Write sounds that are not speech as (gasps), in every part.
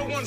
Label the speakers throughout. Speaker 1: One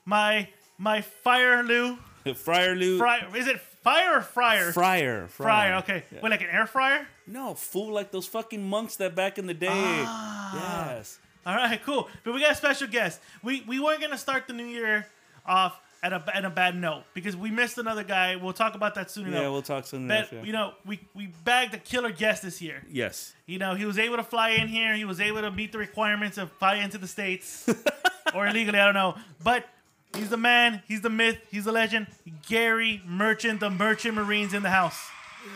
Speaker 2: my my fire Lou.
Speaker 3: Friar Lou.
Speaker 2: Fryer. Is it fire or fryer?
Speaker 3: Fryer. Fryer.
Speaker 2: Fryer. Okay. Wait, like an air fryer?
Speaker 3: No, fool, like those fucking monks that back in the day.
Speaker 2: Ah.
Speaker 3: Yes.
Speaker 2: All right, cool. But we got a special guest. We we weren't gonna start the new year off at a at a bad note because we missed another guy. We'll talk about that soon enough.
Speaker 3: Yeah, we'll talk soon
Speaker 2: But
Speaker 3: enough. Yeah.
Speaker 2: you know, we we bagged a killer guest this year.
Speaker 3: yes.
Speaker 2: You know, he was able to fly in here. He was able to meet the requirements of fly into the
Speaker 3: (laughs)
Speaker 2: states or illegally. I don't know, but. He's the man. He's the myth. He's the legend. Gary Merchant, the Merchant Marines in the house.
Speaker 4: Yeah,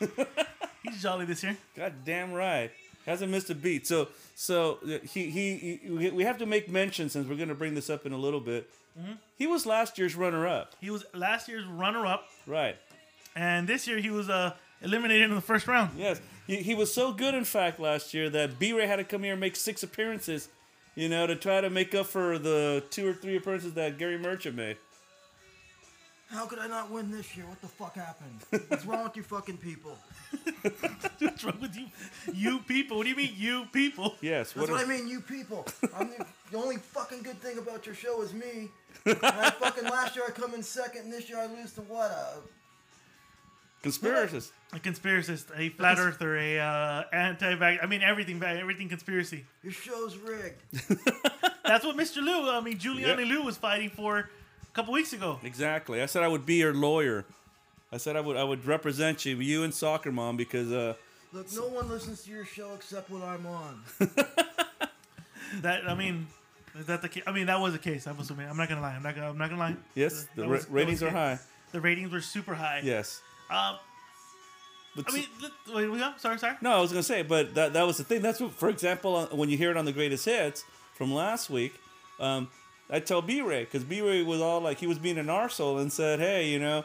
Speaker 4: yeah, fuck you.
Speaker 2: He's jolly this year.
Speaker 3: God damn right. Hasn't missed a beat. So, so uh, he, he, he we- we have to make mention since we're going to bring this up in a little bit.
Speaker 2: Mm-hmm.
Speaker 3: He was last year's runner up.
Speaker 2: He was last year's runner-up.
Speaker 3: Right.
Speaker 2: and this year he was uh, eliminated in the first round. (laughs)
Speaker 3: Yes. He, he was so good, in fact, last year that B Ray had to come here and make six appearances, you know, to try to make up for the two or three appearances that Gary Merchant made.
Speaker 4: How could I not win this year? What the fuck happened? What's wrong with you fucking people?
Speaker 2: What's wrong with you, you people? What do you mean, you people?
Speaker 3: Yes.
Speaker 4: That's what
Speaker 3: a-
Speaker 4: I mean, you people. I'm the, (laughs) the only fucking good thing about your show is me. And I fucking last year I come in second, and this year I lose to what? Uh,
Speaker 3: Conspiracist.
Speaker 2: A conspiracist, a flat earther, a uh, anti-vax. I mean, everything, va- everything conspiracy.
Speaker 4: your show's rigged.
Speaker 2: That's what Mr. Liu, I mean, Giuliani
Speaker 3: Yep.
Speaker 2: Liu was fighting for a couple weeks ago.
Speaker 3: Exactly. I said I would be your lawyer. I said I would I would represent you, you and Soccer Mom, because uh,
Speaker 4: Look, no one listens to your show except when I'm on.
Speaker 2: That I mean, is that the? Ca- I mean, that was the case. I'm assuming. I'm not gonna lie. I'm not. Gonna, I'm not gonna lie.
Speaker 3: yes, the
Speaker 2: That
Speaker 3: ra-
Speaker 2: was- that
Speaker 3: ratings
Speaker 2: was
Speaker 3: are
Speaker 2: the
Speaker 3: high.
Speaker 2: case. The ratings were super high.
Speaker 3: Yes.
Speaker 2: Um,
Speaker 3: But
Speaker 2: I
Speaker 3: s-
Speaker 2: mean, th- wait, wait, I'm sorry, sorry.
Speaker 3: no, I was gonna say, but that that was the thing. That's what, for example, on- when you hear it on the greatest hits from last week, um, I tell B Ray because B Ray was all like he was being an arsehole and said, hey, you know,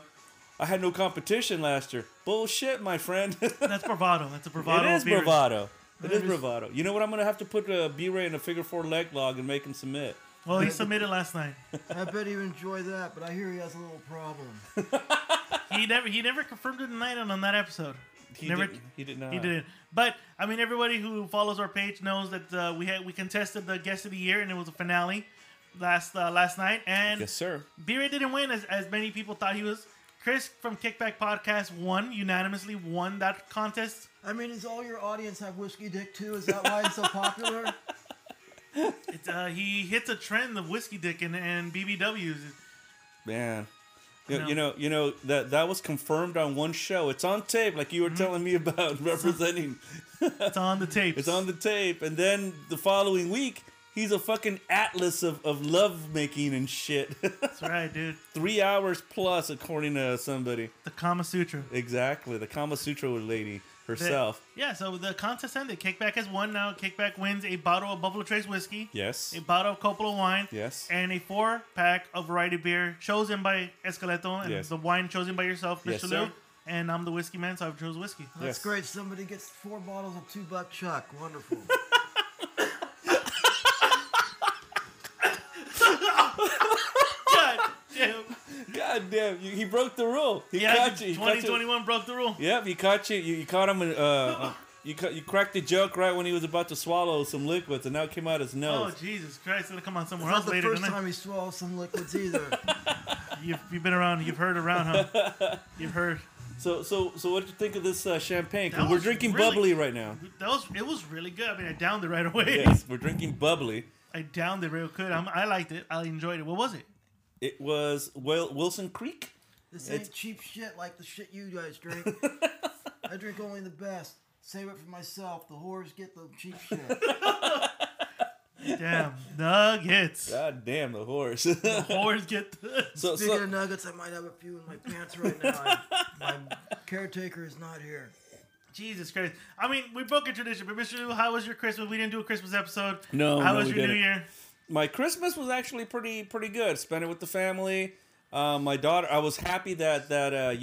Speaker 3: I had no competition last year. Bullshit, my friend. (laughs)
Speaker 2: That's bravado. That's a bravado.
Speaker 3: It is
Speaker 2: of beers.
Speaker 3: bravado. It is
Speaker 2: Beerus.
Speaker 3: bravado. You know what? I'm gonna have to put uh, B Ray in a figure four leg log and make him submit.
Speaker 2: Well, he submitted last night.
Speaker 4: I bet you enjoy that, but I hear he has a little problem.
Speaker 2: He never. He never confirmed it tonight on, on that episode.
Speaker 3: He
Speaker 2: never.
Speaker 3: didn't. He did not.
Speaker 2: He didn't. But I mean, everybody who follows our page knows that uh, we had we contested the guest of the year, and it was a finale last uh, last night. And
Speaker 3: Yes, sir.
Speaker 2: B-Ray didn't win as, as many people thought he was. Chris from Kickback Podcast won unanimously won that contest.
Speaker 4: I mean, does all your audience have whiskey dick too? Is that why it's so popular?
Speaker 2: It's, uh, he hits a trend of whiskey dick and, and BBWs.
Speaker 3: Man. You,
Speaker 2: No.
Speaker 3: you know, you know that that was confirmed on one show. It's on tape, like you
Speaker 2: Mm-hmm.
Speaker 3: were telling me about (laughs) representing.
Speaker 2: It's on the tape.
Speaker 3: It's on the tape, and then the following week, he's a fucking atlas of of love making and shit. (laughs)
Speaker 2: That's right, dude.
Speaker 3: Three hours plus, according to somebody.
Speaker 2: The Kama Sutra.
Speaker 3: Exactly, the Kama Sutra lady herself.
Speaker 2: Yeah, so the contest ended. Kickback has won now. Kickback wins a bottle of Buffalo Trace whiskey.
Speaker 3: yes.
Speaker 2: a bottle of Coppola wine,
Speaker 3: Yes.
Speaker 2: and a four pack of variety beer chosen by Escaleto, and
Speaker 3: Yes.
Speaker 2: the wine chosen by yourself, Mr.
Speaker 3: Yes,
Speaker 2: Lou.
Speaker 3: sir.
Speaker 2: And I'm the whiskey man, so I've chose whiskey. (laughs)
Speaker 4: That's
Speaker 3: Yes.
Speaker 4: great. Somebody gets four bottles of two buck chuck. Wonderful.
Speaker 2: God damn.
Speaker 3: God damn, you, he broke the rule. He
Speaker 2: Yeah,
Speaker 3: caught you. He caught you.
Speaker 2: 2021 broke the rule.
Speaker 3: Yep, you caught you. You, you caught him uh, You, cu- you cracked the joke right when he was about to swallow some liquids, and now it came out his
Speaker 2: Oh
Speaker 3: nose.
Speaker 2: Jesus Christ! It's gonna come on somewhere
Speaker 4: Not
Speaker 2: else
Speaker 4: the
Speaker 2: later.
Speaker 4: first
Speaker 2: Than that.
Speaker 4: time he swallowed some liquids either.
Speaker 2: You've, you've been around. You've heard around, huh?
Speaker 3: (laughs)
Speaker 2: You've heard.
Speaker 3: so, so, so, what did you think of this uh, champagne? 'Cause
Speaker 2: That
Speaker 3: we're
Speaker 2: was
Speaker 3: drinking
Speaker 2: really-
Speaker 3: bubbly right now.
Speaker 2: That was it. Was really good. I mean, I downed it right away.
Speaker 3: Yes, we're drinking bubbly.
Speaker 2: (laughs) I downed it real good. I'm, I liked it. I enjoyed it. What was it?
Speaker 3: It was Wil- Wilson Creek.
Speaker 4: This ain't cheap shit like the shit you guys drink. I drink only the best. Save it for myself. The whores get the cheap shit.
Speaker 2: Damn nuggets.
Speaker 3: God damn the horse. (laughs)
Speaker 2: Whores get the
Speaker 3: so,
Speaker 4: Speaking
Speaker 3: so,
Speaker 4: of nuggets, I might have a few in my pants right now. my caretaker is not here.
Speaker 2: Jesus Christ. I mean, we broke a tradition. But Mr. Lou, how was your Christmas? We didn't do a Christmas episode.
Speaker 3: No,
Speaker 2: How
Speaker 3: no,
Speaker 2: was
Speaker 3: we
Speaker 2: your New
Speaker 3: didn't.
Speaker 2: Year?
Speaker 3: my Christmas was actually pretty pretty good. Spent it with the family. Uh, my daughter, I was happy that that uh,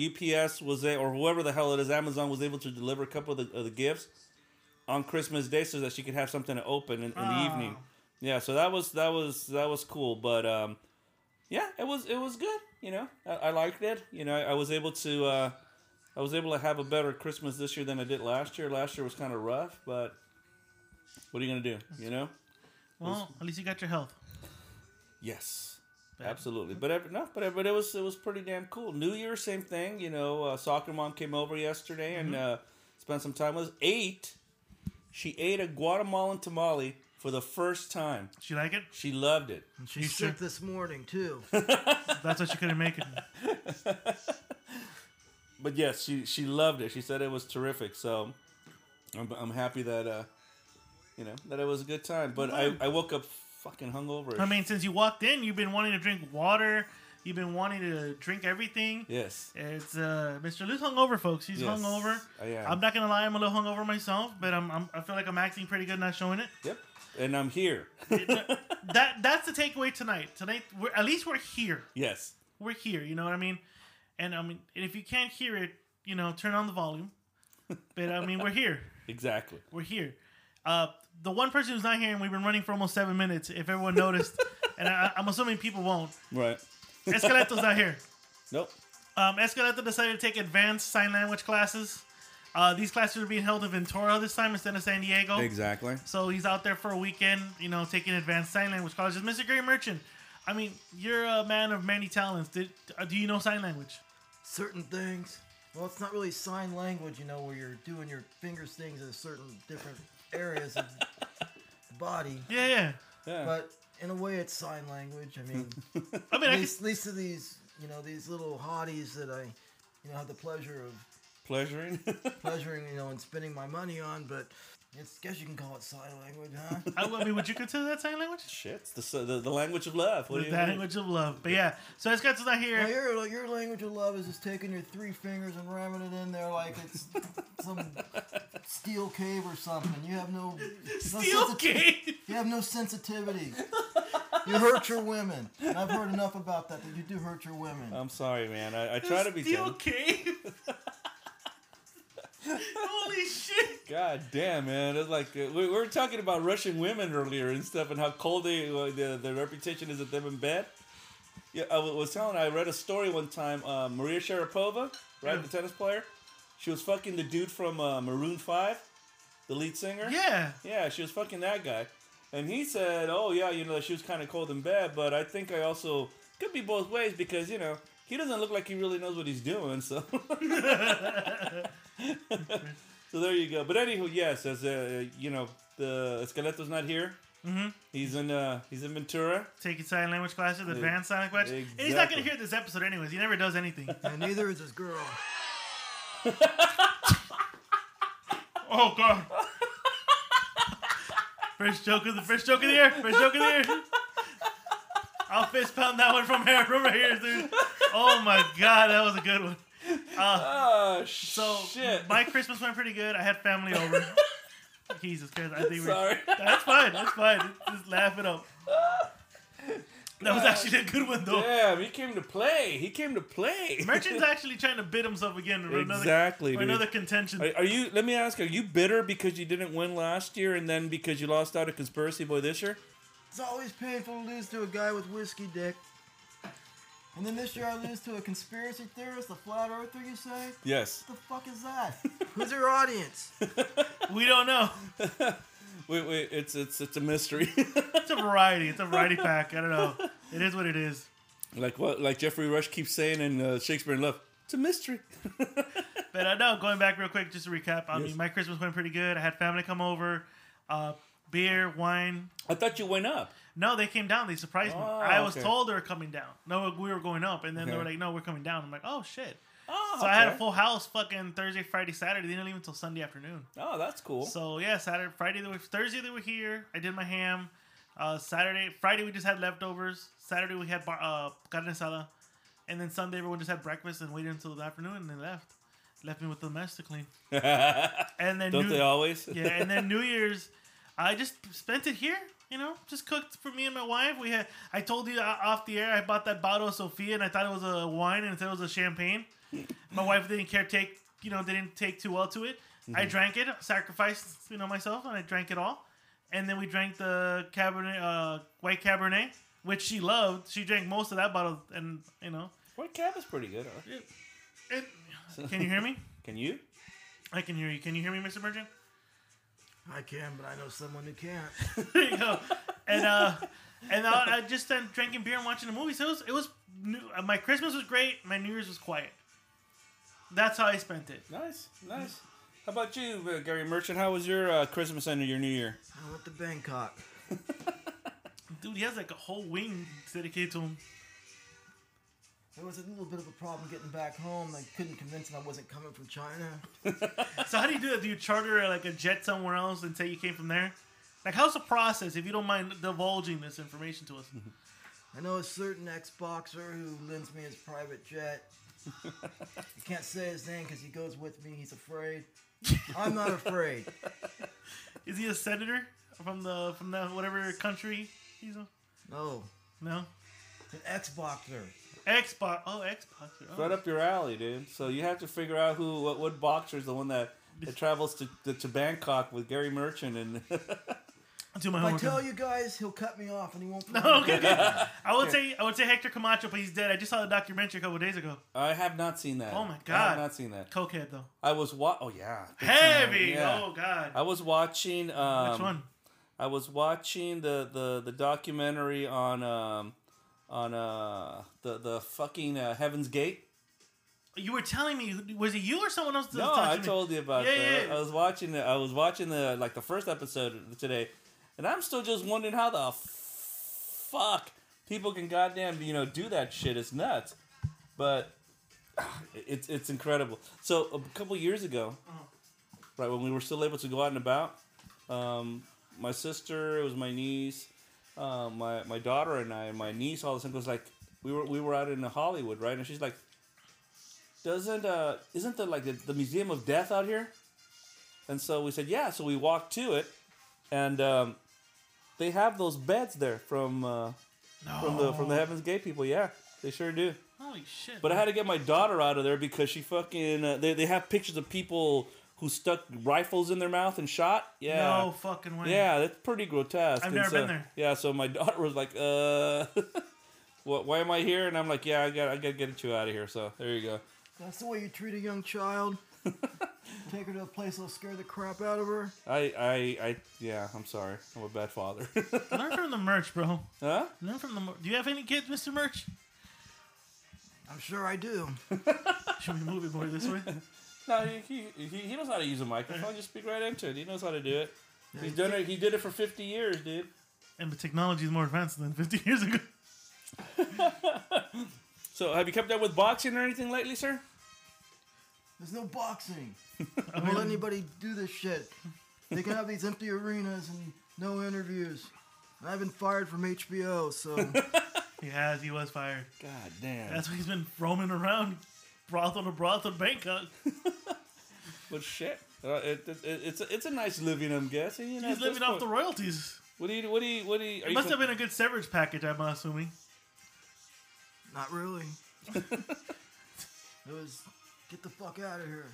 Speaker 3: UPS was there, or whoever the hell it is, Amazon was able to deliver a couple of the, of the gifts on Christmas Day, so that she could have something to open in, in the evening. Yeah, so that was that was that was cool. But um, yeah, it was it was good. You know, I, I liked it. You know, I, was able to uh, I was able to have a better Christmas this year than I did last year. Last year was kind of rough, but what are you gonna do? You know.
Speaker 2: Well, at least you got your health.
Speaker 3: Yes, absolutely. But every, no, but but it was it was pretty damn cool. New Year, same thing. You know, uh, soccer mom came over yesterday and
Speaker 2: Mm-hmm.
Speaker 3: uh, spent some time with us. Ate, she ate a Guatemalan tamale for the first time.
Speaker 2: Did you like it?
Speaker 3: She loved it.
Speaker 2: You
Speaker 4: She's
Speaker 2: sure?
Speaker 4: sick this morning too.
Speaker 2: That's why she couldn't make it.
Speaker 3: But yes, she she loved it. She said it was terrific. So I'm, I'm happy that uh, you know that it was a good time. But I, I woke up fucking hungover. as
Speaker 2: I mean, since you walked in, you've been wanting to drink water. You've been wanting to drink everything.
Speaker 3: yes.
Speaker 2: It's uh, Mr. Lou's hungover, folks. He's
Speaker 3: Yes,
Speaker 2: hungover.
Speaker 3: I am.
Speaker 2: I'm not gonna lie, I'm a little hungover myself, but I'm, I'm I feel like I'm acting pretty good, not
Speaker 3: (laughs)
Speaker 2: showing it.
Speaker 3: Yep. And I'm here. (laughs)
Speaker 2: that that's the takeaway tonight. Tonight, we're, at least we're here.
Speaker 3: yes.
Speaker 2: We're here. You know what I mean? And I mean, and if you can't hear it, you know, turn on the volume. But I mean, we're here.
Speaker 3: Exactly.
Speaker 2: We're here. Uh, the one person who's not here, and we've been running for almost seven minutes. If everyone noticed, and I, I'm assuming people won't.
Speaker 3: Right.
Speaker 2: Escaleto's not here.
Speaker 3: Nope.
Speaker 2: Um, Escaleta decided to take advanced sign language classes. Uh, these classes are being held in Ventura this time instead of San Diego.
Speaker 3: Exactly.
Speaker 2: So he's out there for a weekend, you know, taking advanced sign language classes. Mr. Gary Merchant, I mean, you're a man of many talents. Did, uh, do you know sign language?
Speaker 4: Certain things. Well, it's not really sign language, you know, where you're doing your fingers things in certain different areas of the body.
Speaker 2: Yeah, yeah.
Speaker 3: Yeah.
Speaker 4: But in a way, it's sign language. I mean,
Speaker 2: I
Speaker 4: at
Speaker 2: mean, I could,
Speaker 4: least, at least to these, you know, these little hotties that I, you know, have the pleasure of
Speaker 3: Pleasuring. (laughs)
Speaker 4: pleasuring, you know, and spending my money on, but it's, guess you can call it sign language,
Speaker 2: (laughs)
Speaker 4: huh?
Speaker 2: I, I mean, would you consider that sign language? (laughs)
Speaker 3: Shit, it's the, the, the language of love. What do
Speaker 2: The
Speaker 3: you mean?
Speaker 2: language of love. But yeah, so Escaleta's
Speaker 4: now,
Speaker 2: not here.
Speaker 4: your, your language of love is just taking your three fingers and ramming it in there like it's some steel cave or something. You have no, no
Speaker 2: Steel
Speaker 4: sensiti-
Speaker 2: Cave!
Speaker 4: You have no sensitivity. You hurt your women. And I've heard enough about that, that you do hurt your women.
Speaker 3: I'm sorry, man. I, I try to be
Speaker 2: Steel
Speaker 3: gentle.
Speaker 2: Cave!
Speaker 3: (laughs)
Speaker 2: Holy shit!
Speaker 3: God damn, man. It's like uh, we, we were talking about Russian women earlier and stuff, and how cold they uh, their, their reputation is that they've been bad. Yeah, I wa- was telling. I read a story one time. Uh, Maria Sharapova, right,
Speaker 2: Yeah.
Speaker 3: the tennis player. She was fucking the dude from uh, Maroon Five, the lead singer.
Speaker 2: Yeah.
Speaker 3: Yeah, she was fucking that guy. And he said, "Oh yeah, you know she was kind of cold in bed, but I think I also could be both ways because you know he doesn't look like he really knows what he's doing." So, (laughs) so there you go. But anywho, yes, as uh, you know, the Escaleto's not here.
Speaker 2: Mhm.
Speaker 3: He's in uh, he's in Ventura.
Speaker 2: Taking sign language classes, advanced sign language. And he's not
Speaker 3: exactly.
Speaker 2: going to hear this episode anyways. He never does anything.
Speaker 4: And neither is this girl.
Speaker 2: (laughs) Oh god. (laughs) first joke of the first joke of the year. First joke of the year. (laughs) I'll fist pound that one from here, from right here, dude. Oh my god, that was a good one.
Speaker 3: Oh
Speaker 2: So
Speaker 3: shit!
Speaker 2: my Christmas went pretty good. I had family
Speaker 3: (laughs)
Speaker 2: over. Jesus Christ, I think we're (laughs)
Speaker 3: Sorry.
Speaker 2: that's fine. That's fine. Just laugh it up. That was actually a good one though.
Speaker 3: Damn, he came to play. He came to play.
Speaker 2: Merchant's actually trying to bid himself again for another,
Speaker 3: exactly.
Speaker 2: for
Speaker 3: dude.
Speaker 2: another contention.
Speaker 3: Are, are you? Let me ask: Are you bitter because you didn't win last year, and then because you lost out to Conspiracy Boy this year?
Speaker 4: It's always painful to lose to a guy with whiskey dick. And then this year I lose to a conspiracy theorist, a flat earther, you say? What
Speaker 3: Yes.
Speaker 4: the fuck is that? Who's your audience?
Speaker 2: We don't know.
Speaker 3: Wait, wait. It's it's it's a mystery. (laughs)
Speaker 2: It's a variety. It's a variety pack. I don't know. It is what it is.
Speaker 3: like what? Like Jeffrey Rush keeps saying in uh, Shakespeare in Love. It's a mystery. (laughs)
Speaker 2: But uh, no, going back real quick, just to recap. I
Speaker 3: Yes.
Speaker 2: mean, my Christmas went pretty good. I had family come over, uh, beer, wine.
Speaker 3: I thought you went up.
Speaker 2: No, they came down. They surprised me.
Speaker 3: Oh,
Speaker 2: I was
Speaker 3: okay.
Speaker 2: told they were coming down. No, we were going up, and then they were
Speaker 3: Okay.
Speaker 2: like, "No, we're coming down." I'm like, "Oh shit!"
Speaker 3: Oh,
Speaker 2: So I had a
Speaker 3: okay.
Speaker 2: full house, fucking Thursday, Friday, Saturday. They didn't leave until Sunday afternoon.
Speaker 3: Oh, that's cool.
Speaker 2: So yeah, Saturday, Friday, they were, Thursday they were here. I did my ham. Uh, Saturday, Friday we just had leftovers. Saturday we had bar, uh, carne asada, and then Sunday everyone just had breakfast and waited until the afternoon and they left. Left me with the mess to
Speaker 3: (laughs)
Speaker 2: clean. And then
Speaker 3: Don't
Speaker 2: New-
Speaker 3: they always? (laughs)
Speaker 2: yeah, and then New Year's, I just spent it here. You know, just cooked for me and my wife. We had. I told you uh, off the air. I bought that bottle of Sophia, and I thought it was a wine, and it said it was a champagne. my wife didn't care. Take you know, didn't take too well to it. I drank it, sacrificed you know myself, and I drank it all. And then we drank the cabernet, uh, white cabernet, which she loved. She drank most of that bottle, and you know,
Speaker 3: White Cab is pretty good. Huh?
Speaker 2: it, it, can you hear me?
Speaker 3: Can you?
Speaker 2: I can hear you. Can you hear me, Mister Merchant?
Speaker 4: I can, but I know someone who can't.
Speaker 2: There (laughs) you go. And uh, and I, I just then drinking beer and watching the movies. It was it was new, uh, my Christmas was great. My New Year's was quiet. That's how I spent it.
Speaker 3: Nice, nice. How about you, uh, Gary Merchant? How was your uh, Christmas and your New Year?
Speaker 4: I went to Bangkok.
Speaker 2: Dude, he has like a whole wing dedicated to him.
Speaker 4: There was a little bit of a problem getting back home. I couldn't convince him I wasn't coming from China.
Speaker 2: So how do you do that? Do you charter uh, like a jet somewhere else and say you came from there? Like how's the process? If you don't mind divulging this information to us,
Speaker 4: I know a certain ex-boxer who lends me his private jet. I can't say his name because he goes with me. He's afraid. I'm not afraid.
Speaker 2: is he a senator from the from the whatever country he's on?
Speaker 4: No,
Speaker 2: No,
Speaker 4: an ex-boxer.
Speaker 2: Xbox. Oh, Xbox. Oh.
Speaker 3: Right up your alley, dude. So you have to figure out who, what, what boxer is the one that, that travels to, to to Bangkok with Gary Merchant and (laughs)
Speaker 2: I'll do my
Speaker 4: If I
Speaker 2: homework.
Speaker 4: tell you guys, he'll cut me off and he won't.
Speaker 2: (laughs) No, Oh, okay, good.
Speaker 3: (laughs)
Speaker 2: I would say I would say Hector Camacho, but he's dead. I just saw the documentary a couple days ago.
Speaker 3: I have not seen that.
Speaker 2: Oh my
Speaker 3: I
Speaker 2: God.
Speaker 3: have not seen that.
Speaker 2: Cokehead though,
Speaker 3: I was wa- Oh yeah, Big time,
Speaker 2: heavy.
Speaker 3: yeah.
Speaker 2: Oh god,
Speaker 3: I was watching. Um,
Speaker 2: which one?
Speaker 3: I was watching the the, the documentary on um, on uh, the the fucking uh, Heaven's Gate.
Speaker 2: You were telling me was it you or someone else? that
Speaker 3: No,
Speaker 2: was talking
Speaker 3: I
Speaker 2: to me?
Speaker 3: told you about
Speaker 2: Yeah,
Speaker 3: that.
Speaker 2: yeah.
Speaker 3: I was watching the I was watching the like the first episode today, and I'm still just wondering how the fuck people can goddamn you know do that shit. It's nuts, but (sighs) it's it's incredible. So a couple years ago,
Speaker 2: Uh-huh.
Speaker 3: right when we were still able to go out and about, um, my sister, it was my niece, uh, my my daughter and I, and my niece all of a sudden was like, we were we were out in Hollywood, right? And she's like, doesn't uh isn't the like the, the Museum of Death out here? And so we said, yeah. So we walked to it, and um, they have those beds there from uh, from the from the Heaven's Gate people. Yeah, they sure do.
Speaker 2: Holy shit!
Speaker 3: But I had to get my daughter out of there because she fucking uh, they, they have pictures of people who stuck rifles in their mouth and shot. Yeah.
Speaker 2: no fucking way.
Speaker 3: Yeah, that's pretty grotesque.
Speaker 2: I've
Speaker 3: And
Speaker 2: never
Speaker 3: so-
Speaker 2: been there.
Speaker 3: Yeah, so my (laughs) daughter was like, "Uh, (laughs) what? Why am I here?" And I'm like, "Yeah, I got, I got to get you out of here." So there you go.
Speaker 4: That's the way you treat a young child. Take her to a place that'll scare the crap out of her.
Speaker 3: I, I, I, yeah, I'm sorry. I'm a bad father. (laughs)
Speaker 2: learn from the merch, bro.
Speaker 3: huh?
Speaker 2: Learn from the. mer- Do you have any kids, Mister Merch?
Speaker 4: I'm sure I do.
Speaker 2: Should we move it more this
Speaker 3: (laughs)
Speaker 2: way?
Speaker 3: No, he, he, he he knows how to use a microphone. Just speak right into it. He knows how to do it. He's done it. He did it for 50 years, dude.
Speaker 2: And the technology is more advanced than 50 years ago.
Speaker 3: So have you kept up with boxing or anything lately, sir?
Speaker 4: There's no boxing. I don't let anybody do this shit. They can have these empty arenas and no interviews. And I've been fired from HBO, so
Speaker 2: He has. He was fired.
Speaker 3: God damn.
Speaker 2: That's why he's been roaming around brothel to brothel,
Speaker 3: (laughs)
Speaker 2: Bangkok.
Speaker 3: But shit, uh, it, it, it's a, it's a nice living, I'm guessing. You know,
Speaker 2: He's
Speaker 3: at this
Speaker 2: living off the
Speaker 3: point.
Speaker 2: royalties.
Speaker 3: What do you what do you what do you? Are
Speaker 2: It
Speaker 3: you
Speaker 2: must
Speaker 3: com-
Speaker 2: have been a good severance package, I'm assuming.
Speaker 4: not really. It was get the fuck out of here.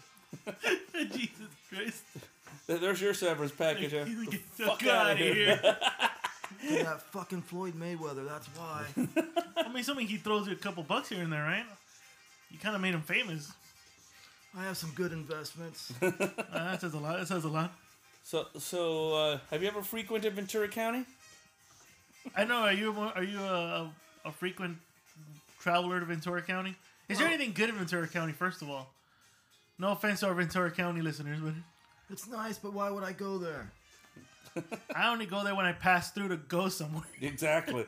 Speaker 2: (laughs) Jesus Christ. (laughs)
Speaker 3: There's your severance package. huh?
Speaker 2: Get the
Speaker 3: fuck
Speaker 2: fuck out (laughs)
Speaker 3: outta
Speaker 2: of here.
Speaker 4: to that fucking Floyd Mayweather. That's why.
Speaker 2: I mean, something he throws you a couple bucks here and there, right? You kind of made him famous.
Speaker 4: I have some good investments.
Speaker 2: Uh, that says a lot. That says a lot.
Speaker 3: So, so uh, have you ever frequented Ventura County?
Speaker 2: I know. Are you a- are you a, a frequent traveler to Ventura County? Is there
Speaker 4: Well-
Speaker 2: anything good in Ventura County? First of all, no offense to our Ventura County listeners, but
Speaker 4: It's nice, but why would I go there?
Speaker 2: I only go there when I pass through to go (laughs) somewhere.
Speaker 3: Exactly.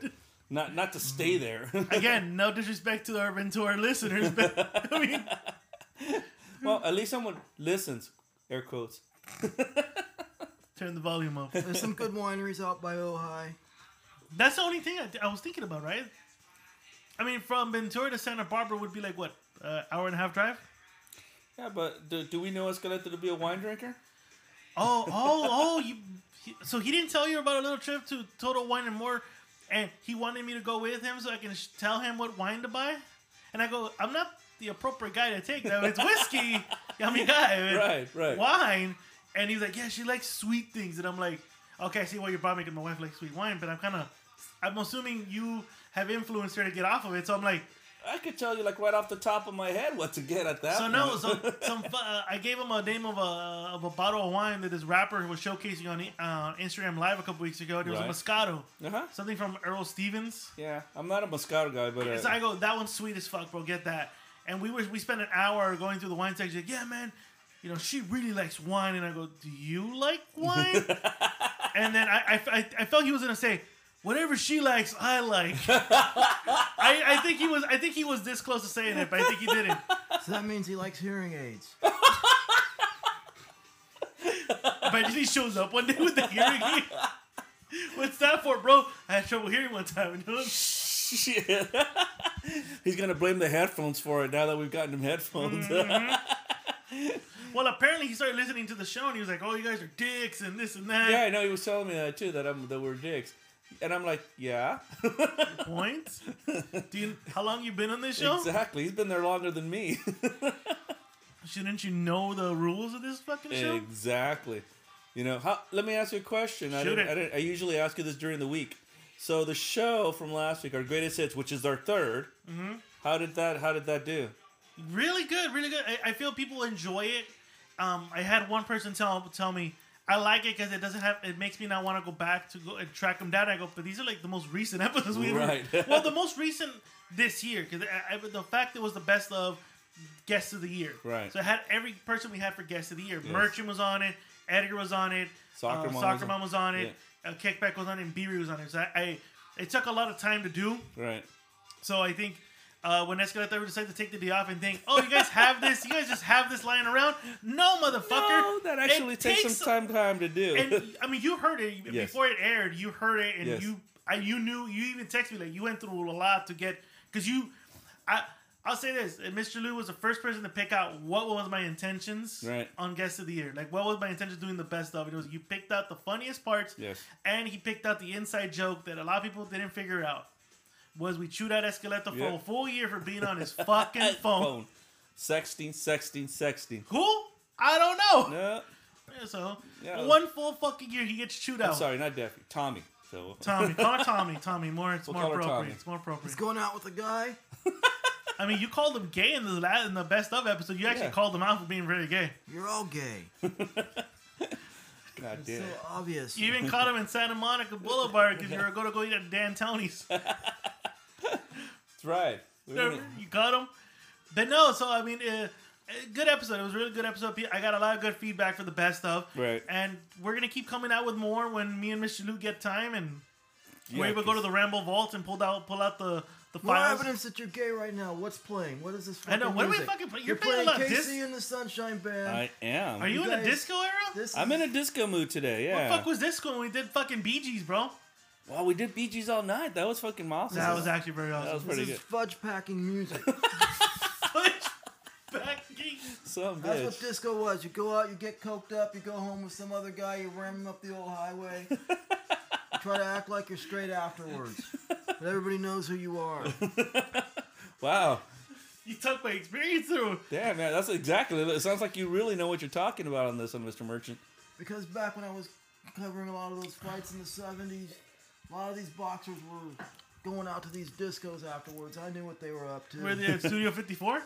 Speaker 3: not not to stay there. (laughs)
Speaker 2: Again, no disrespect to our Ventura listeners, but (laughs) I mean,
Speaker 3: well, at least someone listens. Air quotes.
Speaker 2: turn the volume up.
Speaker 4: There's some good wineries out by Ojai.
Speaker 2: That's the only thing I, I was thinking about, right? I mean, from Ventura to Santa Barbara would be like what, uh, hour and a half drive?
Speaker 3: Yeah, but do, do we know Escalante to be a wine drinker?
Speaker 2: Oh, oh, oh! You, he, so he didn't tell you about a little trip to Total Wine and More, and he wanted me to go with him so I can sh- tell him what wine to buy. And I go, I'm not the appropriate guy to take that. It's (laughs) whiskey. I mean, guy,
Speaker 3: Right, right.
Speaker 2: Wine, and he's like, yeah, she likes sweet things, and I'm like, okay, I see why you're probably making my wife like sweet wine, but I'm kind of, I'm assuming you have influenced her to get off of it. So I'm like,
Speaker 3: I could tell you like right off the top of my head what to get at that.
Speaker 2: so no,
Speaker 3: point.
Speaker 2: some, some fu- uh, I gave him a name of a of a bottle of wine that this rapper was showcasing on uh, Instagram Live a couple weeks ago. There was
Speaker 3: Right.
Speaker 2: a Moscato,
Speaker 3: (laughs) uh-huh.
Speaker 2: something from Earl Stevens.
Speaker 3: Yeah, I'm not a Moscato guy, but uh,
Speaker 2: So I go, that one's sweet as fuck, bro. Get that. And we were we spent an hour going through the wine section. Like, yeah, man, you know she really likes wine. And I go, do you like wine? and then I, I, I, I felt he was gonna say. Whatever she likes, I like. I, I think he was. I think he was this close to saying it, but I think he didn't.
Speaker 4: So that means he likes hearing aids.
Speaker 2: But he shows up one day with the hearing aid. What's that for, bro? I had trouble hearing one time. You know?
Speaker 3: shit. (laughs) He's gonna blame the headphones for it now that we've gotten him headphones.
Speaker 2: Mm-hmm. Well, apparently he started listening to the show and he was like, "Oh, you guys are dicks and this and
Speaker 3: (laughs) yeah,
Speaker 2: that."
Speaker 3: I know he was telling me that too that I'm that we're dicks, and I'm like, yeah, (laughs)
Speaker 2: Point. Do you, how long you been on this show?
Speaker 3: exactly. He's been there longer than me. (laughs)
Speaker 2: Shouldn't you know the rules of this fucking show?
Speaker 3: Exactly. You know, how, let me ask you a question. I,
Speaker 2: Shoot
Speaker 3: didn't,
Speaker 2: it.
Speaker 3: I, didn't, I usually ask you this during the week. So the show from last week, our greatest hits, which is our 3rd mm-hmm. how did that? How did that do?
Speaker 2: Really good, really good. I, I feel people enjoy it. Um, I had one person tell tell me I like it because it doesn't have. It makes me not want to go back to go and track them down. I go, but these are like the most recent (laughs) episodes we ever.
Speaker 3: Right. (laughs)
Speaker 2: well, the most recent this year because the fact it was the best of guests of the year.
Speaker 3: Right.
Speaker 2: So it had every person we had for guests of the year. Merchant was on it. Edgar was on it.
Speaker 3: Soccer
Speaker 2: uh,
Speaker 3: Mom
Speaker 2: Soccer
Speaker 3: was on-
Speaker 2: Mom was on it. Uh, Kickback was on it. And Beery was on it. So I, I it took a lot of time to do.
Speaker 3: Right.
Speaker 2: So I think uh, when Escalante decided to take the day off and think, oh, you guys have this, you guys just have this lying around. No, motherfucker.
Speaker 3: No, that
Speaker 2: It
Speaker 3: actually takes, some time time to do. (laughs)
Speaker 2: And I mean, you heard it
Speaker 3: Yes.
Speaker 2: before it aired. You heard it, and
Speaker 3: Yes.
Speaker 2: you, I, you knew. You even texted me like you went through a lot to get because you. I I'll say this: and Mr. Lou was the first person to pick out what was my intentions
Speaker 3: Right.
Speaker 2: on Guest of the Year. Like, what was my intention doing the best of? And it was you picked out the funniest parts,
Speaker 3: Yes.
Speaker 2: and he picked out the inside joke that a lot of people didn't figure out. Was we chewed out Escaleta for
Speaker 3: Yeah.
Speaker 2: a full year for being
Speaker 3: (laughs)
Speaker 2: on his fucking phone?
Speaker 3: Phone. Sexting, sexting, sexting.
Speaker 2: Who? I don't know.
Speaker 3: No,
Speaker 2: Yeah, So
Speaker 3: Yeah.
Speaker 2: one full fucking year, he gets chewed out.
Speaker 3: I'm sorry, not Daffy. Tommy. So
Speaker 2: Tommy, call her Tommy. Tommy, more it's
Speaker 3: We'll
Speaker 2: more
Speaker 3: call her
Speaker 2: appropriate.
Speaker 3: Tommy.
Speaker 2: It's more appropriate.
Speaker 4: He's going out with a guy.
Speaker 2: I mean, you called him gay in the la- in the best of episode. You actually
Speaker 3: Yeah.
Speaker 2: called him out for being really gay.
Speaker 4: You're all gay.
Speaker 3: God damn.
Speaker 4: So
Speaker 3: it.
Speaker 4: obvious.
Speaker 2: You even caught him in Santa Monica Boulevard because you were going to go eat at Dan Tony's.
Speaker 3: That's right. We're
Speaker 2: you
Speaker 3: gonna-
Speaker 2: caught him. But no, so I mean, uh, uh, good episode. It was a really good episode. Pe- I got a lot of good feedback for the best of.
Speaker 3: Right.
Speaker 2: And we're gonna keep coming out with more when me and Mr. Lou get time and
Speaker 3: Yeah,
Speaker 2: we're able to go to
Speaker 3: 'cause-
Speaker 2: the Ramble Vault and pull out pull out the the
Speaker 4: More
Speaker 2: files.
Speaker 4: evidence that you're gay right now. What's playing? What is this?
Speaker 2: I know,
Speaker 4: fucking
Speaker 2: what are we
Speaker 4: music?
Speaker 2: fucking play- you're
Speaker 4: You're
Speaker 2: playing a
Speaker 4: playing
Speaker 2: lot of
Speaker 4: KC
Speaker 2: dis-
Speaker 4: and the Sunshine Band.
Speaker 3: I am.
Speaker 2: Are you, in
Speaker 4: guys-
Speaker 2: the disco era?
Speaker 4: this
Speaker 3: I'm in
Speaker 4: is-
Speaker 3: a disco mood today. Yeah.
Speaker 2: What fuck was this when we did fucking Bee Gees, bro?
Speaker 3: wow, we did BGs all night. That was fucking awesome.
Speaker 2: That was actually very
Speaker 3: That was
Speaker 2: awesome.
Speaker 3: pretty
Speaker 4: This
Speaker 3: good.
Speaker 4: is fudge packing
Speaker 2: (laughs)
Speaker 4: music.
Speaker 2: Back
Speaker 3: Some
Speaker 4: That's
Speaker 3: bitch.
Speaker 4: what disco was. You go out, you get coked up, you go home with some other guy, you ram him up the old
Speaker 2: (laughs)
Speaker 4: highway. you try to act like you're straight afterwards. But everybody knows who you are.
Speaker 3: Wow.
Speaker 2: you took my experience through.
Speaker 3: Damn, man. That's exactly. It sounds like you really know what you're talking about on this one, Mr. Merchant.
Speaker 4: Because back when I was covering a lot of those fights in the 70s, A lot of these boxers were going out to these discos afterwards. I knew what they were up to.
Speaker 2: Where they at Studio 54?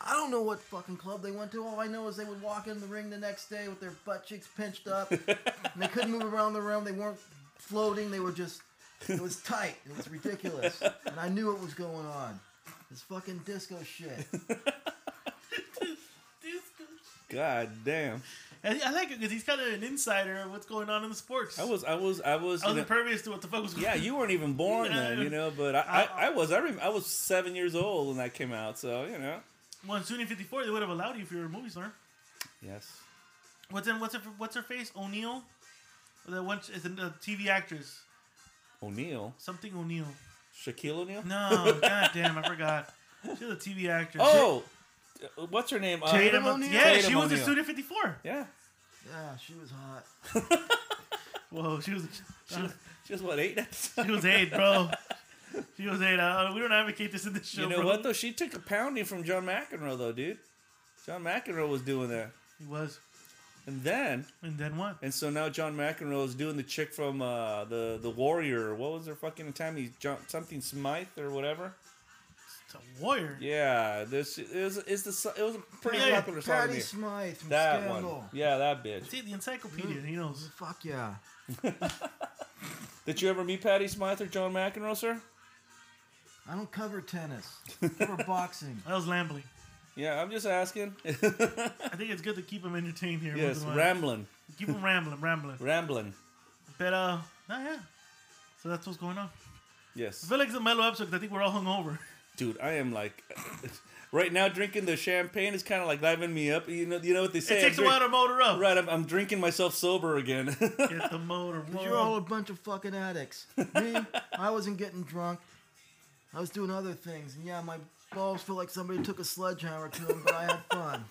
Speaker 4: I don't know what fucking club they went to. All I know is they would walk in the ring the next day with their butt cheeks pinched
Speaker 3: (laughs)
Speaker 4: up. and they couldn't move around the room. They weren't floating. They were just. It was tight. It was ridiculous. And I knew what was going on. This fucking disco shit.
Speaker 3: God damn.
Speaker 2: And I like it because he's kind of an insider of what's going on in the sports.
Speaker 3: I was, I was, I was.
Speaker 2: I was
Speaker 3: you know-
Speaker 2: impervious to what Oh, the fuck was going
Speaker 3: yeah,
Speaker 2: on. (laughs)
Speaker 3: you weren't even born then, you know. But I, I,
Speaker 2: I-
Speaker 3: I was. I rem- I was seven years old when that came out. So you know.
Speaker 2: Well, in Studio 54, they would have allowed you if you were a movie star.
Speaker 3: Yes.
Speaker 2: What's in, what's her, what's her face? O'Neill? That one is a TV actress.
Speaker 3: O'Neal,
Speaker 2: Something O'Neill.
Speaker 3: Shaquille O'Neal.
Speaker 2: No,
Speaker 3: (laughs)
Speaker 2: god damn, I forgot. She's a TV actress.
Speaker 3: Oh, uh, what's her name? Uh,
Speaker 2: Tatum O'Neal. Yeah,
Speaker 3: Tatum
Speaker 2: she was in
Speaker 3: O'Neal.
Speaker 2: Studio 54.
Speaker 3: Yeah.
Speaker 4: Yeah, she was hot.
Speaker 2: Whoa, she was
Speaker 3: She (laughs) was, she was what eight at the time.
Speaker 2: she was eight, bro. She was eight. Uh, we don't advocate this in this show,
Speaker 3: You know
Speaker 2: bro.
Speaker 3: what though? She took a pounding from John McEnroe though, dude. John McEnroe was doing that,
Speaker 2: He was,
Speaker 3: and then
Speaker 2: and then what?
Speaker 3: and so now John McEnroe is doing the chick from uh, the the Warrior. What was her fucking time? He's John something Smythe or whatever.
Speaker 2: It's a warrior.
Speaker 3: Yeah, this is is the so- it was a pretty
Speaker 2: Yeah,
Speaker 3: popular song.
Speaker 4: Patty
Speaker 3: here.
Speaker 4: Smythe from
Speaker 3: That
Speaker 4: Scandal.
Speaker 3: one, yeah, that bitch.
Speaker 2: See the encyclopedia. He knows.
Speaker 4: Fuck yeah.
Speaker 3: Did you ever meet Patty Smythe or John McEnroe, sir?
Speaker 4: I don't cover tennis. I cover boxing.
Speaker 2: That was Lambley.
Speaker 3: Yeah, I'm just asking. (laughs)
Speaker 2: I think it's good to keep him entertained here.
Speaker 3: yes,
Speaker 2: once in a while.
Speaker 3: rambling,
Speaker 2: keep him rambling, rambling.
Speaker 3: (laughs) rambling.
Speaker 2: But uh, no, yeah. So that's what's going on. I
Speaker 3: Yes,
Speaker 2: feel like it's a mellow episode 'cause I think we're all hungover.
Speaker 3: dude, I am like, (laughs) right now drinking the champagne is kind of like livening me up. You know, you know what they say.
Speaker 2: it takes
Speaker 3: I'm
Speaker 2: a while to motor up.
Speaker 3: drink- Right, I'm, I'm drinking myself sober again. (laughs)
Speaker 2: Get the motor. rolling.
Speaker 4: You're all a bunch of fucking addicts. Me, I wasn't getting drunk. I was doing other things. And yeah, my balls feel like somebody took a sledgehammer to them, but I had
Speaker 3: (laughs)
Speaker 4: fun.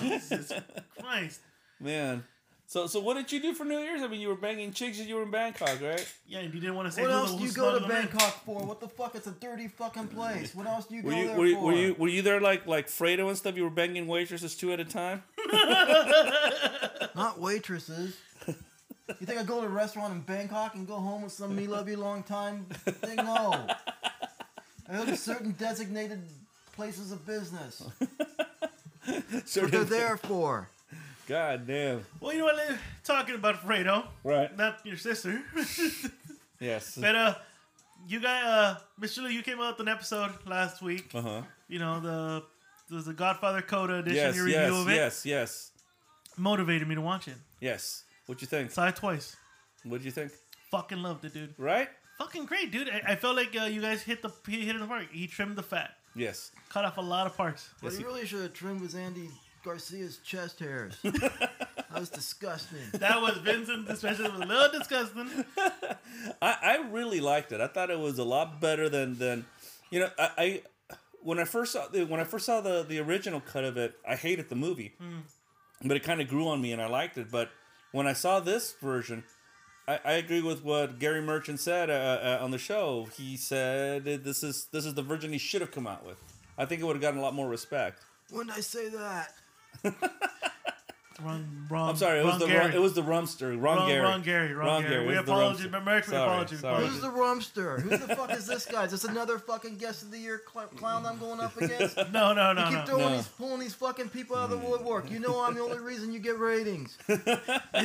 Speaker 2: Jesus Christ.
Speaker 3: Man, so so what did you do for New Year's? I mean, you were banging chicks and you were in Bangkok, right?
Speaker 2: Yeah, and you didn't want to say
Speaker 4: What
Speaker 2: who
Speaker 4: else
Speaker 2: the,
Speaker 4: do
Speaker 2: who
Speaker 4: you go to
Speaker 2: smuggled them in.
Speaker 4: Bangkok for? What the fuck? It's a dirty fucking place. What else do you
Speaker 3: Were
Speaker 4: go
Speaker 3: you
Speaker 4: there
Speaker 3: were, you-
Speaker 4: for?
Speaker 3: were you were you there like like Fredo and stuff? You were banging waitresses two at
Speaker 4: (laughs)
Speaker 3: a time.
Speaker 4: Not waitresses. You think I go to a restaurant in Bangkok and go home with some me love you long time thing? No. I go to certain designated places of
Speaker 3: (laughs)
Speaker 4: business.
Speaker 3: So
Speaker 4: What they're there for.
Speaker 3: God damn.
Speaker 2: Well, you know what? let- Talking about Fredo,
Speaker 3: Right.
Speaker 2: not your sister. (laughs)
Speaker 3: Yes.
Speaker 2: but uh, you got uh, Mr. Lou, you came out with an episode last week.
Speaker 3: Uh huh.
Speaker 2: You know the there was the Godfather Coda edition.
Speaker 3: Yes.
Speaker 2: your review
Speaker 3: Yes.
Speaker 2: of it
Speaker 3: Yes. Yes.
Speaker 2: motivated me to watch it.
Speaker 3: Yes. What you think?
Speaker 2: Saw it twice.
Speaker 3: What do you think?
Speaker 2: Fucking loved it, dude.
Speaker 3: Right?
Speaker 2: Fucking great, dude. I, I felt like uh, you guys hit the he hit it in the park. He trimmed the fat,
Speaker 3: Yes.
Speaker 2: cut off a lot of parts.
Speaker 4: What
Speaker 3: Yes,
Speaker 4: he
Speaker 3: you-
Speaker 4: really should have trimmed was Andy Garcia's chest hairs. that was disgusting.
Speaker 2: That was Vincent. Especially was a little disgusting.
Speaker 3: I, I really liked it. I thought it was a lot better than than you know I, I when I first saw the- when I first saw the the original cut of it. I hated the movie,
Speaker 2: Hmm.
Speaker 3: but it kind of grew on me and I liked it. But when I saw this version. I, I agree with what Gary Merchant said uh, uh, on the show. He said this is this is the version he should have come out with. I think it would have gotten a lot more respect.
Speaker 4: When did I say that?
Speaker 2: Wrong, wrong.
Speaker 3: I'm sorry, it was
Speaker 2: wrong
Speaker 3: the
Speaker 2: Gary.
Speaker 3: wrong, it was the rumster, wrong,
Speaker 2: Wrong-
Speaker 3: Gary,
Speaker 2: wrong Gary, wrong Gary.
Speaker 3: it
Speaker 2: We
Speaker 3: was the
Speaker 2: apologize,
Speaker 3: rumster.
Speaker 2: but Mercury
Speaker 3: Sorry,
Speaker 2: apologies,
Speaker 3: sorry.
Speaker 2: apologies.
Speaker 4: Who's the rumster? Who the fuck is this guy? Is this another fucking guest of the year cl- clown I'm going up against? You
Speaker 2: No, no, no,
Speaker 4: keep
Speaker 2: no.
Speaker 4: throwing
Speaker 3: No.
Speaker 4: these, pulling these fucking people out of the woodwork. You know I'm the only reason you get ratings.
Speaker 2: Is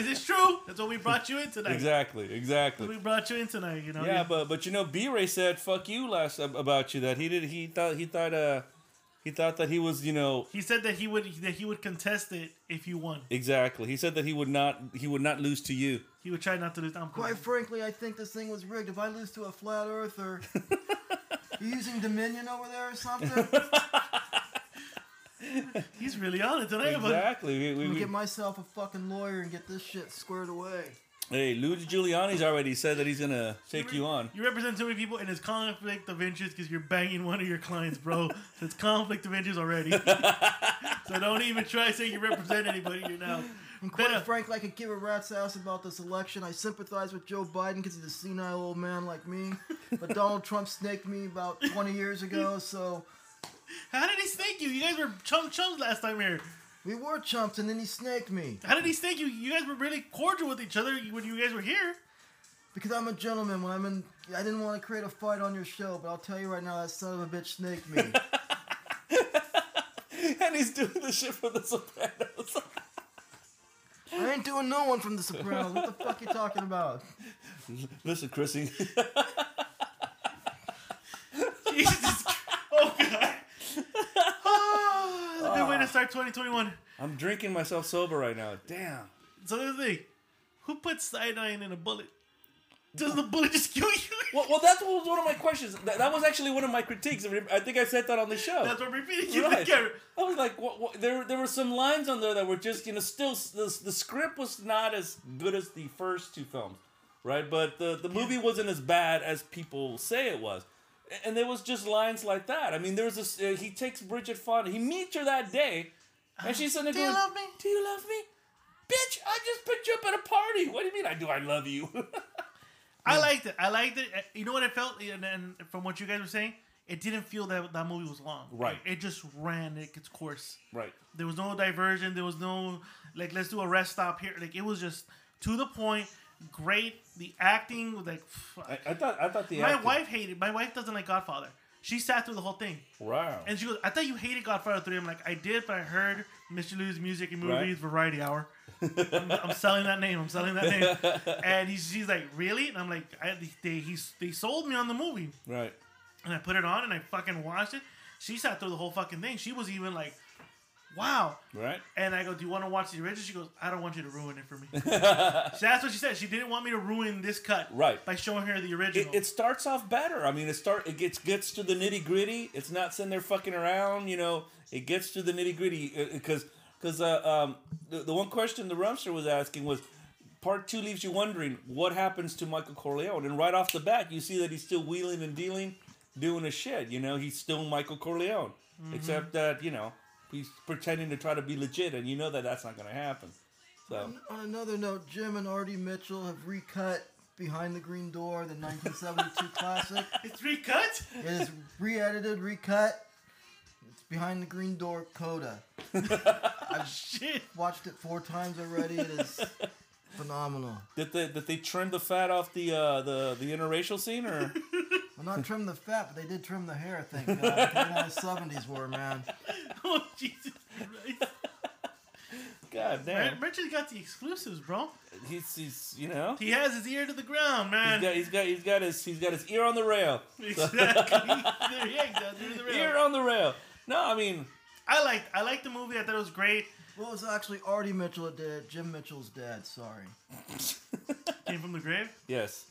Speaker 2: this true? That's what we brought you in tonight.
Speaker 3: Exactly, exactly.
Speaker 2: We brought you in tonight. You know.
Speaker 3: Yeah, but but you know, B Ray said "fuck you" last ab- about you that he did. He thought he thought uh he thought that he was you know
Speaker 2: He said that he would that he would contest it if you won.
Speaker 3: exactly. He said that he would not he would not lose to you.
Speaker 2: He would try not to lose. I'm cool.
Speaker 4: Quite frankly, I think this thing was rigged. If I lose to a flat earther, you using Dominion over there or something? I'm
Speaker 2: He's really on it tonight, but
Speaker 3: Exactly. We, we,
Speaker 4: gonna
Speaker 3: we,
Speaker 4: get myself a fucking lawyer and get this shit squared away.
Speaker 3: hey, Lou Giuliani's already said that he's gonna take
Speaker 2: (laughs)
Speaker 3: you on.
Speaker 2: You represent so many people, and it's conflict of interest because you're banging one of your clients,
Speaker 3: (laughs)
Speaker 2: bro. so it's conflict of interest already. so don't even try saying you represent anybody. You're now.
Speaker 4: And quite
Speaker 2: Better.
Speaker 4: frankly, I could give a rat's ass about this election. I sympathize with Joe Biden because he's a senile old man like me. But Donald Trump snaked me about 20 years ago, so
Speaker 2: How did he snake you? You guys were chum chums last time here.
Speaker 4: we were chumps, and then he snaked me.
Speaker 3: (laughs)
Speaker 2: How did he snake you? You guys were really cordial with each other when you guys were here.
Speaker 4: Because I'm a gentleman when I'm in. I didn't want to create a fight on your show, but I'll tell you right now, that son of a bitch snaked me.
Speaker 3: and he's doing the shit for the Sopranos. (laughs)
Speaker 4: I ain't doing no one from The Sopranos. What the fuck you talking about?
Speaker 3: Listen, Chrissy. (laughs)
Speaker 2: Jesus. Christ. Oh god. Oh, that's a good way to start 2021.
Speaker 3: I'm drinking myself sober right now. Damn.
Speaker 2: So the other thing, who puts cyanide in a bullet? Does the bullet just kill you?
Speaker 3: Well, well that was one of my questions. That, that was actually one of my critiques. I think I said that on the show.
Speaker 2: That's what I'm repeating. You the
Speaker 3: Right.
Speaker 2: camera.
Speaker 3: I was like, what, what, there, there were some lines on there that were just, you know, still s- the, the script was not as good as the first two films, right? But the, the movie wasn't as bad as people say it was. A- And there was just lines like that. I mean, there's this, uh, he takes Bridget Fonda, he meets her that day, and she's sitting there
Speaker 4: Do you
Speaker 3: going,
Speaker 4: love me?
Speaker 3: Do you love me? Bitch, I just picked you up at a party. What do you mean I do I love you? (laughs)
Speaker 2: I liked it. I liked it. Uh, You know what it felt, and, and from what you guys were saying, it didn't feel that that movie was long.
Speaker 3: Right.
Speaker 2: It, just ran like, its course.
Speaker 3: right.
Speaker 2: There was no diversion. There was no like let's do a rest stop here. Like it was just to the point. Great. The acting was like. fuck.
Speaker 3: I, I thought I thought the
Speaker 2: my
Speaker 3: acting-
Speaker 2: wife hated. My wife doesn't like Godfather. She sat through the whole thing.
Speaker 3: Wow.
Speaker 2: And she goes, I thought you hated Godfather 3. I'm like, I did, but I heard Mr. Lou's Music and Movies
Speaker 3: Right.
Speaker 2: Variety Hour.
Speaker 3: (laughs)
Speaker 2: I'm, I'm selling that name. I'm selling that name. And he's, she's like, really? And I'm like, I, they, he's, they sold me on the movie.
Speaker 3: right.
Speaker 2: And I put it on and I fucking watched it. She sat through the whole fucking thing. She was even like, wow.
Speaker 3: Right.
Speaker 2: And I go, do you want to watch the original? She goes, I don't want you to ruin it for
Speaker 3: (laughs)
Speaker 2: me. So that's what she said. She didn't want me to ruin this cut
Speaker 3: Right.
Speaker 2: by showing her the
Speaker 3: it,
Speaker 2: original.
Speaker 3: it starts off better. I mean, it start it gets gets to the nitty gritty. It's not sitting there fucking around. You know, it gets to the nitty gritty because because uh, um, the, the one question the Rumster was asking was part two leaves you wondering what happens to Michael Corleone, and right off the bat you see that he's still wheeling and dealing, doing his shit. You know, he's still Michael Corleone, except that you know he's pretending to try to be legit, and you know that that's not going to happen. So
Speaker 4: On another note, Jim and Artie Mitchell have recut Behind the Green Door, the 1972 classic.
Speaker 2: it's recut?
Speaker 4: It is re-edited, recut. It's Behind the Green Door coda.
Speaker 2: (laughs) Shit. (laughs)
Speaker 4: Watched it four times already. It is phenomenal.
Speaker 3: did they did they trim the fat off the uh, the the interracial scene or?
Speaker 4: Well, not trim the fat, but they did trim the hair. Thank God. I don't know how the 70s were, man.
Speaker 2: Oh, Jesus Christ.
Speaker 3: God damn.
Speaker 2: Mer- Merchant's got the exclusives, bro.
Speaker 3: He's, he's you know
Speaker 2: He has his ear to the ground,
Speaker 3: he's
Speaker 2: man.
Speaker 3: got he's got he's got his he's got his ear on the rail.
Speaker 2: exactly. (laughs) yeah, exactly. Ear to the ground.
Speaker 3: (laughs) Ear on the rail. No, I mean
Speaker 2: I liked, I liked the movie. I thought it was great.
Speaker 4: Well, it was actually Artie Mitchell that did it. Jim Mitchell's dad. Sorry.
Speaker 2: Came from the grave.
Speaker 3: yes,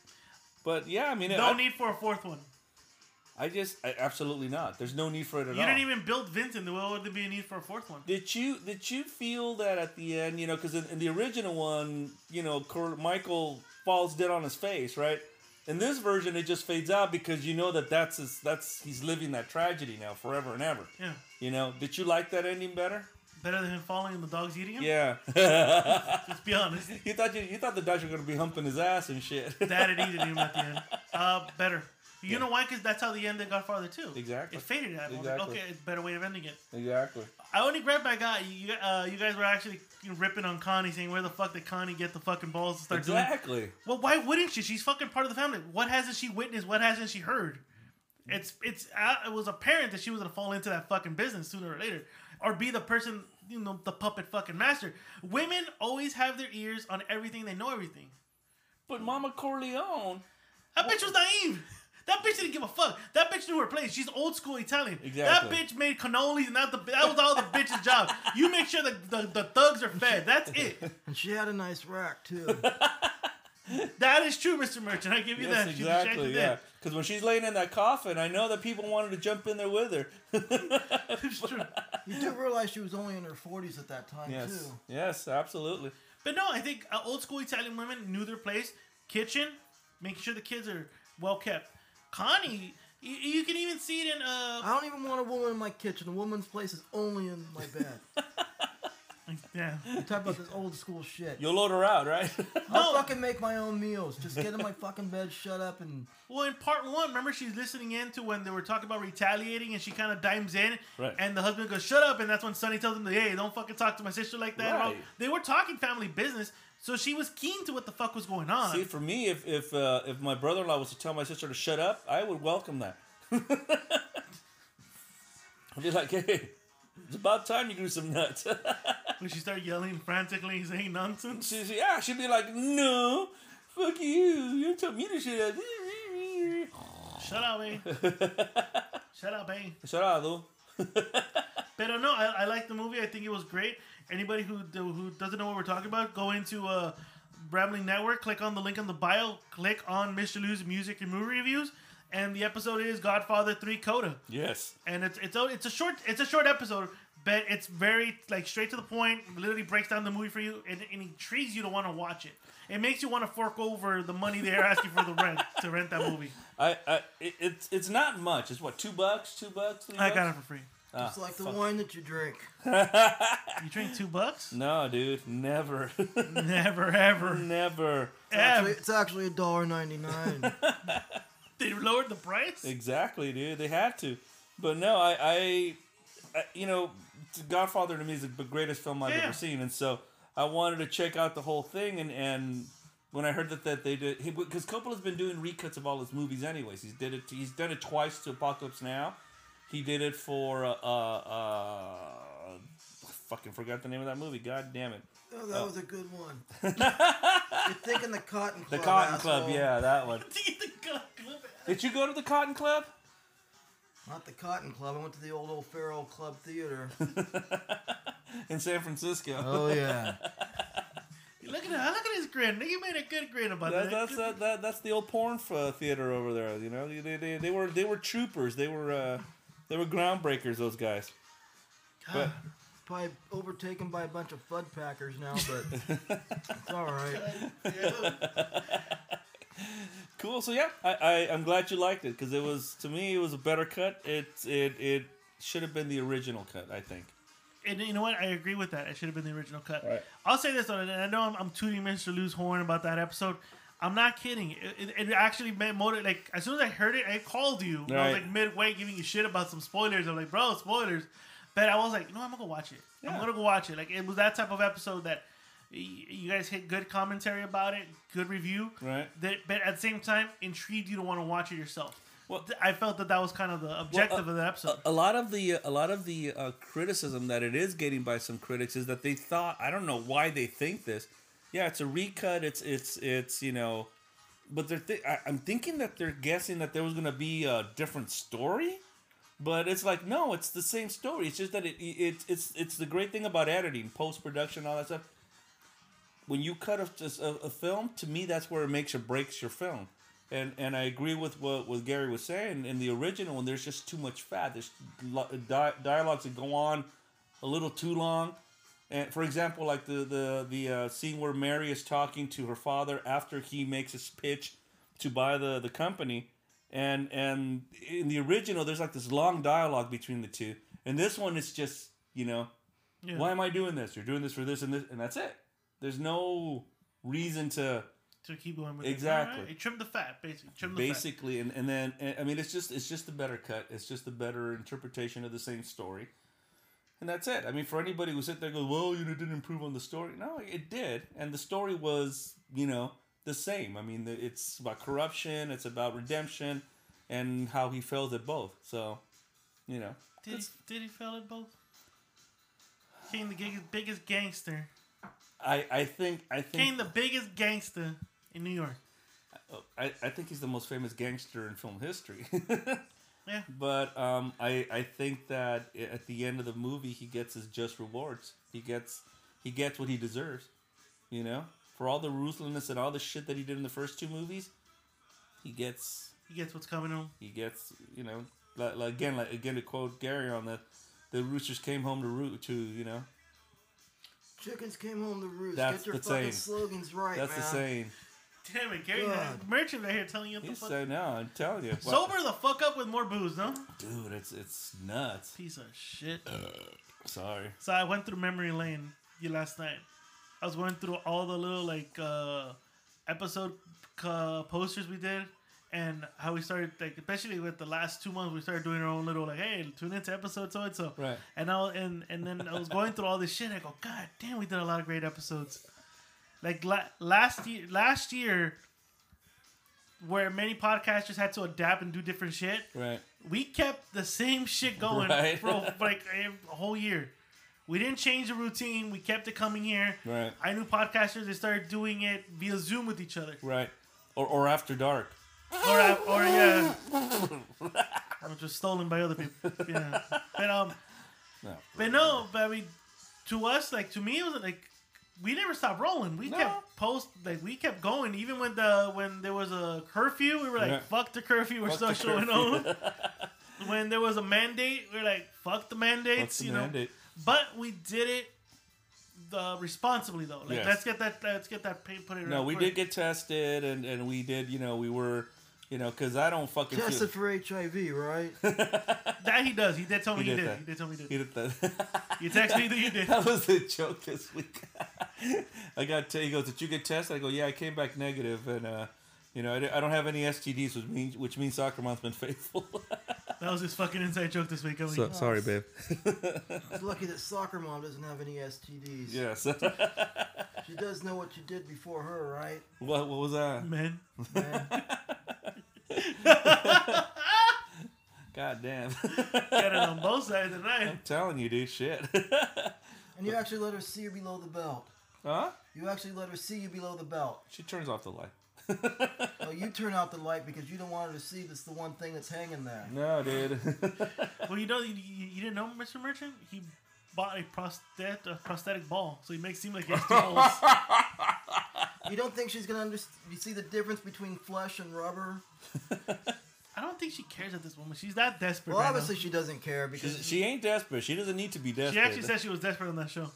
Speaker 3: but yeah, I mean
Speaker 2: No
Speaker 3: I,
Speaker 2: need for a fourth one.
Speaker 3: I just I, absolutely not. There's no need for it at
Speaker 2: You
Speaker 3: all.
Speaker 2: didn't even build Vincent. Why would there be a need for a fourth one?
Speaker 3: Did you did you feel that at the end? You know, because in, in the original one, you know, Cor- Michael falls dead on his face, right? In this version, it just fades out because you know that that's his, that's he's living that tragedy now forever and ever.
Speaker 2: Yeah.
Speaker 3: You know, did you like that ending better?
Speaker 2: Better than him falling and the dogs eating him?
Speaker 3: Yeah. (laughs)
Speaker 2: Let's be honest.
Speaker 3: You thought you, you thought the Dodgers were gonna be humping his ass and shit.
Speaker 2: (laughs) That had eaten him E at the end. Uh, better. You know why? Because that's how the end of Godfather 2.
Speaker 3: Exactly.
Speaker 2: It faded out. I was like,
Speaker 3: Exactly.
Speaker 2: okay, it's a better way of ending it.
Speaker 3: exactly.
Speaker 2: I only grabbed I got you. Uh, you guys were actually ripping on Connie, saying where the fuck did Connie get the fucking balls to start doing?
Speaker 3: Exactly.
Speaker 2: Well, why wouldn't she? She's fucking part of the family. What hasn't she witnessed? What hasn't she heard? It's it's uh, it was apparent that she was gonna fall into that fucking business sooner or later, or be the person you know the puppet fucking master. Women always have their ears on everything. They know everything.
Speaker 3: But Mama Corleone.
Speaker 2: That bitch was naive. That bitch didn't give a fuck. That bitch knew her place. She's old school Italian.
Speaker 3: Exactly.
Speaker 2: That bitch made cannolis, and that the that was all the bitch's job. You make sure the, the the thugs are fed. That's it.
Speaker 4: And she had a nice rack, too.
Speaker 2: That is true, Mr. Merchant. I give you
Speaker 3: Yes,
Speaker 2: that. She was
Speaker 3: exactly.
Speaker 2: jacked
Speaker 3: Yeah.
Speaker 2: up.
Speaker 3: Because when she's laying in that coffin, I know that people wanted to jump in there with her.
Speaker 2: It's true.
Speaker 4: You do realize she was only in her 40s at that time,
Speaker 3: yes.
Speaker 4: too.
Speaker 3: Yes. Absolutely.
Speaker 2: But no, I think uh, old school Italian women knew their place. Kitchen, making sure the kids are well kept. Connie, you, you can even see it in uh.
Speaker 4: I don't even want a woman in my kitchen. A woman's place is only in my bed.
Speaker 2: Yeah.
Speaker 4: You talk about this old school shit.
Speaker 3: You'll load her out, right?
Speaker 4: I'll
Speaker 2: No.
Speaker 4: fucking make my own meals. Just get in my fucking bed, shut up, and
Speaker 2: Well, in part one, remember she's listening in to when they were talking about retaliating, and she kind of dimes in,
Speaker 3: Right.
Speaker 2: and the husband goes, "Shut up!" And that's when Sonny tells him, "Hey, don't fucking talk to my sister like that." and all.
Speaker 3: Right.
Speaker 2: They were talking family business, So she was keen to what the fuck was going on.
Speaker 3: See, for me, if if uh, if my brother-in-law was to tell my sister to shut up, I would welcome that. (laughs) I'd be like, hey, it's about time you grew some nuts. (laughs)
Speaker 2: when she started yelling frantically, saying nonsense.
Speaker 3: she, she- yeah, she'd be like, no, fuck you. You told me to shut up. (laughs)
Speaker 2: Shut up, eh? Shut up, eh?
Speaker 3: Shut up, though.
Speaker 2: But no, I, I like the movie. I think it was great. Anybody who who doesn't know what we're talking about, go into uh, Rambling Network, click on the link on the bio, click on Mr. Lou's music and movie reviews, and the episode is Godfather Three Coda.
Speaker 3: Yes.
Speaker 2: and it's it's a, it's a short it's a short episode, but it's very like straight to the point. Literally breaks down the movie for you and, and intrigues you to want to watch it. It makes you want to fork over the money they're asking for the rent to rent that movie.
Speaker 3: I, I it, it's it's not much. It's what two bucks, two bucks. Three
Speaker 2: I got it
Speaker 3: bucks?
Speaker 2: for free.
Speaker 4: It's like the wine that you drink.
Speaker 2: You drink two bucks? (laughs)
Speaker 3: No, dude, never, (laughs)
Speaker 2: Never ever.
Speaker 3: never.
Speaker 2: ever.
Speaker 4: It's actually a dollar ninety nine. (laughs)
Speaker 2: They lowered the price.
Speaker 3: Exactly, dude. They had to. But no, I, I, I you know, Godfather to me is the greatest film I've
Speaker 2: Yeah.
Speaker 3: ever seen, and so I wanted to check out the whole thing. And and when I heard that that they did, because Coppola's been doing recuts of all his movies, anyways. He's did it. He's done it twice to Apocalypse Now. He did it for uh, uh, uh I fucking forgot the name of that movie. God damn it,
Speaker 4: Oh, that was a good one. (laughs) You're thinking the Cotton Club.
Speaker 3: The Cotton Club.
Speaker 4: asshole.
Speaker 3: Yeah, that
Speaker 2: (laughs)
Speaker 3: one.
Speaker 2: That's
Speaker 3: Did you go to the Cotton Club?
Speaker 4: Not the Cotton Club. I went to the old old Farrell Club Theater.
Speaker 3: In San Francisco.
Speaker 4: Oh, (laughs) yeah.
Speaker 2: look at that! Look at his grin. He made a good grin about
Speaker 3: That,
Speaker 2: it.
Speaker 3: that's that, that, that's the old porn uh, theater over there. You know, they, they, they were they were troopers. They were uh, they were groundbreakers. Those guys. But
Speaker 4: Probably overtaken by a bunch of Fud Packers now, but (laughs) it's all right.
Speaker 3: cool. So yeah, I, I I'm glad you liked it because it was to me it was a better cut. It it it should have been the original cut. I think.
Speaker 2: And you know what? I agree with that. It should have been the original cut.
Speaker 3: Right.
Speaker 2: I'll say this though, and I know I'm, I'm tooting Mr. Lou's horn about that episode. I'm not kidding. It, it, it actually made motive. Like as soon as I heard it, I called you. And I was
Speaker 3: Right.
Speaker 2: like midway giving you shit about some spoilers. I'm like, bro, spoilers. But I was like, you know, what? I'm gonna go watch it.
Speaker 3: Yeah.
Speaker 2: I'm gonna go watch it. Like it was that type of episode that y- you guys hit good commentary about it, good review.
Speaker 3: Right.
Speaker 2: That, but at the same time, intrigued you to want to watch it yourself.
Speaker 3: Well- uh,
Speaker 2: Th- I felt that that was kind of the objective of the episode.
Speaker 3: A lot of the a lot of the uh, criticism that it is getting by some critics is that they thought I don't know why they think this. Yeah, it's a recut. It's it's it's you know, but they're th- I, I'm thinking that they're guessing that there was gonna be a different story, but it's like no, it's the same story. It's just that it, it it's it's the great thing about editing, post production, all that stuff. When you cut a, just a, a film, to me, that's where it makes or breaks your film. And and I agree with what, what Gary was saying. In the original one, there's just too much fat. There's lo- di- dialogues that go on a little too long. And for example, like the the the uh, scene where Mary is talking to her father after he makes his pitch to buy the the company, and and in the original, there's like this long dialogue between the two. And this one is just you know,
Speaker 2: Yeah.
Speaker 3: why am I doing this? You're doing this for this and this, and that's it. There's no reason to
Speaker 2: to keep going with It,
Speaker 3: Exactly.
Speaker 2: Alright, it trimmed the fat, basically. Trimmed the fat.
Speaker 3: basically and, and then and, i mean it's just it's just a better cut it's just a better interpretation of the same story and that's it i mean for anybody who sit there and goes well you know, it didn't improve on the story no it did and the story was you know the same i mean the- it's about corruption it's about redemption and how he failed at both so you know
Speaker 2: Did he,
Speaker 3: it's-
Speaker 2: did he fail at both? King the biggest, biggest gangster.
Speaker 3: i i think i
Speaker 2: King
Speaker 3: think
Speaker 2: the biggest gangster in New York.
Speaker 3: I, I think he's the most famous gangster in film history (laughs)
Speaker 2: Yeah.
Speaker 3: But um, I I think that i- at the end of the movie, he gets his just rewards. He gets he gets what he deserves. You know, for all the ruthlessness and all the shit that he did in the first two movies, he gets
Speaker 2: He gets what's coming to him.
Speaker 3: he gets you know like, like again like again to quote Gary on the the roosters came home to root to you know
Speaker 4: Chickens came home to roost.
Speaker 3: That's
Speaker 4: Get your
Speaker 3: the
Speaker 4: fucking
Speaker 3: saying.
Speaker 4: slogans right,
Speaker 3: that's
Speaker 4: man.
Speaker 3: the saying.
Speaker 2: Damn it, Gary.
Speaker 4: God.
Speaker 2: that Merchant right here telling you what the
Speaker 3: He's
Speaker 2: fuck.
Speaker 3: so no, I'm telling you, Wow.
Speaker 2: Sober the fuck up with more booze, no?
Speaker 3: dude. It's it's nuts.
Speaker 2: Piece of shit.
Speaker 3: Sorry.
Speaker 2: So I went through memory lane you last night. I was going through all the little like uh, episode uh, posters we did, and how we started like especially with the last two months we started doing our own little like hey tune into episode so and so
Speaker 3: Right.
Speaker 2: and I and and then I was going through all this shit. I go God damn we did a lot of great episodes. Like la- last year, last year, where many podcasters had to adapt and do different shit,
Speaker 3: Right.
Speaker 2: we kept the same shit going
Speaker 3: Right.
Speaker 2: for like a whole year. We didn't change the routine. We kept it coming here.
Speaker 3: Right.
Speaker 2: I knew podcasters. They started doing it via Zoom with each other.
Speaker 3: Right. Or, or after dark.
Speaker 2: or I- or
Speaker 3: (laughs)
Speaker 2: yeah, which was stolen by other people. Yeah, but um,
Speaker 3: No.
Speaker 2: but no, but I mean, to us, like to me, it was like we never stopped rolling. We
Speaker 3: No.
Speaker 2: kept post, like we kept going, even when the when there was a curfew, we were like,
Speaker 3: Yeah.
Speaker 2: "Fuck the curfew, we're
Speaker 3: Fuck the
Speaker 2: still showing
Speaker 3: curfew.
Speaker 2: on."
Speaker 3: (laughs)
Speaker 2: when there was a mandate, we were like, "Fuck the mandates,"
Speaker 3: What's the
Speaker 2: you know.
Speaker 3: mandate?
Speaker 2: But we did it. Uh, responsibly though, like
Speaker 3: Yes.
Speaker 2: let's get that, let's get that, pay- put it.
Speaker 3: No,
Speaker 2: right
Speaker 3: we
Speaker 2: quick.
Speaker 3: did get tested, and, and we did, you know, we were, you know, because I don't fucking feel- (laughs)
Speaker 4: Tested for HIV, (laughs) right?
Speaker 2: that. He does. He did tell me
Speaker 3: He
Speaker 2: he,
Speaker 3: did
Speaker 2: did.
Speaker 3: that.
Speaker 2: He did tell me he did.
Speaker 3: You did that.
Speaker 2: You text me that you did.
Speaker 3: (laughs) That was the joke this week. (laughs) I got. T- he goes, "Did you get tested?" I go, "Yeah, I came back negative, and uh, you know, I, di- I don't have any STDs, which means which means Soccer Mom's been (laughs) faithful."
Speaker 2: That was his fucking inside joke this week. I mean,
Speaker 3: sorry, babe.
Speaker 4: It's lucky that soccer mom doesn't have any STDs.
Speaker 3: Yes. (laughs)
Speaker 4: She does know what you did before her, right?
Speaker 3: what, what was that?
Speaker 2: man.
Speaker 4: Man,
Speaker 3: God damn! (laughs)
Speaker 2: Got it on both sides of the knife.
Speaker 3: I'm telling you, dude. Shit. (laughs)
Speaker 4: and you actually let her see you below the belt.
Speaker 3: huh?
Speaker 4: You actually let her see you below the belt.
Speaker 3: She turns off the light.
Speaker 4: Oh, you turn out the light because you don't want her to see that's the one thing that's hanging there.
Speaker 3: No, (laughs) dude.
Speaker 2: Well, you know, you, you you didn't know Mr. Merchant? He bought a prosthetic, a prosthetic ball, so he makes it seem like he has two balls.
Speaker 4: You don't think she's gonna understand? You see the difference between flesh and rubber?
Speaker 2: I don't think she cares at this moment. She's that desperate.
Speaker 4: Well,
Speaker 2: right
Speaker 4: obviously
Speaker 2: now.
Speaker 4: she doesn't care because
Speaker 3: she ain't desperate. She doesn't need to be desperate.
Speaker 2: she actually said she was desperate on that show.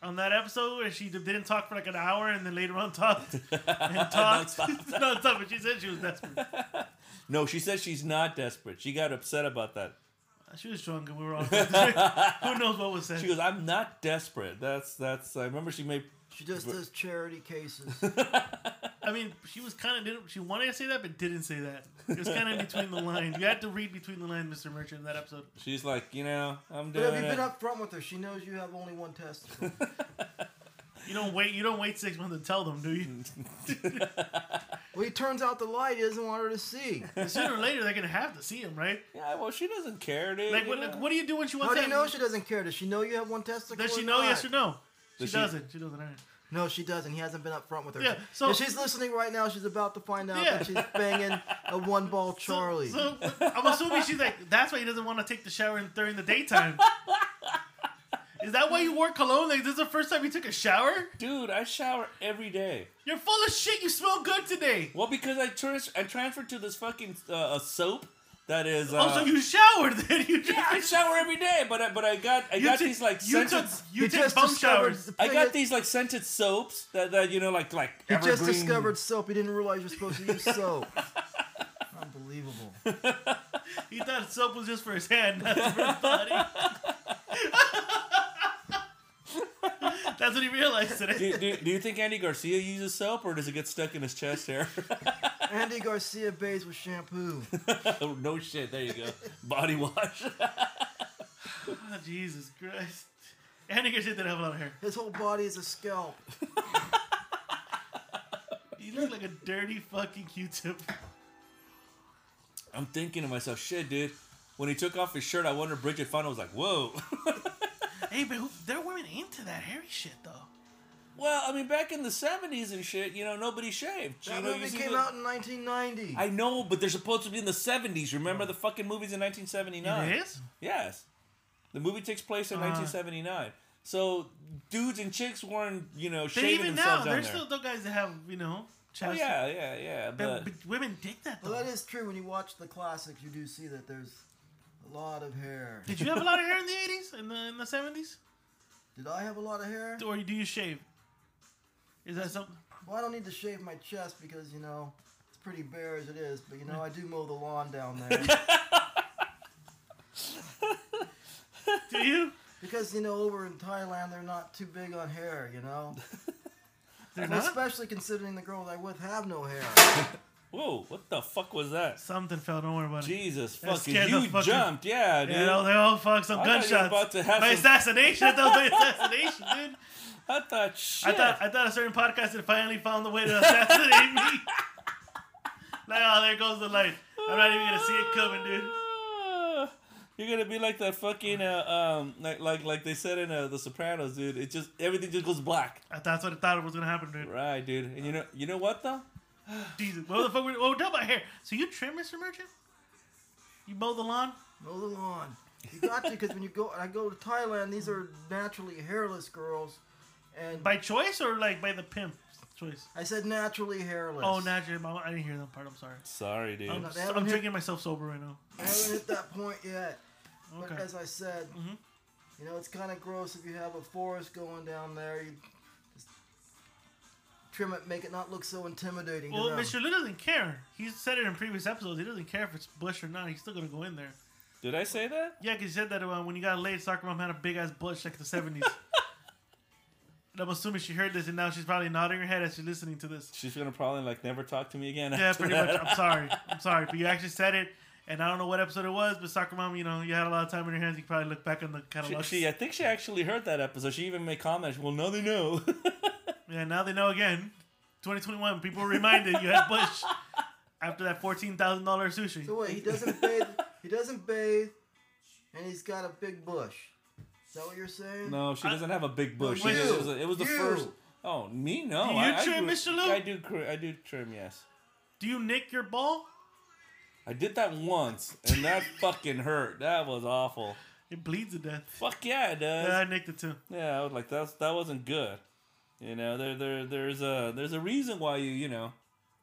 Speaker 2: On that episode where she didn't talk for like an hour and then later on talked and talked. (laughs) no, it's not, but she said she was desperate.
Speaker 3: No, she said she's not desperate. She got upset about that.
Speaker 2: She was drunk and we were all. (laughs) Who knows what was said?
Speaker 3: She goes, "I'm not desperate." That's that's. I remember she made.
Speaker 4: she just does charity
Speaker 2: (laughs)
Speaker 4: cases.
Speaker 2: I mean, she was kind of didn't. She wanted to say that, but didn't say that. It was kind of between the lines. You had to read between the lines, Mister Merchant, in that episode.
Speaker 3: She's like, you know, I'm
Speaker 4: But
Speaker 3: doing
Speaker 4: have you
Speaker 3: it.
Speaker 4: been up front with her? She knows you have only one
Speaker 2: (laughs)
Speaker 4: testicle.
Speaker 2: You don't wait. You don't wait six months to tell them, do you?
Speaker 4: well, he turns out the light. He doesn't want her to see.
Speaker 2: Sooner or later, they're gonna have to see him, right?
Speaker 3: yeah, well, she doesn't care, dude.
Speaker 2: Like,
Speaker 3: you
Speaker 2: what,
Speaker 3: know?
Speaker 2: like, what do you do when she wants
Speaker 4: How do
Speaker 2: to?
Speaker 4: you know she doesn't care? Does she know you have one testicle?
Speaker 2: Does she
Speaker 4: or
Speaker 2: know?
Speaker 4: not?
Speaker 2: Yes or no? She,
Speaker 3: Does she-
Speaker 2: doesn't. She doesn't. all right.
Speaker 4: No, she doesn't. He hasn't been up front with her.
Speaker 2: Yeah, so-
Speaker 4: if she's listening right now, she's about to find out
Speaker 2: Yeah.
Speaker 4: that she's banging a one ball
Speaker 2: (laughs) So-
Speaker 4: Charlie.
Speaker 2: So, I'm assuming she's like. That's why he doesn't want to take the shower in, during the daytime. Is that why you wore cologne? Like, this is the first time you took a shower?
Speaker 3: Dude, I shower every day.
Speaker 2: You're full of shit. You smell good today.
Speaker 3: Well, because I trans- I transferred to this fucking uh, uh, soap that is. Uh,
Speaker 2: oh, so you showered (laughs) then? You just
Speaker 3: Yeah, (laughs) I shower every day, but I, but I got I
Speaker 2: You
Speaker 3: got
Speaker 2: took-
Speaker 3: these like
Speaker 2: you
Speaker 3: scented.
Speaker 2: took (laughs) you
Speaker 4: He
Speaker 2: took bum
Speaker 4: discovered
Speaker 2: showers.
Speaker 4: the
Speaker 3: I
Speaker 4: thing-
Speaker 3: got these like scented soaps that, that you know like like
Speaker 4: He
Speaker 3: evergreen.
Speaker 4: just discovered soap. He didn't realize you're supposed to use soap. Unbelievable.
Speaker 2: He thought soap was just for his hand, not for his body. (laughs) That's what he realized today.
Speaker 3: (laughs) Do, do, do you think Andy Garcia uses soap or does it get stuck in his chest hair? (laughs)
Speaker 4: Andy Garcia bathes with shampoo.
Speaker 3: Oh, no shit. There you go. Body wash. (laughs)
Speaker 2: Oh, Jesus Christ. Andy Garcia didn't have a lot of hair.
Speaker 4: His whole body is a
Speaker 3: (laughs)
Speaker 4: scalp.
Speaker 2: He looked like a dirty fucking Q-tip.
Speaker 3: I'm thinking to myself, shit, dude. When he took off his shirt, I wonder if Bridget Fonda was like, whoa. (laughs)
Speaker 2: Hey, but who, their women into that hairy shit though.
Speaker 3: well, I mean, back in the 70s and shit, you know, nobody shaved.
Speaker 4: That
Speaker 3: you know, you
Speaker 4: movie
Speaker 3: see
Speaker 4: came
Speaker 3: the-
Speaker 4: out in 1990.
Speaker 3: I know, but they're supposed to be in the 70s. Remember the fucking movies in 1979?
Speaker 2: It is.
Speaker 3: Yes. The movie takes place in
Speaker 2: Uh.
Speaker 3: 1979. So dudes and chicks weren't, you know,
Speaker 2: But
Speaker 3: shaving
Speaker 2: even now,
Speaker 3: themselves down
Speaker 2: there's
Speaker 3: there.
Speaker 2: still those guys that have you know.
Speaker 3: Oh,
Speaker 2: Chest.
Speaker 3: yeah, Uh, yeah, yeah. But,
Speaker 2: But, but women dig that though.
Speaker 4: well, that is true. When you watch the classics, you do see that there's a lot of hair.
Speaker 2: Did you have a lot of hair in
Speaker 3: (laughs)
Speaker 2: the 80s? In the in the 70s?
Speaker 4: Did I have a lot of hair?
Speaker 2: Or do you shave? Is that something?
Speaker 4: Well, I don't need to shave my chest because, you know, it's pretty bare as it is. But, you know, I do mow the lawn down there.
Speaker 3: (laughs)
Speaker 2: Do you?
Speaker 4: because, you know, over in Thailand, they're not too big on hair, you know?
Speaker 2: They're
Speaker 4: Well,
Speaker 2: not.
Speaker 4: Especially considering the girls I with have no hair.
Speaker 3: Whoa, what the fuck was that?
Speaker 2: Something fell. Don't worry about it.
Speaker 3: Jesus
Speaker 2: That
Speaker 3: fucking,
Speaker 2: scared the
Speaker 3: you
Speaker 2: fucking-
Speaker 3: jumped, yeah, dude.
Speaker 2: You know, they all fuck some
Speaker 3: I thought
Speaker 2: gunshots.
Speaker 3: you were about to have
Speaker 2: My
Speaker 3: some-
Speaker 2: assassination. I thought it was my assassination, dude.
Speaker 3: (laughs) I thought shit.
Speaker 2: I thought I thought a certain podcast had finally found the way to assassinate me. (laughs) like, oh, there goes the light. I'm not even gonna see it coming, dude.
Speaker 3: Ah, You're gonna be like that fucking uh, um like like like they said in uh, The Sopranos, dude. It just everything just goes black.
Speaker 2: I, that's what I thought was gonna happen, dude.
Speaker 3: Right, dude. And you know you know what though?
Speaker 2: Jesus, what the fuck? Were, oh, talking about hair. So you trim, Mr. Merchant? You mow the lawn?
Speaker 4: Mow the lawn. You got to because when you go, I go to Thailand. These are naturally hairless girls, and
Speaker 2: By choice or like by the pimp choice?
Speaker 4: I said naturally hairless.
Speaker 2: Oh, naturally. Mama, I didn't hear that part. I'm sorry.
Speaker 3: Sorry, dude.
Speaker 2: I'm,
Speaker 4: no, they
Speaker 2: so- I'm
Speaker 4: haven't hit-
Speaker 2: drinking myself sober right now.
Speaker 4: I haven't hit that point yet. But
Speaker 2: Okay.
Speaker 4: as I said,
Speaker 2: Mhm.
Speaker 4: you know, it's kind of gross if you have a forest going down there. You just trim it, make it not look so intimidating.
Speaker 2: Well,
Speaker 4: to them.
Speaker 2: Mr. Lou doesn't care. He said it in previous episodes. He doesn't care if it's bush or not. He's still gonna go in there.
Speaker 3: Did I say that?
Speaker 2: Yeah, 'cause he said that uh, when he got laid, soccer mom had a big ass bush like the
Speaker 3: (laughs)
Speaker 2: seventies. and I'm assuming she heard this, and now she's probably nodding her head as she's listening to this.
Speaker 3: She's gonna probably like never talk to me again.
Speaker 2: Yeah,
Speaker 3: after
Speaker 2: pretty
Speaker 3: that.
Speaker 2: much. I'm sorry. I'm sorry, but you actually said it, and I don't know what episode it was, but soccer mom, you know, you had a lot of time in your hands. You could probably look back on the
Speaker 3: She,
Speaker 2: catalog.
Speaker 3: (laughs) she, I think she actually heard that episode. She even made comments. Well, now they know. (laughs)
Speaker 2: Yeah, now they know again. 2021, people were reminded you had bush after that fourteen thousand dollar sushi.
Speaker 4: So wait, he doesn't bathe. He doesn't bathe, and he's got a big bush. Is that what you're saying?
Speaker 3: no, she
Speaker 2: I-
Speaker 3: doesn't have a big bush.
Speaker 4: No,
Speaker 3: She just-
Speaker 4: you.
Speaker 3: it was, it was the
Speaker 4: You.
Speaker 3: first. Oh, me no.
Speaker 2: Do you
Speaker 3: I,
Speaker 2: trim,
Speaker 3: I do,
Speaker 2: Mr. Lou?
Speaker 3: I do. cr- I do trim. Yes.
Speaker 2: Do you nick your ball?
Speaker 3: I did that once, and (laughs) that fucking hurt. That was awful.
Speaker 2: It bleeds to death.
Speaker 3: Fuck yeah, it does.
Speaker 2: Yeah, I nicked it too.
Speaker 3: Yeah, I was like that's that wasn't good. You know, there there there's a there's a reason why you you know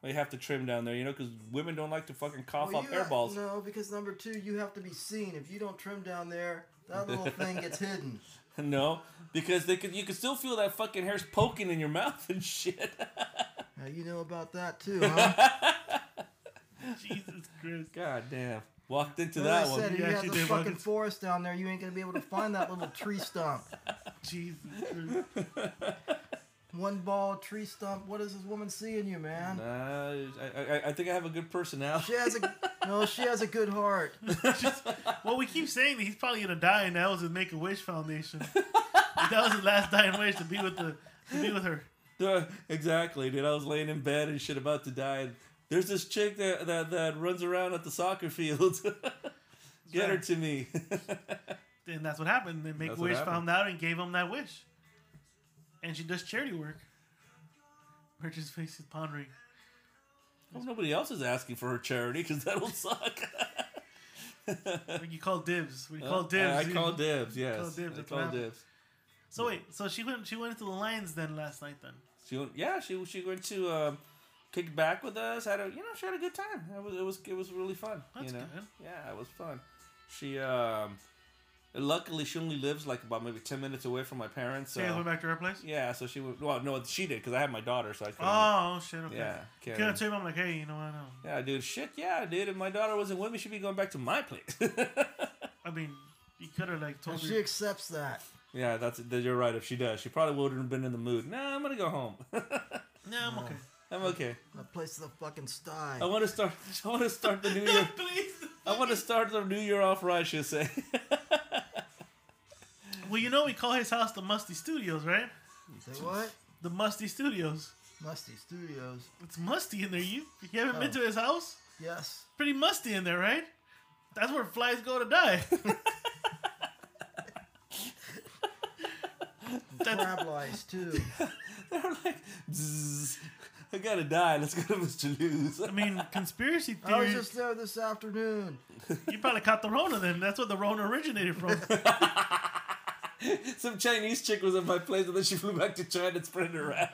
Speaker 3: why you have to trim down there. You know, because women don't like to fucking cough
Speaker 4: Well,
Speaker 3: up
Speaker 4: you-
Speaker 3: air balls.
Speaker 4: No, because number two, you have to be seen. If you don't trim down there, that little thing
Speaker 3: (laughs)
Speaker 4: gets hidden.
Speaker 3: (laughs) No. because they could you could still feel that fucking hair's poking in your (laughs) mouth and shit. (laughs)
Speaker 4: Now you know about that too, huh?
Speaker 2: Jesus Christ.
Speaker 3: God damn, walked into
Speaker 4: As I
Speaker 3: that
Speaker 4: said,
Speaker 3: one.
Speaker 4: if
Speaker 2: You
Speaker 4: you have
Speaker 2: actually
Speaker 4: the
Speaker 2: did,
Speaker 4: fucking
Speaker 2: Marcus.
Speaker 4: forest down there, you ain't gonna be able to find that little tree stump.
Speaker 2: Jesus Christ.
Speaker 4: One ball, tree stump. What is this woman seeing you, man?
Speaker 3: Nah, Uh, I, I I think I have a good personality.
Speaker 4: She has a no. She has a good
Speaker 3: (laughs)
Speaker 4: heart.
Speaker 2: (laughs) Well, we keep saying that he's probably gonna die, and that was his Make a Wish Foundation. that was his last dying wish to be with the to be with her.
Speaker 3: Duh, (laughs) exactly, dude. I was laying in bed and shit, about to die. And there's this chick that that, that runs around at the soccer field. (laughs) Get her to me.
Speaker 2: And that's what happened. Then Make
Speaker 3: That's
Speaker 2: a
Speaker 3: what
Speaker 2: Wish
Speaker 3: happened.
Speaker 2: found out and gave him that wish. And she does charity work. Merchant's face is pondering.
Speaker 3: Hope nobody else is asking for her charity because that'll (laughs) suck.
Speaker 2: When you call dibs. When you
Speaker 3: Uh,
Speaker 2: call dibs.
Speaker 3: I, I
Speaker 2: you-
Speaker 3: call dibs. Yes.
Speaker 2: Call dibs,
Speaker 3: I
Speaker 2: that's what
Speaker 3: call
Speaker 2: happened.
Speaker 3: dibs.
Speaker 2: So wait, so she went she went into the Lions then last night then.
Speaker 3: She went, yeah, she she went to um, kick back with us. Had a you know she had a good time. It was it was it was really fun.
Speaker 2: That's
Speaker 3: you know?
Speaker 2: good.
Speaker 3: Yeah, it was fun. She um, luckily she only lives like about maybe ten minutes away from my parents.
Speaker 2: So you guys
Speaker 3: So
Speaker 2: went back to her place?
Speaker 3: yeah, so she went. Well, no, she did because I had my daughter, so I couldn't.
Speaker 2: Oh shit, okay.
Speaker 3: yeah,
Speaker 2: Can I
Speaker 3: Karen.
Speaker 2: tell him I'm like, hey, you know what? um, No.
Speaker 3: yeah, dude, shit, yeah, dude. If my daughter wasn't with me, she'd be going back to my place. (laughs)
Speaker 2: I mean, you could have like
Speaker 4: And
Speaker 2: told
Speaker 4: she
Speaker 2: her.
Speaker 4: accepts that.
Speaker 3: yeah, that's that- you're right. If she does, she probably wouldn't have been in the mood. Nah, I'm gonna go home. (laughs)
Speaker 2: Nah, I'm okay.
Speaker 3: I'm okay.
Speaker 4: That place is a fucking sty.
Speaker 3: I want to start. (laughs) I want to start the new (laughs) year.
Speaker 2: Please.
Speaker 3: I want to start the new year off right. She'll say. (laughs)
Speaker 2: Well, you know we call his house the Musty Studios, right?
Speaker 4: Say what?
Speaker 2: The Musty Studios.
Speaker 4: Musty Studios.
Speaker 2: It's musty in there. You you haven't been
Speaker 4: Oh.
Speaker 2: to his house?
Speaker 3: (laughs)
Speaker 4: Yes.
Speaker 2: Pretty musty in there, right? That's where flies go to die. (laughs)
Speaker 4: Crab lice
Speaker 3: (laughs)
Speaker 4: too.
Speaker 3: They're like, "Zzz, I gotta die. Let's go to Mr. Lou's.
Speaker 2: I mean, conspiracy
Speaker 4: I was
Speaker 2: theory.
Speaker 4: just there this afternoon.
Speaker 2: You probably caught the Rona then. That's where the Rona originated from.
Speaker 3: (laughs) Some Chinese chick was at my place, and then she flew back to China and spread it around.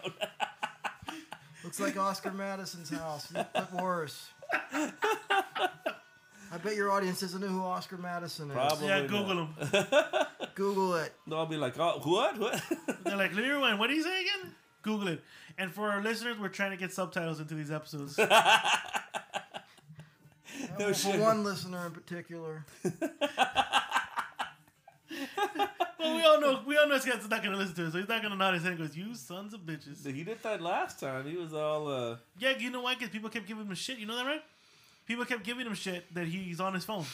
Speaker 4: Looks like Oscar Madison's house, but worse. I bet your audience doesn't know who Oscar Madison is.
Speaker 3: Probably.
Speaker 2: yeah,
Speaker 3: not.
Speaker 2: Google them.
Speaker 4: Google it.
Speaker 3: No, I'll be like, oh, what? What? (laughs)
Speaker 2: They're like, let me rewind. What do you say again? Google it. And for our listeners, we're trying to get subtitles into these episodes.
Speaker 3: no
Speaker 4: For
Speaker 3: shit.
Speaker 4: one listener in particular.
Speaker 2: Well, we we all know we all know Scott's not gonna listen to it, so he's not gonna nod his head and goes, "You sons of bitches."
Speaker 3: He did that last time. He was all uh,
Speaker 2: Yeah, you know why? Because people kept giving him shit. You know that, right? People kept giving him shit that he's on his phone.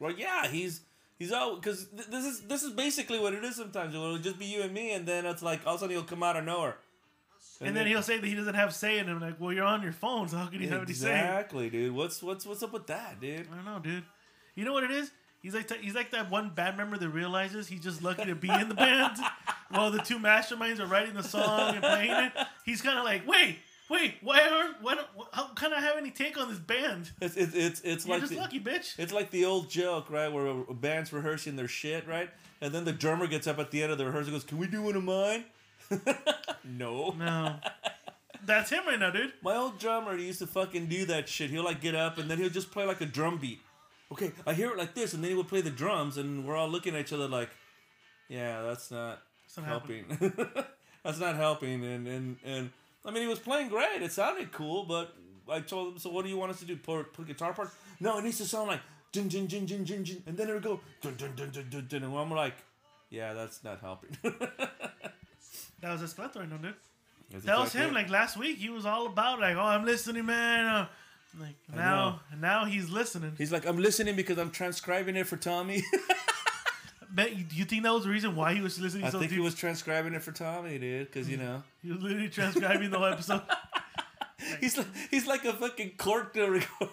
Speaker 3: well, yeah, he's he's all because th- this is this is basically what it is sometimes. It'll just be you and me, and then it's like all of a sudden he'll come out of nowhere,
Speaker 2: And then he'll say that he doesn't have say in him. Like, well, you're on your phone, so how could he have any say?
Speaker 3: exactly, dude. What's what's what's up with that, dude?
Speaker 2: I don't know, dude. You know what it is? He's like he's like that one band member that realizes he's just lucky to be in the
Speaker 3: (laughs)
Speaker 2: band while the two masterminds are writing the song and playing it. He's kind of like, wait, wait, why aren't why don't how can I have any take on this band?
Speaker 3: It's it's it's, it's
Speaker 2: You're
Speaker 3: like
Speaker 2: just
Speaker 3: the-
Speaker 2: lucky, bitch.
Speaker 3: It's like the old joke, right, where a band's rehearsing their shit, right, and then the drummer gets up at the end of the rehearsal, and goes, "Can we do one of mine?" (laughs) no.
Speaker 2: No, that's him right now, dude.
Speaker 3: My old drummer used to fucking do that shit. He'll like get up and then he'll just play like a drum beat. Okay, I hear it like this, and then he would play the drums, and we're all looking at each other like, "Yeah, that's not
Speaker 2: not
Speaker 3: helping. (laughs) that's not helping." And and and I mean, he was playing great. It sounded cool, but I told him, "So what do you want us to do? Put, put guitar parts? No, it needs to sound like jin jin jin jin jin jin, and then it would go dun dun dun dun dun dun." And I'm like, "Yeah, that's not helping." (laughs)
Speaker 2: That was his plethora right now, dude. That was him. Like last week, he was all about like, "Oh, I'm listening, man." Uh, like now, now he's listening.
Speaker 3: He's like, I'm listening because I'm transcribing it for Tommy. (laughs)
Speaker 2: Bet you, you think that was the reason why he was listening
Speaker 3: I
Speaker 2: so
Speaker 3: think
Speaker 2: deep?
Speaker 3: he was transcribing it for Tommy, dude, because
Speaker 2: (laughs)
Speaker 3: you know
Speaker 2: he was literally transcribing the whole
Speaker 3: (laughs)
Speaker 2: episode.
Speaker 3: he's like, he's like a fucking cork to record.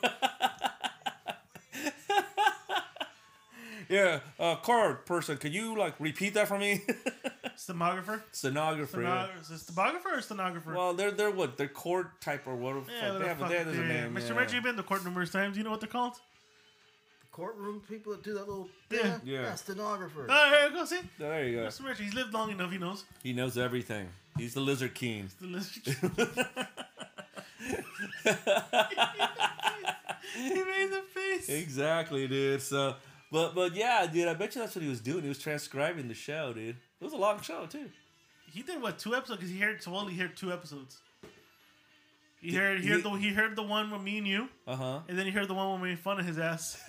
Speaker 3: (laughs) yeah, uh, card person, could you like repeat that for me? (laughs)
Speaker 2: Stenographer,
Speaker 3: Stenographer. yeah.
Speaker 2: Stenog- is it stenographer or stenographer?
Speaker 3: Well, they're they're what they're court type or whatever.
Speaker 2: yeah,
Speaker 3: fuck.
Speaker 2: what
Speaker 3: They
Speaker 2: the
Speaker 3: have,
Speaker 2: fuck
Speaker 3: they have a
Speaker 2: they-
Speaker 3: name.
Speaker 2: Mr.
Speaker 3: yeah.
Speaker 2: Reggie, you've been to court numerous times. Do you know what they're called?
Speaker 4: Courtroom people that do that little
Speaker 2: Yeah.
Speaker 3: Yeah.
Speaker 4: That's stenographer.
Speaker 2: Oh, here you go. See,
Speaker 3: There you go.
Speaker 2: Mr. Reggie, he's lived long enough. He
Speaker 3: (laughs)
Speaker 2: knows. (laughs)
Speaker 3: He knows everything. He's the lizard king.
Speaker 2: The list- he made the face.
Speaker 3: (laughs) Exactly, dude. So, but but yeah, dude. I bet you that's what he was doing. He was transcribing the show, dude. It was a long show too.
Speaker 2: He did what two episodes? Because he heard so only heard two episodes. He heard he heard,
Speaker 3: he-
Speaker 2: the, he heard the one with me and you,
Speaker 3: Uh huh.
Speaker 2: and then he heard the one where we made fun of his
Speaker 3: (laughs)
Speaker 2: ass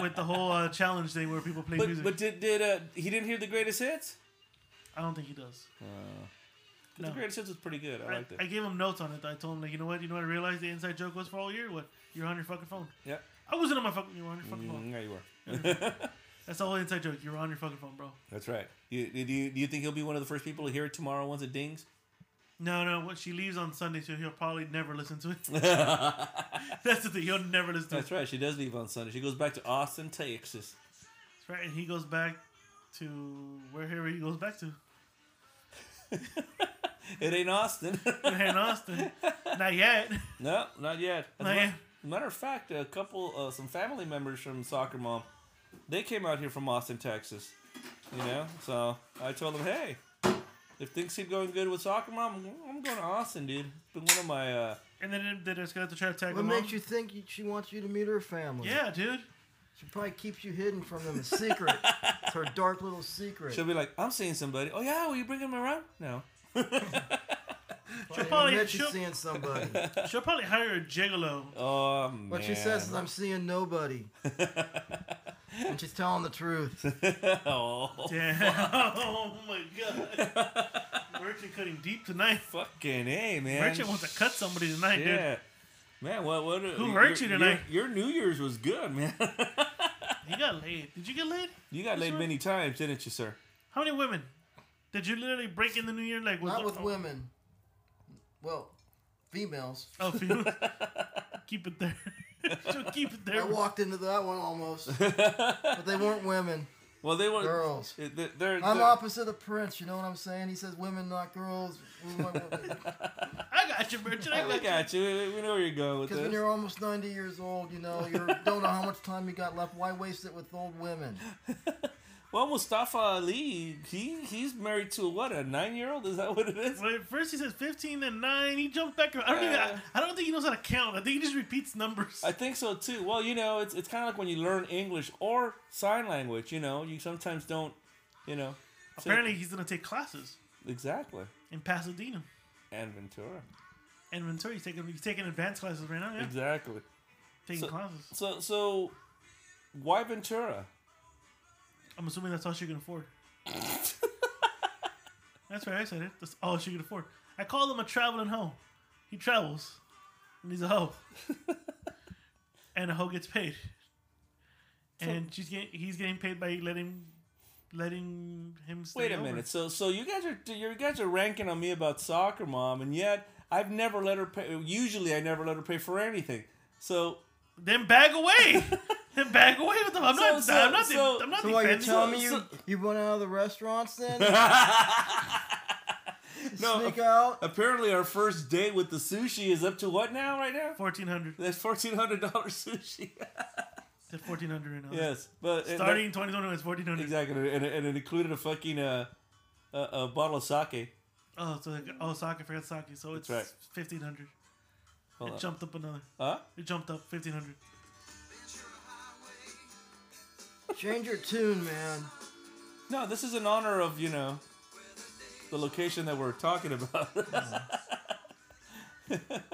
Speaker 2: with the whole uh, challenge thing where people play
Speaker 3: But
Speaker 2: music.
Speaker 3: but did did uh, he didn't hear the greatest hits?
Speaker 2: I don't think he does.
Speaker 3: Uh, 'Cause
Speaker 2: No.
Speaker 3: The greatest hits was pretty good. I
Speaker 2: I,
Speaker 3: liked it.
Speaker 2: I gave him notes on it. I told him like, you know what, you know what? I realized the inside joke was for all year. What you're on your fucking phone.
Speaker 3: yeah.
Speaker 2: I wasn't on my fucking. You were on your fucking phone.
Speaker 3: Mm, there you were.
Speaker 2: That's the whole inside joke. You're on your fucking phone, bro.
Speaker 3: That's right. You, do you do you think he'll be one of the first people to hear it tomorrow once it dings?
Speaker 2: No, no. What she leaves on Sunday, so he'll probably never listen to
Speaker 3: (laughs)
Speaker 2: it. (laughs) That's the thing. He'll never listen to it.
Speaker 3: That's right. She does leave on Sunday. She goes back to Austin, Texas.
Speaker 2: That's right, and he goes back to wherever he goes back to.
Speaker 3: It ain't Austin. (laughs)
Speaker 2: in Austin. Not yet.
Speaker 3: no, not yet. As
Speaker 2: Not
Speaker 3: a ma-
Speaker 2: yet.
Speaker 3: Matter of fact, a couple, uh, some family members from Soccer Mom, they came out here from Austin, Texas. You know, so I told them, hey, if things keep going good with Soccer Mom, I'm going to Austin, dude. It's been one of my. Uh,
Speaker 2: And then they just got to try to tag
Speaker 4: What
Speaker 2: him
Speaker 4: makes you think you, she wants you to meet her family?
Speaker 2: Yeah, dude.
Speaker 4: She probably keeps you hidden from them. A secret. it's her dark little secret.
Speaker 3: She'll be like, I'm seeing somebody. Oh, yeah, will you bring him around? No.
Speaker 4: She'll
Speaker 2: probably-
Speaker 4: admit she's
Speaker 2: she'll-
Speaker 4: seeing somebody.
Speaker 2: She'll probably hire a gigolo.
Speaker 3: Oh, man.
Speaker 4: What she says is, "I'm seeing
Speaker 3: (laughs)
Speaker 4: nobody," and she's telling the truth.
Speaker 3: (laughs) oh,
Speaker 2: Damn. (laughs) oh my god. Merchant cutting deep tonight.
Speaker 3: fucking A, man.
Speaker 2: Merchant wants to cut somebody tonight,
Speaker 3: Yeah. Man, what? what Who
Speaker 2: hurt you tonight?
Speaker 3: Your, New Year's was good, man. (laughs)
Speaker 2: dude. He got laid. Did you get laid?
Speaker 3: you got laid
Speaker 2: right.
Speaker 3: many times, didn't you, sir?
Speaker 2: How many women? Did you literally break in the new year like
Speaker 4: Not
Speaker 2: the-
Speaker 4: with women. Well, females.
Speaker 2: Oh, phew. keep it there. (laughs) She'll keep it
Speaker 4: I
Speaker 2: there.
Speaker 4: walked into that one almost, but they weren't women.
Speaker 3: Well, they were
Speaker 4: Girls.
Speaker 3: They're, they're,
Speaker 4: I'm
Speaker 3: they're-
Speaker 4: opposite of Prince. You know what I'm saying? He says women, not girls. Because
Speaker 2: I got you, Merchant. I
Speaker 3: I
Speaker 2: got you.
Speaker 3: got you. We- We know where you're going with
Speaker 4: when
Speaker 3: this.
Speaker 4: you're almost 90 years old, you know you don't know how much time you got left. Why waste it with old women?
Speaker 3: Well, Mustafa Ali, he he's married to what a nine year old? Is that what it is?
Speaker 2: Well, at first he says 15 and 9. He jumped back. around. I don't, even, I, I don't think he knows how to count. I think he just repeats numbers.
Speaker 3: Uh, I think so too. Well, you know, it's it's kind of like when you learn English or sign language. You know, you sometimes don't. You know. so-
Speaker 2: Apparently, he's going to take classes
Speaker 3: Exactly.
Speaker 2: in Pasadena.
Speaker 3: And Ventura.
Speaker 2: And Ventura, he's taking, he's taking advanced classes right now, yeah?
Speaker 3: Exactly.
Speaker 2: Taking
Speaker 3: So-
Speaker 2: classes.
Speaker 3: So so why Ventura? (laughs)
Speaker 2: I'm assuming that's all she can afford. That's right, I said it. That's all she could afford. I call him a traveling hoe. He travels, and he's a
Speaker 3: (laughs)
Speaker 2: hoe. and a hoe gets paid. And she's getting, he's getting paid by letting, letting him. Stay
Speaker 3: Wait a
Speaker 2: over.
Speaker 3: minute. So so you guys are you guys are ranking on me about soccer mom, and yet I've never let her pay. Usually I never let her pay for anything. So
Speaker 2: Then bag
Speaker 3: (laughs)
Speaker 2: away. then bag away with them. I'm
Speaker 3: So-
Speaker 2: not.
Speaker 3: so-
Speaker 2: I'm not.
Speaker 3: so-
Speaker 2: I'm not
Speaker 4: So what, you're
Speaker 2: defending.
Speaker 4: telling me you,
Speaker 3: so-
Speaker 4: you went out of the restaurants then?
Speaker 3: No.
Speaker 4: Sneak out?
Speaker 3: apparently our first date with the sushi is up to what now? Right now,
Speaker 2: Fourteen hundred.
Speaker 3: that's fourteen hundred dollars sushi. (laughs)
Speaker 2: Fourteen hundred right now.
Speaker 3: yes, but it-
Speaker 2: Starting in 2021, it's 1400.
Speaker 3: exactly, and, it- and it included a fucking uh, a, a bottle of sake.
Speaker 2: Oh, so like, oh, sake, I forgot sake. So it's
Speaker 3: That's
Speaker 2: 1500.
Speaker 3: Hold
Speaker 2: it
Speaker 3: on.
Speaker 2: jumped up another.
Speaker 3: Huh?
Speaker 2: It jumped up 1500.
Speaker 4: Change your tune, man.
Speaker 3: No, this is in honor of you know the location that we're talking about. (laughs)
Speaker 2: Mm-hmm.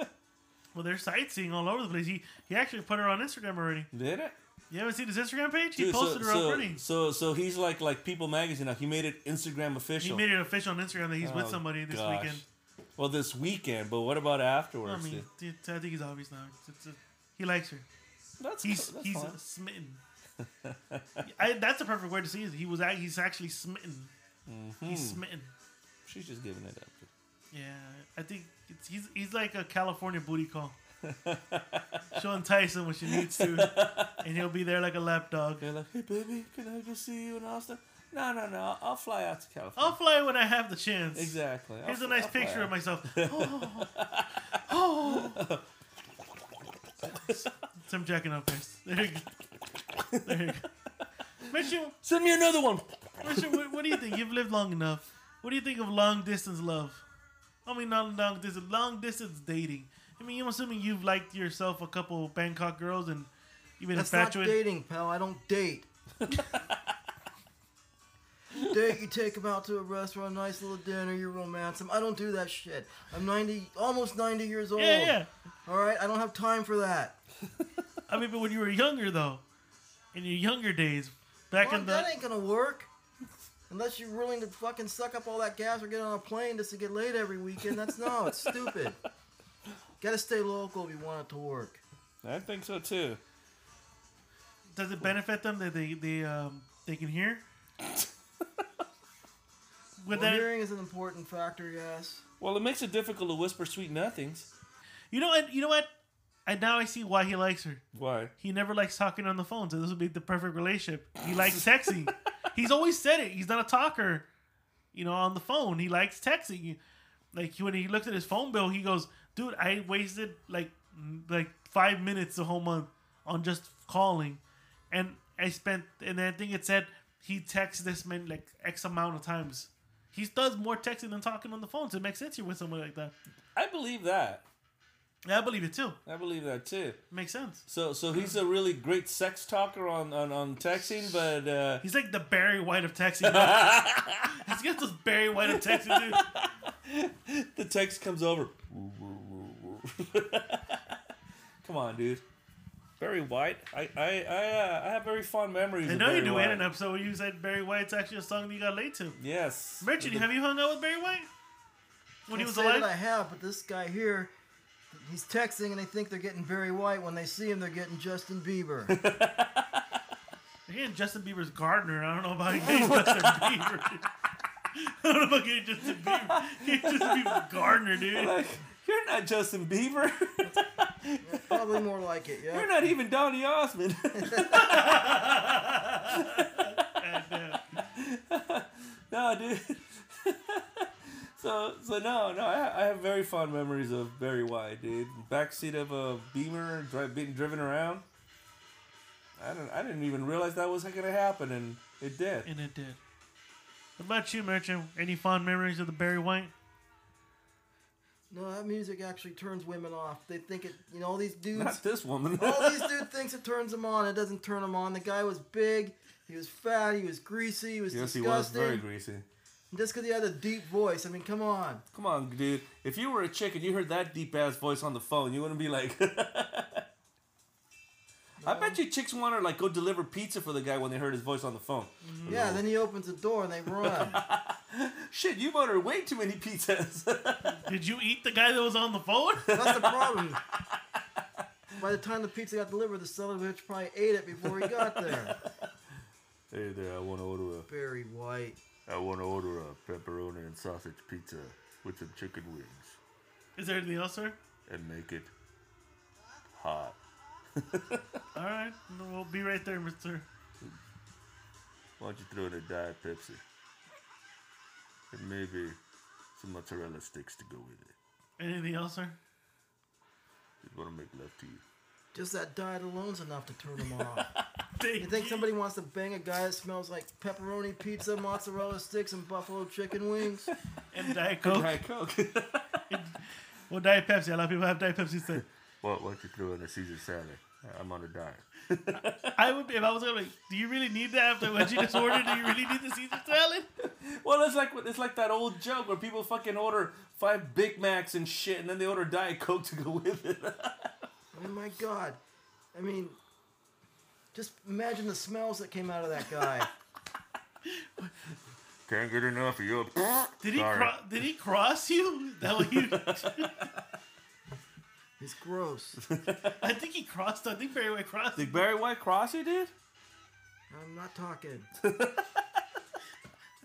Speaker 2: Well, they're sightseeing all over the place. He he actually put her on Instagram already.
Speaker 3: Did it?
Speaker 2: You haven't seen his Instagram page? he
Speaker 3: Dude,
Speaker 2: posted her
Speaker 3: so,
Speaker 2: already.
Speaker 3: so so he's like like People Magazine now. He made it Instagram
Speaker 2: He
Speaker 3: official.
Speaker 2: made it official on Instagram that he's with
Speaker 3: Oh,
Speaker 2: somebody this
Speaker 3: gosh.
Speaker 2: weekend.
Speaker 3: Well, this weekend, but what about
Speaker 2: I
Speaker 3: afterwards?
Speaker 2: mean,
Speaker 3: dude?
Speaker 2: dude, I think he's obvious now. It's- it's- it's- he likes her.
Speaker 3: That's
Speaker 2: He's
Speaker 3: Oh, that's
Speaker 2: he's
Speaker 3: fine.
Speaker 2: smitten. I, that's the perfect word to see. He was act- he's actually smitten.
Speaker 3: Mm-hmm.
Speaker 2: He's smitten.
Speaker 3: she's just giving it up. dude.
Speaker 2: Yeah, I think it's, he's he's like a California booty
Speaker 3: (laughs)
Speaker 2: call. She'll entice him when she needs to, and he'll be there like a lap dog.
Speaker 3: They're like, hey baby, can I just see you in Austin? No, no, no. I'll- I'll fly out to California.
Speaker 2: I'll fly when I have the chance.
Speaker 3: Exactly. I'll
Speaker 2: Oh, Here's a
Speaker 3: fl-
Speaker 2: nice
Speaker 3: I'll fly
Speaker 2: picture of
Speaker 3: out.
Speaker 2: myself.
Speaker 3: (laughs)
Speaker 2: Oh, oh. Some jacking up first. There you go. There you go. Mitchell,
Speaker 3: Send me another one.
Speaker 2: Richard, what, what do you think? You've lived long enough. What do you think of long distance love? I mean, not long distance, long distance dating. I mean, I'm assuming you've liked yourself a couple Bangkok girls and you've been
Speaker 4: That's not
Speaker 2: infatuated.
Speaker 4: dating, pal. I don't
Speaker 2: (laughs)
Speaker 4: date. date, you take them out to a restaurant, nice little dinner, you romance them. I don't do that shit. I'm 90, almost 90 years old.
Speaker 2: Yeah, yeah.
Speaker 4: All right, I don't have time for that.
Speaker 2: I mean, but when you were younger though, in your younger days, back
Speaker 4: Well,
Speaker 2: in the
Speaker 4: that ain't gonna work. Unless you're willing to fucking suck up all that gas or get on a plane just to get laid every weekend. That's no,
Speaker 2: (laughs)
Speaker 4: it's stupid. Gotta stay local if you want it to work.
Speaker 3: I think so too.
Speaker 2: does it benefit them that they they um they can
Speaker 4: (laughs)
Speaker 2: hear? With
Speaker 4: Well,
Speaker 2: that,
Speaker 4: hearing is an important factor, yes.
Speaker 3: Well, it makes it difficult to whisper sweet nothings.
Speaker 2: you know what? You know what? And now I see why he likes her.
Speaker 3: Why?
Speaker 2: He never likes talking on the phone, so this would be the perfect relationship. He likes texting. He's always said it. He's not a talker, you know, on the phone. He likes texting. Like when he looks at his phone bill, he goes, "Dude, I wasted like m- like five minutes the whole month on just calling, and I spent." And I think it said he texts this man like X amount of times. He does more texting than talking on the phone, so it makes sense you're with someone like that.
Speaker 3: I believe that.
Speaker 2: Yeah, I believe it too.
Speaker 3: I believe that too.
Speaker 2: Makes sense.
Speaker 3: So so he's a really great sex talker on on, on texting, but uh,
Speaker 2: He's like the Barry White of texting.
Speaker 3: (laughs)
Speaker 2: He's got those Barry White of texting, dude.
Speaker 3: the text comes over. (laughs) Come on, dude. Barry White. I I I, uh, I have very fond memories.
Speaker 2: I
Speaker 3: of
Speaker 2: know you
Speaker 3: Barry
Speaker 2: do. We
Speaker 3: White.
Speaker 2: had an episode where you said Barry White's actually a song that you got late to.
Speaker 3: Yes. (laughs)
Speaker 2: Merchant, have you hung out with Barry White when he
Speaker 4: Can't
Speaker 2: was
Speaker 4: say
Speaker 2: alive?
Speaker 4: That I have, but this guy here, he's texting and they think they're getting Barry White. When they see him, they're getting Justin
Speaker 3: (laughs)
Speaker 4: Bieber.
Speaker 2: Again, Justin Bieber's gardener. I don't know about getting Justin Bieber. (laughs) dude. I don't know about getting Justin Bieber. Getting Justin Bieber's gardener, dude.
Speaker 3: Like, you're not Justin Bieber.
Speaker 4: Probably more like it,
Speaker 3: (laughs) you're
Speaker 4: yeah.
Speaker 3: not even Donny Osmond. (laughs)
Speaker 2: And, uh,
Speaker 3: no, dude. (laughs) so so no no I, I have very fond memories of Barry White, dude. Backseat of a Beamer, dri- being driven around. I don't. I didn't even realize that was gonna happen, and it did.
Speaker 2: and it did. What about you, Merchant? Any fond memories of the Barry White?
Speaker 4: No, that music actually turns women off. They think it, you know, all these dudes.
Speaker 3: (laughs) Not this woman.
Speaker 4: All these dude thinks it turns him on. It doesn't turn him on. The guy was big. He was fat. He was greasy. He was
Speaker 3: (laughs) yes, he
Speaker 4: disgusting.
Speaker 3: was very greasy.
Speaker 4: Just because he had a deep voice. I mean, come on.
Speaker 3: Come on, dude. If you were a chick and you heard that deep ass voice on the phone, you wouldn't be like. (laughs) I bet you chicks want to like go deliver pizza for the guy when they heard his voice on the phone.
Speaker 4: Yeah, then he opens the door and they run.
Speaker 3: Shit, you've ordered way too many pizzas. (laughs)
Speaker 2: Did you eat the guy that was on the phone?
Speaker 4: That's the problem. By the time the pizza got delivered, the son of a bitch probably ate it before he got
Speaker 3: (laughs)
Speaker 4: there.
Speaker 3: hey there, I want to order
Speaker 4: Barry White.
Speaker 3: a, I want to order a pepperoni and sausage pizza with some chicken wings
Speaker 2: Is there anything else, sir?
Speaker 3: and make it hot.
Speaker 2: All right, we'll be right there, Mister.
Speaker 3: Why don't you throw in a diet Pepsi and maybe some mozzarella sticks to go with it?
Speaker 2: Anything else, sir?
Speaker 3: Just want to make love to you.
Speaker 4: Just that diet alone's enough to turn him off.
Speaker 2: Dang.
Speaker 4: You think somebody wants to bang a guy that smells like pepperoni pizza, mozzarella sticks, and buffalo chicken wings?
Speaker 2: and Diet Coke. Well, Diet Pepsi. A lot of people have Diet Pepsi instead.
Speaker 3: Why, why don't you throw in a Caesar salad? I'm on a diet.
Speaker 2: I would be if I was gonna like, do you really need that after what you just ordered? Do you really need the Caesar salad?
Speaker 3: (laughs) Well, it's like it's like that old joke where people fucking order five Big Macs and shit, and then they order Diet Coke to go (laughs) with it.
Speaker 4: Oh my god. I mean, just imagine the smells that came out of that guy.
Speaker 3: Can't get enough of your. (laughs)
Speaker 2: Did he
Speaker 3: Sorry.
Speaker 2: cro- did he cross you? That what you? (laughs)
Speaker 4: He's gross.
Speaker 2: I think he crossed. I think Barry White crossed.
Speaker 3: Did Barry White cross you, dude?
Speaker 4: I'm not talking.
Speaker 2: I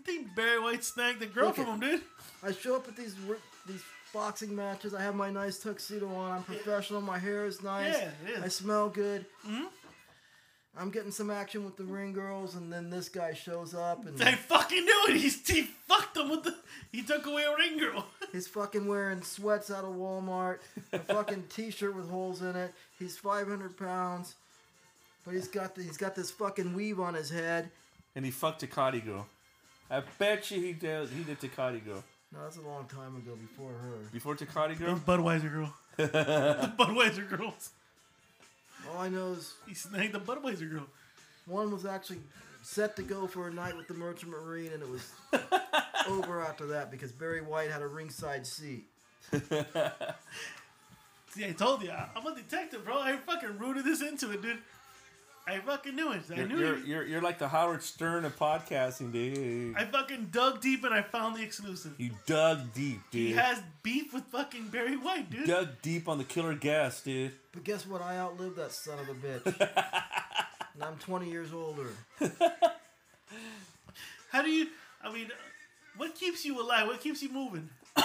Speaker 2: think Barry White snagged the girl
Speaker 4: Look
Speaker 2: from
Speaker 4: at-
Speaker 2: him, dude.
Speaker 4: I show up at these wor- these boxing matches. I have my nice tuxedo on. I'm professional. My hair is nice.
Speaker 2: Yeah, it is.
Speaker 4: I smell good. Mm-hmm. I'm getting some action with the ring girls, and then this guy shows up, and
Speaker 2: I fucking knew it. He's, he fucked him with the. He took away a ring girl.
Speaker 4: he's fucking wearing sweats out of Walmart, a fucking t-shirt with holes in it. He's 500 pounds, but he's got the, he's got this fucking weave on his head.
Speaker 3: And he fucked Takati girl. I bet you he did. He did Takati girl
Speaker 4: No, that's a long time ago before her.
Speaker 3: before Takati
Speaker 2: The
Speaker 3: girl.
Speaker 2: Budweiser girl. (laughs) the Budweiser girls.
Speaker 4: All I know is
Speaker 2: He snagged the Budweiser girl.
Speaker 4: One was actually set to go for a night with the Merchant Marine, and it was over after that because Barry White had a ringside seat.
Speaker 2: See, I told you, I, am a detective, bro. I fucking rooted this into it, dude. I fucking knew it. I
Speaker 3: You're,
Speaker 2: knew
Speaker 3: you're,
Speaker 2: it.
Speaker 3: you're, you're like the Howard Stern of podcasting, dude.
Speaker 2: I fucking dug deep and I found the exclusive.
Speaker 3: You dug deep, dude.
Speaker 2: He has beef with fucking Barry White, dude.
Speaker 3: dug deep on the killer gas, dude.
Speaker 4: But guess what? I outlived that son of a bitch. and I'm 20 years older.
Speaker 2: How do you? I mean, what keeps you alive? What keeps you moving? (coughs)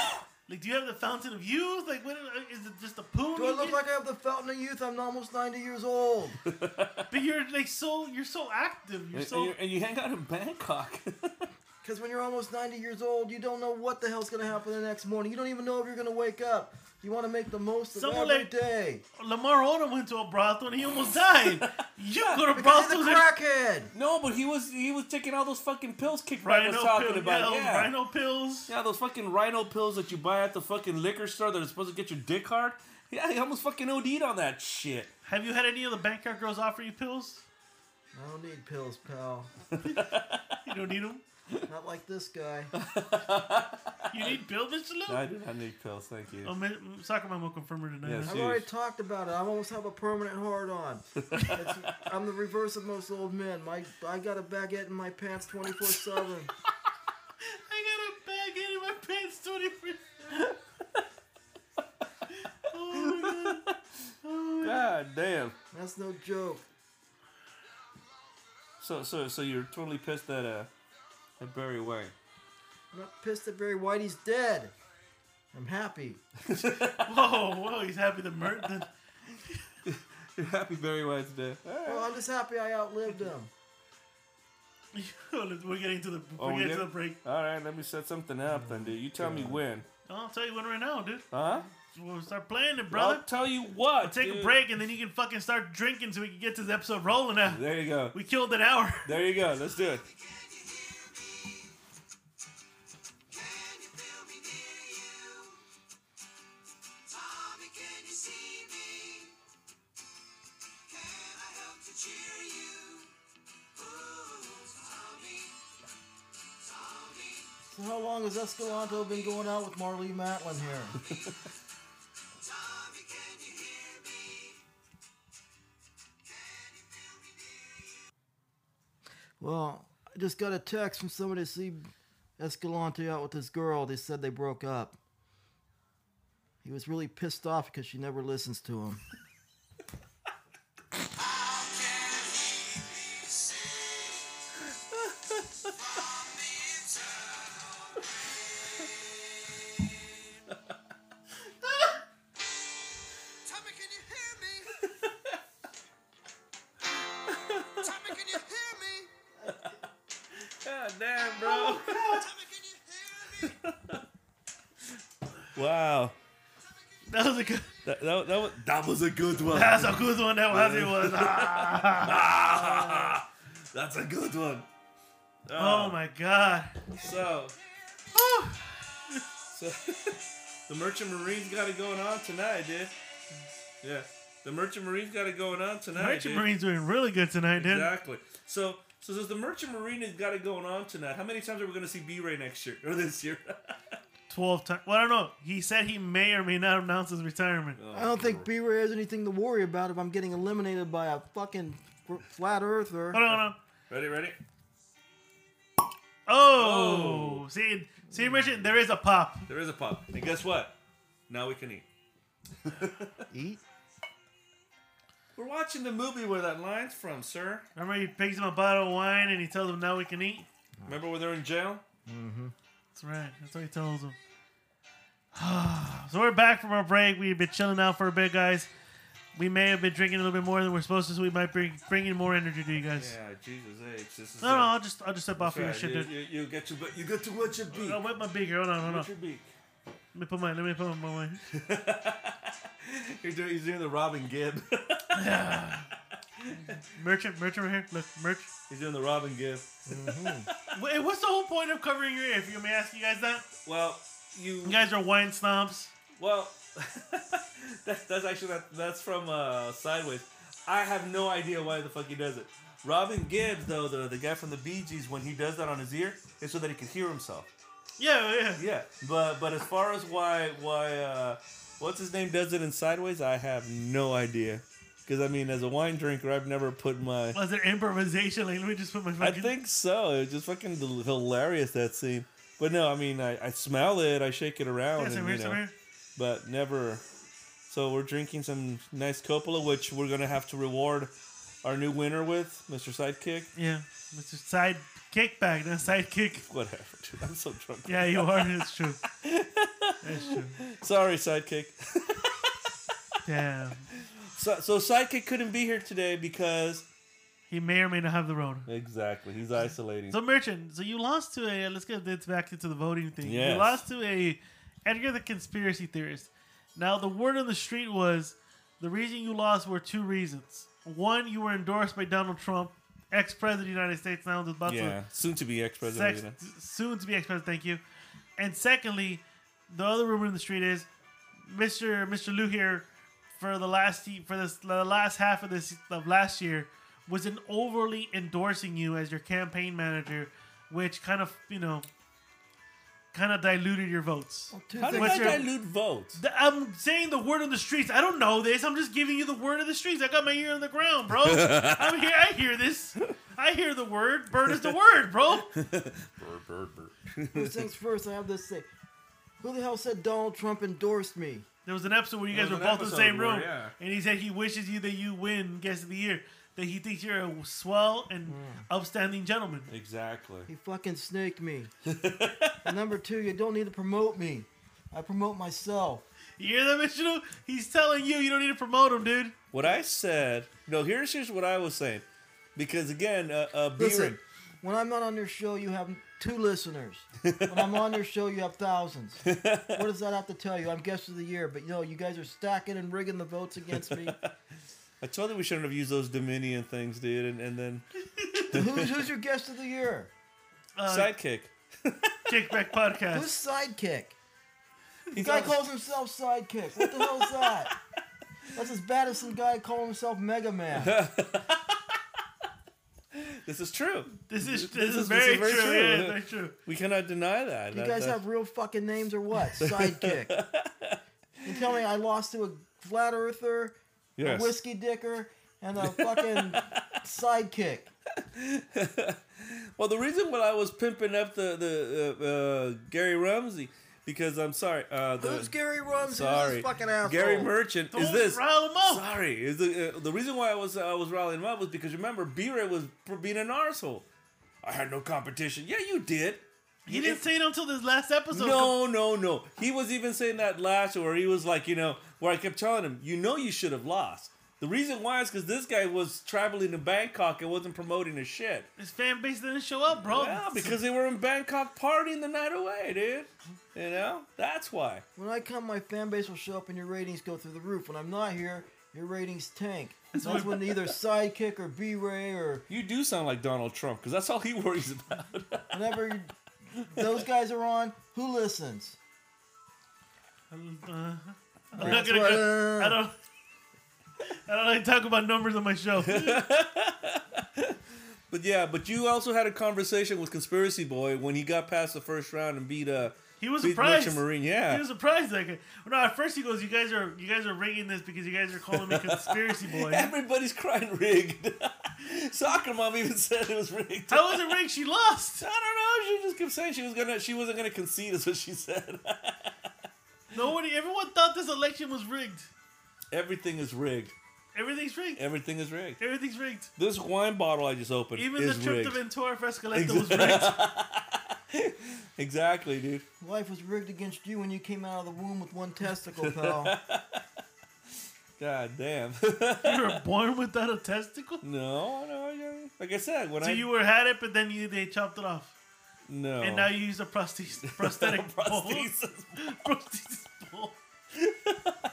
Speaker 2: like, do you have the fountain of youth? Like, what uh, is it? Just a poon?
Speaker 4: Do I
Speaker 2: you
Speaker 4: look
Speaker 2: get?
Speaker 4: like I have the fountain of youth? I'm almost 90 years old.
Speaker 2: But you're like so. You're so active. You're
Speaker 3: And,
Speaker 2: so.
Speaker 3: and, you and you hang out in Bangkok. (laughs)
Speaker 4: Because when you're almost 90 years old, you don't know what the hell's going to happen the next morning. You don't even know if you're going to wake up. You want to make the most of
Speaker 2: Someone
Speaker 4: every
Speaker 2: like-
Speaker 4: day.
Speaker 2: Lamar Odom went to a brothel and he almost
Speaker 3: (laughs)
Speaker 2: died. you go to
Speaker 4: Because he's
Speaker 2: brothels
Speaker 4: a
Speaker 2: and
Speaker 4: crackhead.
Speaker 3: no, but he was he was taking all those fucking pills Kick Ryan was
Speaker 2: rhino
Speaker 3: talking
Speaker 2: pills.
Speaker 3: about.
Speaker 2: yeah,
Speaker 3: Yeah.
Speaker 2: rhino pills.
Speaker 3: Yeah, those fucking rhino pills that you buy at the fucking liquor store that are supposed to get your dick hard. Yeah, he almost fucking OD'd on that shit.
Speaker 2: Have you had any of the Bangkok girls offer you pills?
Speaker 4: I don't need pills, pal.
Speaker 2: You don't need them.
Speaker 4: Not like this guy.
Speaker 2: You
Speaker 3: (laughs)
Speaker 2: need pills, Mr. Lou?
Speaker 3: I do not need pills, thank you.
Speaker 2: Oh, man, soccer mom will confirm her tonight.
Speaker 3: Yes.
Speaker 2: huh?
Speaker 4: I've
Speaker 3: Jeez.
Speaker 4: already talked about it. I almost have a permanent hard on. It's- I'm the reverse of most old men. My I got a baguette in my pants 24 seven.
Speaker 2: I got a bag in my pants 24 (laughs) Oh my god.
Speaker 3: God damn.
Speaker 4: That's no joke.
Speaker 3: So so so you're totally pissed that uh at Barry White. (laughs)
Speaker 4: I'm not pissed at Barry White. He's dead. I'm happy.
Speaker 2: Whoa, whoa, he's happy the (laughs) murder.
Speaker 3: You're happy Barry White's dead. Alright.
Speaker 4: Well, I'm just happy I outlived him.
Speaker 2: we're getting to the we're
Speaker 3: Oh, we
Speaker 2: getting to
Speaker 3: did?
Speaker 2: the break.
Speaker 3: Alright, let me set something up then, dude. You tell me when.
Speaker 2: I'll tell you one right now, dude.
Speaker 3: Huh?
Speaker 2: We'll start playing it,
Speaker 3: I'll
Speaker 2: brother.
Speaker 3: tell you what.
Speaker 2: Take a
Speaker 3: dude.
Speaker 2: break and then you can fucking start drinking so we can get this episode rolling now.
Speaker 3: There you go.
Speaker 2: We killed an hour. (laughs)
Speaker 3: There you go. Let's do it.
Speaker 5: Tommy, can you see me? Can I help to cheer you? Ooh, Tommy, Tommy.
Speaker 4: So how long has Escalante been going out with Marley Matlin here?
Speaker 5: Tommy, can you hear me? Can you feel me near you?
Speaker 4: Well, I just got a text from somebody to see Escalante out with this girl. They said they broke up. He was really pissed off because she never listens to him.
Speaker 5: Tommy, can you hear me? Tommy, can you hear me?
Speaker 3: God damn, bro.
Speaker 5: Tommy, can you hear me?
Speaker 3: (laughs) Wow.
Speaker 2: That was a good. (laughs)
Speaker 3: That, that, that, was, that was a good one.
Speaker 2: That's a good one. That was it was. Ah.
Speaker 3: That's a good one. (laughs)
Speaker 2: Oh my god.
Speaker 3: So, so (laughs) the Merchant Marines got it going on tonight, dude. Yeah, the Merchant Marines got it going on tonight.
Speaker 2: Merchant
Speaker 3: dude.
Speaker 2: Marine's doing really good tonight, dude.
Speaker 3: Exactly. So, so since the Merchant Marine has got it going on tonight, how many times are we going to see B-Ray next year or this year? (laughs)
Speaker 2: Twelve times. Well, I don't know. He said he may or may not announce his retirement.
Speaker 3: Oh,
Speaker 4: I don't think B Ray has anything to worry about if I'm getting eliminated by a fucking fr- flat earther.
Speaker 2: Hold on, hold on.
Speaker 3: Ready, ready.
Speaker 2: Oh, see, see, Merchant, there is a pop.
Speaker 3: There is a pop, and guess what? Now we can eat.
Speaker 4: Eat?
Speaker 3: We're watching the movie where that line's from, sir.
Speaker 2: Remember, he picks him a bottle of wine and he tells him now we can eat.
Speaker 3: Remember when they're in jail?
Speaker 2: That's right. That's what he tells him. (sighs) so we're back from our break. We've been chilling out for a bit, guys. We may have been drinking a little bit more than we're supposed to, so we might bring bringing more energy to you guys.
Speaker 3: Yeah, Jesus H. This is
Speaker 2: No, no,
Speaker 3: uh,
Speaker 2: I'll just I'll just step off here.
Speaker 3: Right,
Speaker 2: Shit,
Speaker 3: you,
Speaker 2: dude.
Speaker 3: you, you get to you get to watch your beak.
Speaker 2: I'll wet my beaker. Hold on, hold on.
Speaker 3: Watch your beak.
Speaker 2: Let me put my let me put my, my, my.
Speaker 3: You're doing, he's doing the Robin Gibb. (laughs)
Speaker 2: merchant merchant right here. Look, merch.
Speaker 3: he's doing the Robin Gibb.
Speaker 2: Wait, what's the whole point of covering your ear? If you may ask you guys that,
Speaker 3: Well, you
Speaker 2: you guys are wine snobs.
Speaker 3: well, (laughs) that's that's actually that, that's from uh, Sideways. I have no idea why the fuck he does it. Robin Gibbs, though, the, the guy from the Bee Gees, when he does that on his ear, it's so that he can hear himself.
Speaker 2: Yeah, yeah.
Speaker 3: Yeah, but but as far as why why uh, what's his name does it in Sideways, I have no idea. Because I mean, as a wine drinker, I've never put my
Speaker 2: Was there improvisation? Like, let me just put my
Speaker 3: I
Speaker 2: fucking.
Speaker 3: think so. It was just fucking del- hilarious that scene. But no, I mean, I, I smell it, I shake it around,
Speaker 2: Yeah,
Speaker 3: and,
Speaker 2: some
Speaker 3: you
Speaker 2: here, some
Speaker 3: know,
Speaker 2: here.
Speaker 3: but never. So we're drinking some nice Coppola, which we're gonna have to reward our new winner with, Mr. Sidekick. (laughs)
Speaker 2: Yeah, Mr. Side kickback, not sidekick.
Speaker 3: Whatever, dude. I'm so drunk.
Speaker 2: Yeah, you are. It's
Speaker 3: (laughs)
Speaker 2: true. That's true.
Speaker 3: Sorry, Sidekick.
Speaker 2: Damn.
Speaker 3: So, so Sidekick couldn't be here today because
Speaker 2: He may or may not have the road.
Speaker 3: exactly he's isolating.
Speaker 2: So merchant, so you lost to a. Let's get this back into the voting thing. You
Speaker 3: Yes.
Speaker 2: lost to a Edgar the conspiracy theorist. Now the word on the street was the reason you lost were two reasons. One, you were endorsed by Donald Trump, ex president of the United States, now is about
Speaker 3: yeah,
Speaker 2: to
Speaker 3: soon to be ex-president.
Speaker 2: sex,
Speaker 3: you know.
Speaker 2: soon to be ex president. Thank you. And secondly, the other rumor in the street is Mr. Mr. Lou here for the last ye- for this the last half of this of last year was an overly endorsing you as your campaign manager, which kind of you know kind of diluted your votes.
Speaker 4: Two
Speaker 3: How did
Speaker 4: things-
Speaker 2: What's
Speaker 3: I
Speaker 2: your-
Speaker 3: dilute votes?
Speaker 2: The- I'm saying the word on the streets. I don't know this. I'm just giving you the word of the streets. I got my ear on the ground,
Speaker 3: (laughs)
Speaker 2: bro. I'm here. I hear this. I hear the word. Bird is the word, bro.
Speaker 3: Burr, burr, burr.
Speaker 4: First things first, I have this thing. Who the hell said Donald Trump endorsed me?
Speaker 2: There was an episode where you guys were
Speaker 3: was an
Speaker 2: both in the
Speaker 3: episode
Speaker 2: same
Speaker 3: where,
Speaker 2: room,
Speaker 3: yeah.
Speaker 2: and he said he wishes you that you win guest of the year, that he thinks you're a swell
Speaker 3: Hmm.
Speaker 2: and upstanding gentleman.
Speaker 3: Exactly.
Speaker 4: He fucking snaked me. And number two, you don't need to promote me. I promote myself.
Speaker 2: You hear that, Michelle? He's telling you you don't need to promote him, dude.
Speaker 3: What I said, no, here's here's what I was saying, because again, uh, uh,
Speaker 4: Listen,
Speaker 3: B-Ray,
Speaker 4: when I'm not on your show, you have two listeners. When I'm on your show, you have thousands. What does that have to tell you? I'm guest of the year, but no, you guys are stacking and rigging the votes against me.
Speaker 3: I told you we shouldn't have used those Dominion things, dude, and, and then
Speaker 4: who's, who's your guest of the year?
Speaker 2: Uh,
Speaker 3: sidekick.
Speaker 2: Kickback
Speaker 4: Who's
Speaker 3: (laughs)
Speaker 2: podcast.
Speaker 4: sidekick? The guy calls himself sidekick. What the hell is that? That's as bad as some guy calling himself Mega Man.
Speaker 3: This is true.
Speaker 2: This is this,
Speaker 3: This
Speaker 2: is,
Speaker 3: is- this
Speaker 2: very
Speaker 3: is very
Speaker 2: true.
Speaker 3: true.
Speaker 2: Yeah, it's very true.
Speaker 3: We cannot deny that.
Speaker 4: You
Speaker 3: That-
Speaker 4: guys
Speaker 3: that-
Speaker 4: have real fucking names or what? Sidekick. you tell me I lost to a flat earther,
Speaker 3: Yes.
Speaker 4: a whiskey dicker, and a fucking sidekick.
Speaker 3: well, the reason why I was pimping up the the uh, uh, Gary Ramsey because I'm sorry. Uh, the,
Speaker 4: Who's Gary Rumsey? Sorry.
Speaker 3: Sorry,
Speaker 4: This fucking asshole.
Speaker 3: Gary Merchant is
Speaker 2: Don't
Speaker 3: this.
Speaker 2: rile him up.
Speaker 3: Sorry, is the uh, the reason why I was I was riling him up was because remember B-Ray was for being an arsehole. I had no competition. Yeah, you did.
Speaker 2: You didn't say it until this last episode.
Speaker 3: No, no, no. He was even saying that last, where he was like, you know, where I kept telling him, you know, you should have lost. The reason why is because this guy was traveling to Bangkok and wasn't promoting his shit.
Speaker 2: His fan base didn't show up, bro.
Speaker 3: Yeah, because they were in Bangkok partying the night away, dude. You know, that's why.
Speaker 4: When I come, my fan base will show up and your ratings go through the roof. When I'm not here, your ratings tank. That's when either Sidekick or B-Ray or
Speaker 3: You do sound like Donald Trump because that's all he (laughs) worries about.
Speaker 4: whenever you- those guys are on, who listens?
Speaker 2: Uh, I'm not gonna go.
Speaker 4: Twitter.
Speaker 2: I don't. (laughs) I don't like to talk about numbers on my
Speaker 3: (laughs)
Speaker 2: show.
Speaker 3: but yeah, but you also had a conversation with Conspiracy Boy when he got past the first round and beat uh
Speaker 2: He was
Speaker 3: beat
Speaker 2: surprised.
Speaker 3: Merchant Marine.
Speaker 2: He
Speaker 3: Yeah,
Speaker 2: was surprised. Like, no, at first he goes, "You guys are you guys are rigging this because you guys are calling me conspiracy
Speaker 3: (laughs)
Speaker 2: boy." I
Speaker 3: everybody's crying rigged. (laughs) Soccer mom even (laughs) said it was rigged.
Speaker 2: wasn't rigged. She lost.
Speaker 3: I don't know. She just kept saying she was gonna. She wasn't gonna concede. Is what she said. (laughs)
Speaker 2: Nobody, everyone thought this election was rigged.
Speaker 3: Everything is rigged.
Speaker 2: Everything's rigged.
Speaker 3: Everything is rigged.
Speaker 2: Everything's rigged.
Speaker 3: This wine bottle I just opened
Speaker 2: Even the
Speaker 3: is
Speaker 2: trip
Speaker 3: rigged.
Speaker 2: to Ventura for Escalante was rigged.
Speaker 3: (laughs) Exactly, dude.
Speaker 4: Life was rigged against you when you came out of the womb with one testicle, pal.
Speaker 3: God damn. (laughs)
Speaker 2: You were born without a testicle.
Speaker 3: no, no. I- Like I said, when
Speaker 2: So
Speaker 3: I
Speaker 2: you were had it, but then you they chopped it off,
Speaker 3: no.
Speaker 2: and now
Speaker 3: (laughs)
Speaker 2: you use a prosthesis, prosthetic (laughs)
Speaker 3: Prosthesis.
Speaker 2: bone. prosthesis bone.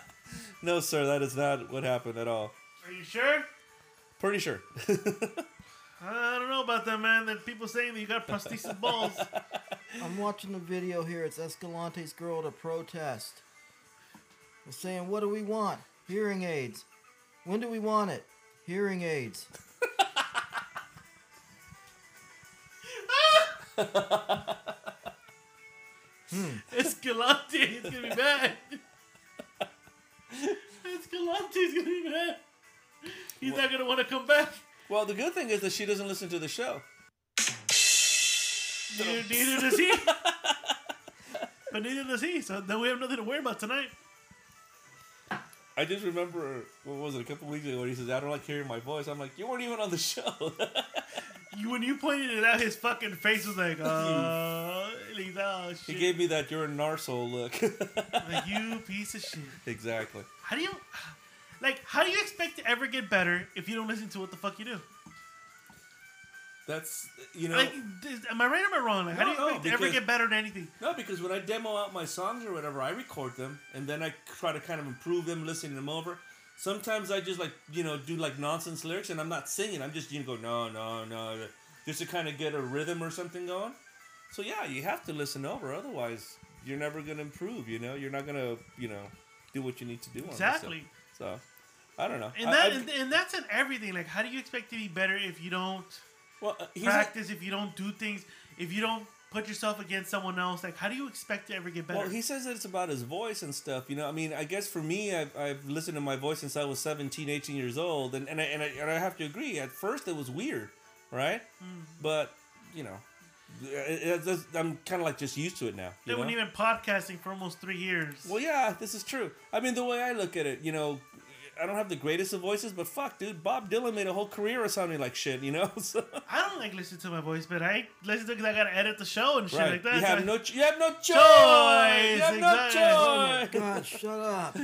Speaker 3: No, sir. That is not what happened at all.
Speaker 2: Are you sure?
Speaker 3: Pretty sure. (laughs)
Speaker 2: I don't know about that, man. That people saying that you got prosthesis balls.
Speaker 4: I'm watching the video here. It's Escalante's girl at a protest. They're saying, what do we want? Hearing aids. When do we want it? Hearing aids.
Speaker 2: Escalante is gonna be mad. Escalante is gonna be mad. He's not gonna want to come back.
Speaker 3: well, the good thing is that she doesn't listen to the show.
Speaker 2: Neither, neither does he. but neither does he. So then we have nothing to worry about tonight.
Speaker 3: I just remember what was it a couple weeks ago when he says, "I don't like hearing my voice." I'm like, "You weren't even on the (laughs) show."
Speaker 2: You, when you pointed it out, his fucking face was like, uh, like, oh
Speaker 3: he
Speaker 2: shit,
Speaker 3: gave me that "you're a narso" look. (laughs)
Speaker 2: like you piece of shit.
Speaker 3: exactly.
Speaker 2: How do you, like, how do you expect to ever get better if you don't listen to what the fuck you do?
Speaker 3: That's you know
Speaker 2: Like, th- am I right or am I wrong? Like, how do
Speaker 3: No,
Speaker 2: you
Speaker 3: no,
Speaker 2: expect to ever
Speaker 3: because-
Speaker 2: get better at anything?
Speaker 3: no because when I demo out my songs or whatever, I record them and then I try to kind of improve them, listening them over. Sometimes I just like you know do like nonsense lyrics and I'm not singing. I'm just you know go no no no no," just to kind of get a rhythm or something going. So yeah, you have to listen over, otherwise you're never gonna improve. You know, you're not gonna you know do what you need to do. on this stuff.
Speaker 2: Exactly.
Speaker 3: So I don't know.
Speaker 2: And
Speaker 3: I-
Speaker 2: that,
Speaker 3: I-
Speaker 2: and, and that's in everything. Like, how do you expect to be better if you don't
Speaker 3: well, uh, he's a-
Speaker 2: practice? if you don't do things? If you don't put yourself against someone else? Like, how do you expect to ever get better?
Speaker 3: Well, he says that it's about his voice and stuff. You know, I mean, I guess for me, I've, I've listened to my voice since I was 17, 18 years old. And, and, I, and, I, and I have to agree, at first it was weird, right?
Speaker 2: Mm.
Speaker 3: But, you know, it- it- it- I'm kind of like just used to it now.
Speaker 2: they
Speaker 3: you
Speaker 2: weren't
Speaker 3: know?
Speaker 2: even podcasting for almost three years.
Speaker 3: Well, yeah, this is true. I mean, the way I look at it, you know, I don't have the greatest of voices, but fuck, dude, Bob Dylan made a whole career of sounding like shit, you know? (laughs) So,
Speaker 2: I don't like listening to my voice, but I listen to because I gotta edit the show and shit like that.
Speaker 3: You have
Speaker 2: So-
Speaker 3: no, ch- you have no choice. You have
Speaker 2: exactly.
Speaker 3: no choice.
Speaker 4: God, shut up.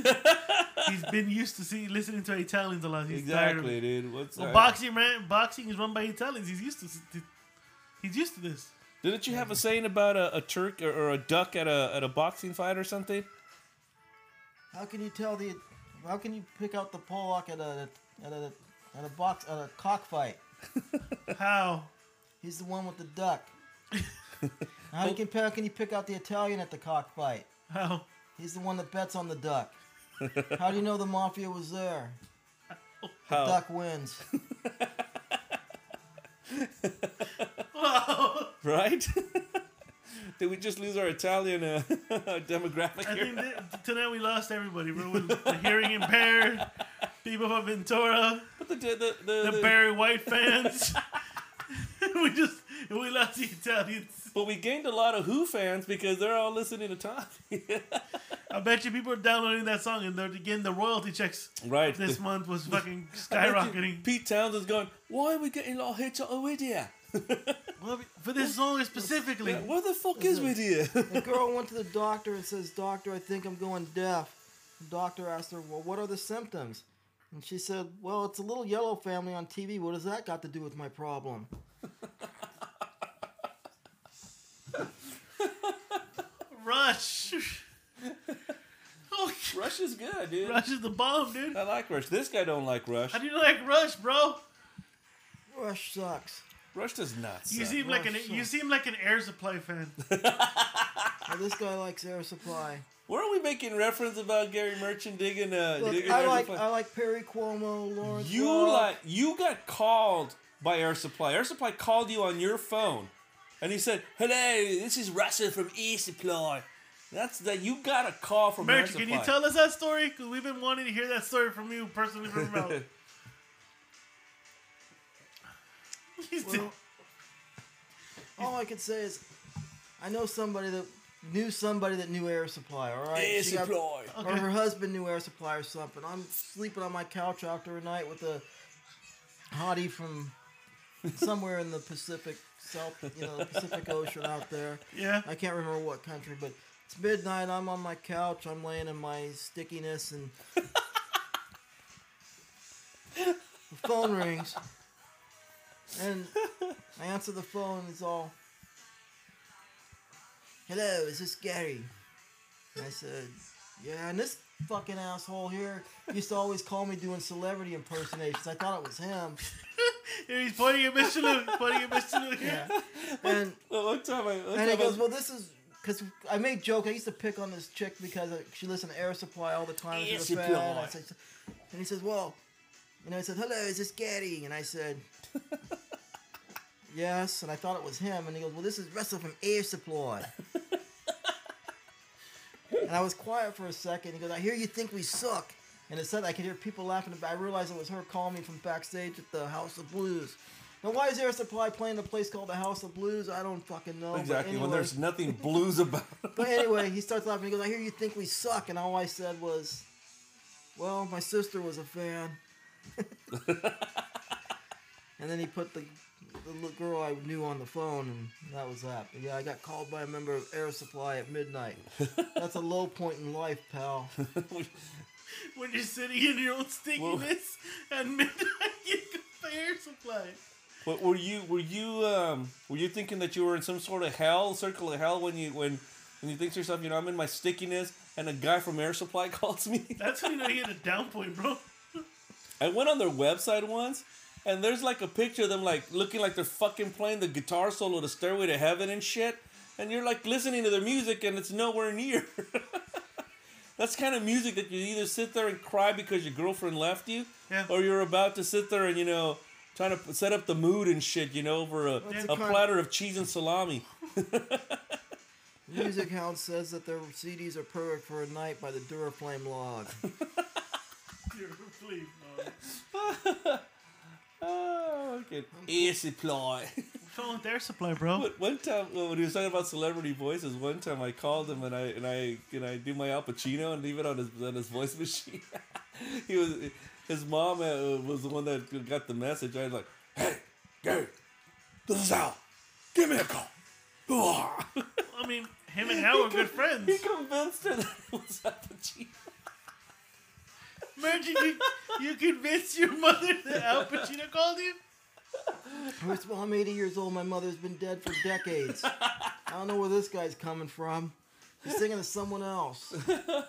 Speaker 2: (laughs) he's been used to see listening to Italians a lot. He's tired of
Speaker 3: Exactly,
Speaker 2: it.
Speaker 3: dude. What's
Speaker 2: Well,
Speaker 3: that?
Speaker 2: boxing, man, boxing is run by Italians. He's used to. He's used to this.
Speaker 3: Didn't you have a saying about a, a Turk or, or a duck at a at a boxing fight or something?
Speaker 4: How can you tell the? How can you pick out the Pollock at a at a at a box at a cockfight?
Speaker 2: How?
Speaker 4: He's the one with the duck. how you can how can you pick out the Italian at the cockfight?
Speaker 2: How?
Speaker 4: He's the one that bets on the duck. how do you know the mafia was there?
Speaker 3: How?
Speaker 4: Duck wins.
Speaker 2: Wow.
Speaker 3: Right? (laughs) Did we just lose our Italian uh, (laughs) demographic
Speaker 2: I
Speaker 3: here?
Speaker 2: think that, tonight we lost everybody. Bro. With the hearing impaired, people from Ventura,
Speaker 3: But the, the, the,
Speaker 2: the Barry White fans, (laughs) we just we lost the Italians.
Speaker 3: But we gained a lot of Who fans because they're all listening to Tommy. (laughs)
Speaker 2: I bet you people are downloading that song and they're getting the royalty checks.
Speaker 3: right.
Speaker 2: This month
Speaker 3: (laughs)
Speaker 2: was fucking
Speaker 3: I bet you
Speaker 2: skyrocketing.
Speaker 3: Pete Townsend's going, why are we getting a lot of hits on (laughs) Whittier?
Speaker 2: Well, For this song specifically,
Speaker 3: Where the fuck is Whittier?
Speaker 4: The girl went to the doctor and says, Doctor, I think I'm going deaf. The doctor asked her, Well, what are the symptoms? And she said, Well, it's a little yellow family on TV. What has that got to do with my problem?
Speaker 2: Rush. (laughs) oh,
Speaker 3: (laughs) Rush is good, dude.
Speaker 2: Rush is the bomb, dude.
Speaker 3: I like Rush. This guy don't like Rush.
Speaker 2: How do you like Rush, bro?
Speaker 4: Rush sucks.
Speaker 3: Rush does not suck.
Speaker 2: You seem like an
Speaker 4: Rush
Speaker 2: you
Speaker 4: sucks.
Speaker 2: seem like an Air Supply fan.
Speaker 4: Now, this guy likes air supply.
Speaker 3: Weren't we making reference about Gary Merchant digging? Uh,
Speaker 4: Look,
Speaker 3: digging
Speaker 4: I
Speaker 3: Air
Speaker 4: like
Speaker 3: Supply?
Speaker 4: I like Perry Cuomo, Lawrence.
Speaker 3: you
Speaker 4: Welk.
Speaker 3: like you got called by Air Supply. Air Supply called you on your phone, and he said, "Hello, this is Russell from Air Supply." That's that. You got a call from Air
Speaker 2: Merch,
Speaker 3: Supply.
Speaker 2: can you tell us that story? Because we've been wanting to hear that story from you personally from
Speaker 3: (laughs)
Speaker 4: (laughs)
Speaker 2: your mouth. (laughs) He's
Speaker 4: Well, all I can say is, I know somebody that knew somebody that knew air supply. All right,
Speaker 3: Air
Speaker 4: She got- (laughs)
Speaker 3: Supply.
Speaker 4: or her husband knew air supply or something. I'm sleeping on my couch after a night with a hottie from somewhere in the Pacific South, you know, the Pacific Ocean out there.
Speaker 2: yeah.
Speaker 4: I can't remember what country, but it's midnight. I'm on my couch. I'm laying in my stickiness, and the phone rings. And I answer the phone. and It's all, "Hello, is this Gary?" And I said, "Yeah." And this fucking asshole here used to always call me doing celebrity impersonations. I thought it was him.
Speaker 2: And he's pointing at Mr. Luke. Pointing at Mr. Luke.
Speaker 4: Yeah. And
Speaker 3: Oh, one time I- one
Speaker 4: And he
Speaker 3: time I-
Speaker 4: goes, well, this is because I made joke. I used to pick on this chick because uh, she listened to Air Supply all the time. She was
Speaker 3: Air
Speaker 4: a fan.
Speaker 3: Supply.
Speaker 4: I said, and he says, well, you know, he said, hello, is this Gaddy? And I said, yes. And I thought it was him. And he goes, well, this is Russell from Air
Speaker 3: (laughs)
Speaker 4: Supply. and I was quiet for a second. He goes, I hear you think we suck. And it said I could hear people laughing. But I realized it was her calling me from backstage at the House of Blues. Now, why is Air Supply playing a place called the House of Blues? I don't fucking know. but
Speaker 3: exactly when
Speaker 4: anyway-
Speaker 3: there's nothing blues about. (laughs)
Speaker 4: but anyway, he starts laughing. He goes, I hear you think we suck. And all I said was, Well, my sister was a fan. (laughs) and then he put the, the little girl I knew on the phone, and that was that. But yeah, I got called by a member of Air Supply at midnight. That's a low point in life, pal.
Speaker 2: (laughs) When you're sitting in your own stinginess and midnight, (laughs) you compare supply.
Speaker 3: But were you were you um, were you thinking that you were in some sort of hell, circle of hell, when you when when you think to yourself, you know, I'm in my stickiness, and a guy from Air Supply (laughs) calls me.
Speaker 2: That's when you know you hit a down point, bro.
Speaker 3: I went on their website once, and there's like a picture of them like looking like they're fucking playing the guitar solo to "Stairway to Heaven" and shit. And you're like listening to their music, and it's nowhere near. (laughs) That's kind of music that you either sit there and cry because your girlfriend left you,
Speaker 2: Yeah.
Speaker 3: or you're about to sit there and you know trying to set up the mood and shit, you know, over a,
Speaker 4: That's
Speaker 3: a
Speaker 4: the kind-
Speaker 3: platter of cheese and salami. (laughs)
Speaker 4: Music Hound says that their CDs are perfect for a night by the Duraflame log. (laughs)
Speaker 2: You're complete, bro.
Speaker 3: Oh, Ah, okay. Easy (laughs) ply.
Speaker 2: What's wrong with air supply, bro?
Speaker 3: But one time well, when he was talking about celebrity voices, one time I called him and I and I and I do my Al Pacino and leave it on his on his voice (laughs) machine. he was his mom uh, was the one that got the message. I was like, "Hey, Gary, this is Al. Give me a call." Hoo-ah."
Speaker 2: I mean, him and Al were good friends.
Speaker 4: (laughs)
Speaker 3: (laughs) he convinced her that it was Al Pacino.
Speaker 2: Imagine you, you convinced your mother that Al Pacino called you.
Speaker 4: First of all, I'm 80 years old. My mother's been dead for decades. I don't know where this guy's coming from. He's thinking of someone else.
Speaker 2: Are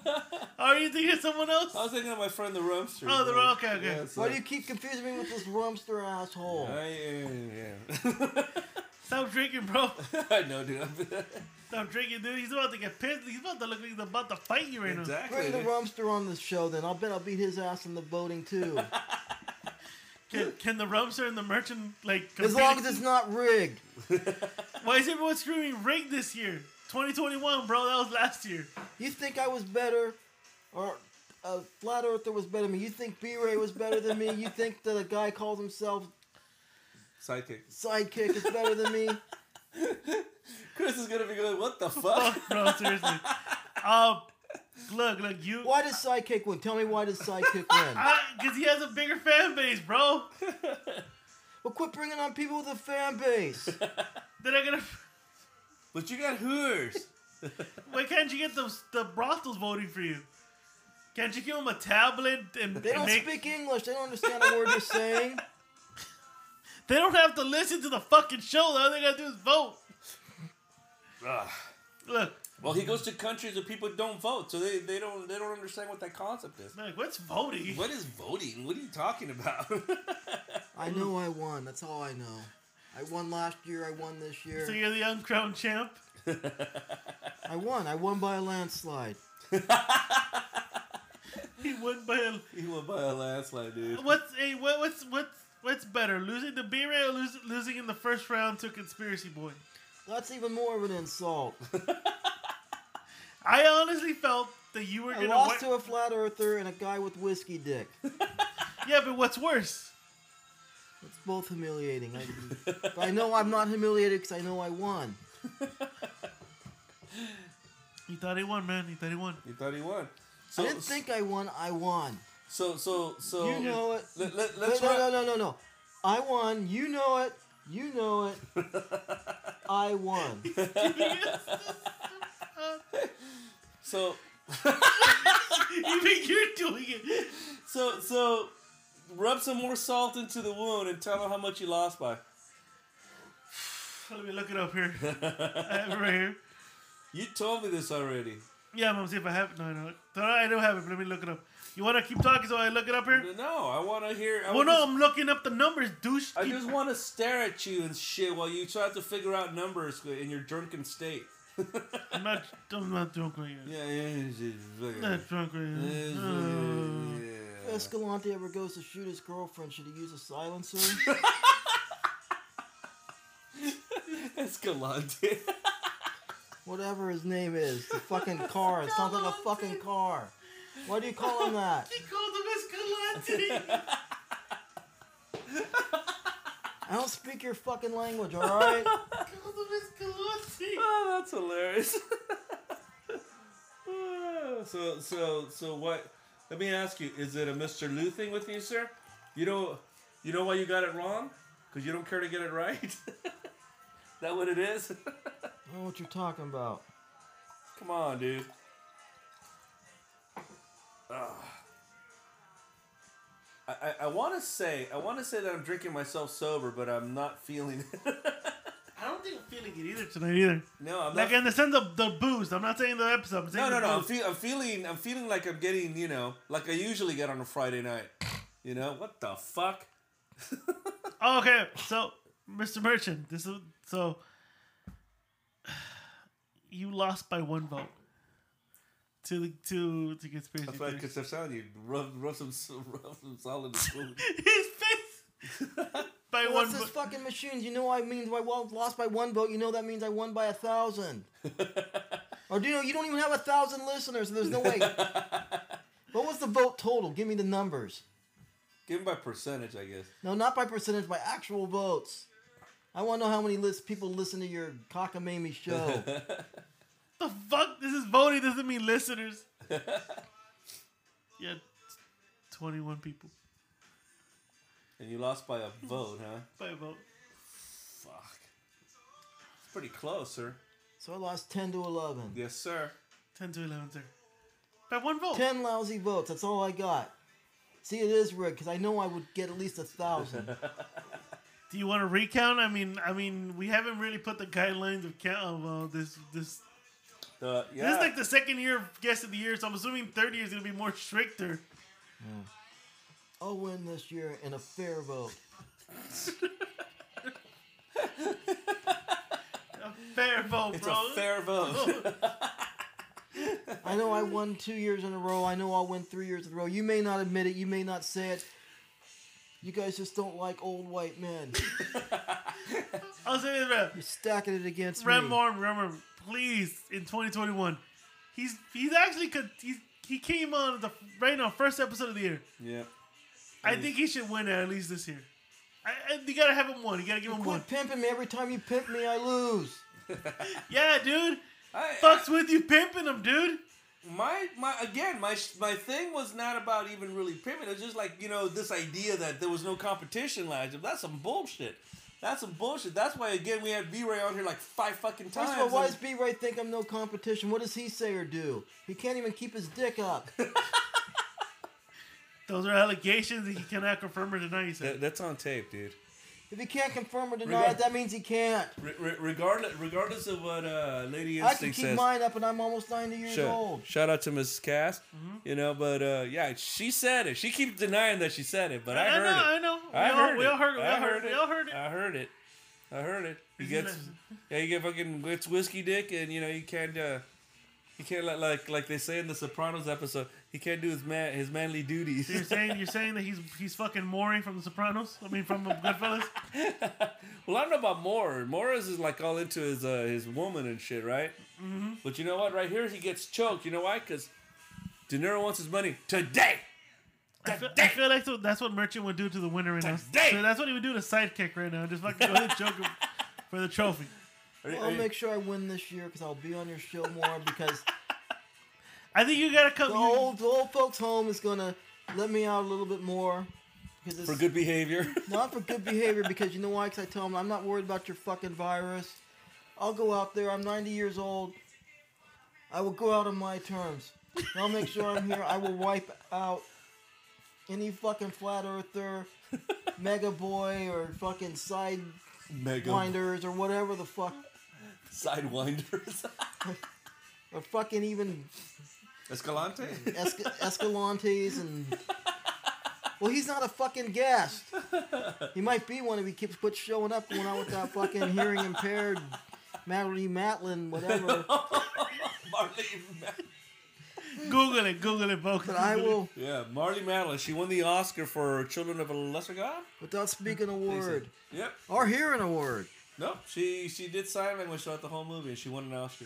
Speaker 2: Oh, you thinking of someone else?
Speaker 3: I was thinking of my friend the Rumster.
Speaker 2: Oh, the
Speaker 3: bro.
Speaker 2: Rum- okay, okay.
Speaker 3: so-
Speaker 4: Why do you keep confusing me with this rumster asshole?
Speaker 3: I, yeah,
Speaker 2: Stop drinking, bro.
Speaker 3: yeah. (laughs) I know, dude.
Speaker 2: Stop drinking, dude. He's about to get pissed. He's about to look like he's about to fight you right now.
Speaker 3: exactly.
Speaker 4: Bring the
Speaker 3: dude.
Speaker 4: rumster on the show then. I'll bet I'll beat his ass in the voting
Speaker 2: (laughs)
Speaker 4: too.
Speaker 2: Can, can the rumster and the merchant like?
Speaker 4: As
Speaker 2: compete?
Speaker 4: long as it's not rigged.
Speaker 2: Why is everyone screaming rigged this year? 2021, bro. That was last
Speaker 4: (laughs)
Speaker 2: year.
Speaker 4: You think I was better, or a flat earther was better than me? You think B Ray was better than me? You think that a guy called himself
Speaker 3: Sidekick.
Speaker 4: Sidekick is better than me.
Speaker 3: Chris is gonna be going, what
Speaker 2: (laughs)
Speaker 3: the fuck?
Speaker 2: Bro, seriously. Um, look, look, you.
Speaker 4: Why does Sidekick win? Tell me why does Sidekick win?
Speaker 2: Because he has a bigger fan base, bro.
Speaker 4: Well, quit bringing on people with a fan base.
Speaker 2: Then I gotta.
Speaker 3: but you got Hooters.
Speaker 2: (laughs) Why can't you get the the brothels voting for you? Can't you give them a tablet and
Speaker 4: They
Speaker 2: and
Speaker 4: don't
Speaker 2: make-
Speaker 4: speak English. They don't understand a word you're saying.
Speaker 2: They don't have to listen to the fucking show. All they gotta do is vote. Look,
Speaker 3: Well, he goes to countries where people don't vote, so they, they don't they don't understand what that concept is.
Speaker 2: like, what's voting?
Speaker 3: What is voting? What are you talking about? (laughs)
Speaker 4: I know I won. That's all I know. I won last year. I won this year.
Speaker 2: So you're the uncrowned champ.
Speaker 4: I won. I won by a landslide.
Speaker 2: He won by
Speaker 3: he went by a landslide, dude.
Speaker 2: a, what's a what, what's what's what's better, losing to B Ray or losing, losing in the first round to Conspiracy Boy?
Speaker 4: That's even more of an (laughs) insult.
Speaker 2: I honestly felt that you were
Speaker 4: I
Speaker 2: gonna
Speaker 4: lost
Speaker 2: win-
Speaker 4: to a flat earther and a guy with whiskey dick.
Speaker 2: yeah, but what's worse?
Speaker 4: It's both humiliating. I, but I know I'm not humiliated because I know I won.
Speaker 2: He thought he won, man. He thought he won. (laughs)
Speaker 3: You thought he won. So
Speaker 4: I didn't think I won. I won.
Speaker 3: so so so.
Speaker 4: you know it.
Speaker 3: Let, let,
Speaker 4: No,
Speaker 3: let's
Speaker 4: no,
Speaker 3: wrap-
Speaker 4: no, no, no, no. I won. You know it. You know it. I won.
Speaker 3: So
Speaker 2: Even you're doing it.
Speaker 3: so so. Rub some more salt into the wound and tell him how much you lost by.
Speaker 2: Let me look it up here. I have it right here.
Speaker 3: You told me this already.
Speaker 2: Yeah, I'm gonna see if I have it. No, I don't. No, I don't have it. but Let me look it up. You wanna keep talking so I look it up here?
Speaker 3: No, I want to hear. I
Speaker 2: Well,
Speaker 3: wanna-
Speaker 2: no, I'm looking up the numbers, douche.
Speaker 3: I
Speaker 2: Keep-
Speaker 3: just want to stare at you and shit while you try to figure out numbers in your drunken state. yeah,
Speaker 2: I'm not. I'm not drunk right yet.
Speaker 3: yeah, yeah, yeah,
Speaker 2: I'm
Speaker 3: yeah.
Speaker 2: not drunk right
Speaker 3: Yeah,
Speaker 2: yet.
Speaker 3: yeah,
Speaker 2: Uh,
Speaker 4: If
Speaker 3: yeah.
Speaker 4: Escalante ever goes to shoot his girlfriend, should he use a silencer?
Speaker 3: Escalante.
Speaker 4: Whatever his name is. The
Speaker 2: (laughs)
Speaker 4: fucking car. It sounds like a fucking car. Why do you call him that?
Speaker 2: (laughs) He called him Escalante.
Speaker 4: (laughs) I don't speak your fucking language, alright?
Speaker 2: He called him Escalante.
Speaker 3: (laughs) oh, that's hilarious. (laughs) Ah, so, so, so what? Let me ask you: Is it a Mr. Lou thing with you, sir? You know, you know why you got it wrong? Because you don't care to get it right. (laughs) that what it is? (laughs)
Speaker 4: I don't know what you're talking about.
Speaker 3: Come on, dude. Ugh. I, I, I want to say I want to say that I'm drinking myself sober, but I'm not feeling it. (laughs)
Speaker 2: I don't think I'm feeling it either tonight either.
Speaker 3: no, I'm
Speaker 2: Like
Speaker 3: not.
Speaker 2: in the sense of the booze. I'm not saying the episode. I'm saying
Speaker 3: No, no,
Speaker 2: the
Speaker 3: no. I'm,
Speaker 2: booze.
Speaker 3: feel, I'm feeling I'm feeling like I'm getting you know like I usually get on a Friday night. You know what the fuck?
Speaker 2: Oh, okay, so Mr. Merchant, this is so (sighs) you lost by one vote to the to to conspiracy.
Speaker 3: That's why
Speaker 2: theory.
Speaker 3: because I'm telling you, rub rub some (laughs) s- rub some salt in the (laughs) food.
Speaker 2: (laughs) His face
Speaker 3: (laughs)
Speaker 2: by one
Speaker 4: What's this
Speaker 2: vote.
Speaker 4: fucking machine? You know I mean I won- lost by one vote. You know that means I won by a
Speaker 2: (laughs)
Speaker 4: thousand. or do you know you don't even have a thousand listeners? So there's no
Speaker 2: (laughs)
Speaker 4: way. what was the vote total? Give me the numbers.
Speaker 3: Give him by percentage, I guess.
Speaker 4: No, not by percentage, by actual votes. I want to know how many list people listen to your cockamamie show.
Speaker 2: the fuck? This is voting. Doesn't mean
Speaker 3: (laughs)
Speaker 2: listeners. yeah, twenty one people
Speaker 3: And you lost by a vote, huh?
Speaker 2: by a vote.
Speaker 3: Fuck. It's pretty close, sir.
Speaker 4: so I lost ten to eleven.
Speaker 3: Yes, sir.
Speaker 2: Ten to eleven, sir. By one vote.
Speaker 4: Ten lousy votes. That's all I got. See, it is rigged because I know I would get at least a thousand.
Speaker 2: Do you want to recount? I mean, I mean, we haven't really put the guidelines of count of uh, this this
Speaker 3: Uh, yeah.
Speaker 2: This is like the second year of guest of the year, so I'm assuming third year is gonna be more stricter.
Speaker 4: I'll win this year in a fair vote.
Speaker 2: A fair vote,
Speaker 3: it's
Speaker 2: bro. Oh, (laughs)
Speaker 3: a fair vote.
Speaker 4: I know I won two years in a row. I know I'll win three years in a row. You may not admit it. You may not say it. You guys just don't like old white men.
Speaker 2: I'll say this, bro.
Speaker 3: (laughs)
Speaker 4: You're stacking it against
Speaker 2: Ram
Speaker 4: me.
Speaker 2: Warren, remember, please, in 2021, he's he's actually could he's, he came on the right now first episode of the year.
Speaker 3: (laughs) yeah.
Speaker 2: I think he should win at least this year. I, I- you gotta have him one. You gotta give him one.
Speaker 4: Quit pimping me. Every time you pimp me, I lose.
Speaker 2: Yeah, dude.
Speaker 3: I,
Speaker 2: Fucks with you pimping him, dude.
Speaker 3: my my again my sh- my thing was not about even really pimping. It was just like you know this idea that there was no competition last year. That's some bullshit. That's some bullshit. That's why again we had B Ray on here like five fucking times.
Speaker 4: First of all, why
Speaker 3: and-
Speaker 4: does B Ray think I'm no competition? What does he say or do? He can't even keep his dick
Speaker 3: (laughs)
Speaker 4: up.
Speaker 2: Those are allegations that he cannot confirm or deny. He
Speaker 3: That-
Speaker 2: said.
Speaker 3: that's on tape, dude.
Speaker 4: if he can't confirm or deny
Speaker 3: Really?
Speaker 4: it, that means he can't.
Speaker 3: Re- re- regardless, regardless of what uh, Lady
Speaker 4: I can
Speaker 3: Instinct
Speaker 4: keep
Speaker 3: says.
Speaker 4: mine up, and I'm almost 90 years
Speaker 3: Shout,
Speaker 4: old.
Speaker 3: shout out to Mrs. Cass, you know, but uh, yeah, she said it. She keeps denying that she said it, but I,
Speaker 2: I
Speaker 3: heard
Speaker 2: know,
Speaker 3: it.
Speaker 2: I know. We
Speaker 3: I
Speaker 2: all-
Speaker 3: heard
Speaker 2: we
Speaker 3: it.
Speaker 2: all heard it. We
Speaker 3: I
Speaker 2: all heard- we all heard
Speaker 4: Uh,
Speaker 2: it.
Speaker 3: I heard it. I heard it. He
Speaker 2: Isn't
Speaker 3: gets,
Speaker 2: that-
Speaker 3: yeah, you get fucking gets whiskey dick, and you know you can't, uh, you can't like like like they say in the Sopranos episode, he can't do his man his manly duties.
Speaker 2: You're saying you're saying that he's he's fucking mooring from The Sopranos. I mean,
Speaker 4: (laughs)
Speaker 2: from Goodfellas.
Speaker 3: (laughs) Well, I don't know about Moore. Morris is like all into his uh, his woman and shit, right? Mm-hmm. But you know what? Right here, he gets choked. You know why? Because De Niro wants his money today.
Speaker 2: I feel, I feel like so, that's what Merchant would do to the winner right now.
Speaker 3: Today.
Speaker 2: So that's what he would do to Sidekick right now. Just fucking go ahead and choke him for the trophy.
Speaker 3: Are-
Speaker 4: Well,
Speaker 3: are
Speaker 4: I'll
Speaker 3: you-
Speaker 4: make sure I win this year because I'll be on your show
Speaker 3: (laughs)
Speaker 4: more because
Speaker 2: I think you gotta come.
Speaker 4: the
Speaker 2: you-
Speaker 4: old, the old folks home is going to let me out a little bit more. Because it's
Speaker 3: for good behavior.
Speaker 4: Not for good behavior because you know why? Because I tell them I'm not worried about your fucking virus. I'll go out there. I'm 90 years old. I will go out on my terms. And I'll make sure I'm here. I will wipe out any fucking flat earther, mega boy, or fucking sidewinders
Speaker 3: (laughs) Mega
Speaker 4: or whatever the fuck,
Speaker 3: (laughs) sidewinders.
Speaker 4: or fucking even
Speaker 3: Escalante.
Speaker 4: Esca- Escalantes
Speaker 2: (laughs)
Speaker 4: and. Well, he's not a fucking guest. He might be one if he keeps put showing up going out with that fucking hearing impaired Mallory Matlin,
Speaker 2: (laughs)
Speaker 4: whatever.
Speaker 3: Marley. Ma-
Speaker 2: Google it. Google it, folks.
Speaker 4: But I will,
Speaker 3: yeah, Marley Madeline. She won the Oscar for Children of a Lesser God.
Speaker 4: without speaking a word
Speaker 3: Yep.
Speaker 4: or hearing a word.
Speaker 3: Nope. She she did sign language throughout the whole movie, and she won an Oscar.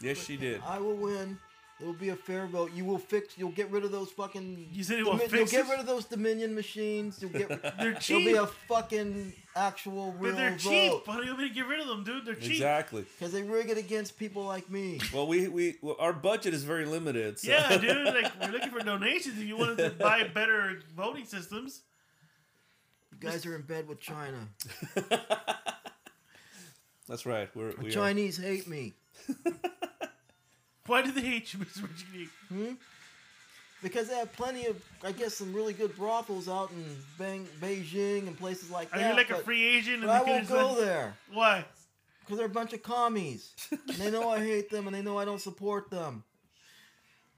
Speaker 3: Yes, she did.
Speaker 4: I will win. It'll be a fair vote. You will fix. You'll get rid of those fucking.
Speaker 2: You said it will
Speaker 4: Domin-
Speaker 2: fix
Speaker 4: You'll
Speaker 2: it?
Speaker 4: get rid of those Dominion machines. You'll
Speaker 2: (laughs)
Speaker 4: get.
Speaker 2: They're
Speaker 4: It'll
Speaker 2: cheap.
Speaker 4: be a fucking actual real
Speaker 2: but they're cheap.
Speaker 4: vote
Speaker 2: How do you want me to get rid of them, dude? They're cheap.
Speaker 3: Exactly.
Speaker 4: because they rig it against people like me.
Speaker 3: Well, we we well, our budget is very limited. So.
Speaker 2: Yeah, dude. Like we're looking for donations. If you wanted to buy better voting systems,
Speaker 4: You guys are in bed with China.
Speaker 3: (laughs) That's right. We're we are.
Speaker 4: Chinese hate me
Speaker 2: why do they hate you, Mr. Merchant? King?
Speaker 4: because they have plenty of, I guess, some really good brothels out in Bang, Beijing and places like
Speaker 2: Are
Speaker 4: that.
Speaker 2: you like a
Speaker 4: but,
Speaker 2: free agent?
Speaker 4: but
Speaker 2: and
Speaker 4: I
Speaker 2: they can
Speaker 4: won't
Speaker 2: just let-
Speaker 4: go there
Speaker 2: Why?
Speaker 4: because they're a bunch of commies. and they know I hate them and they know I don't support them.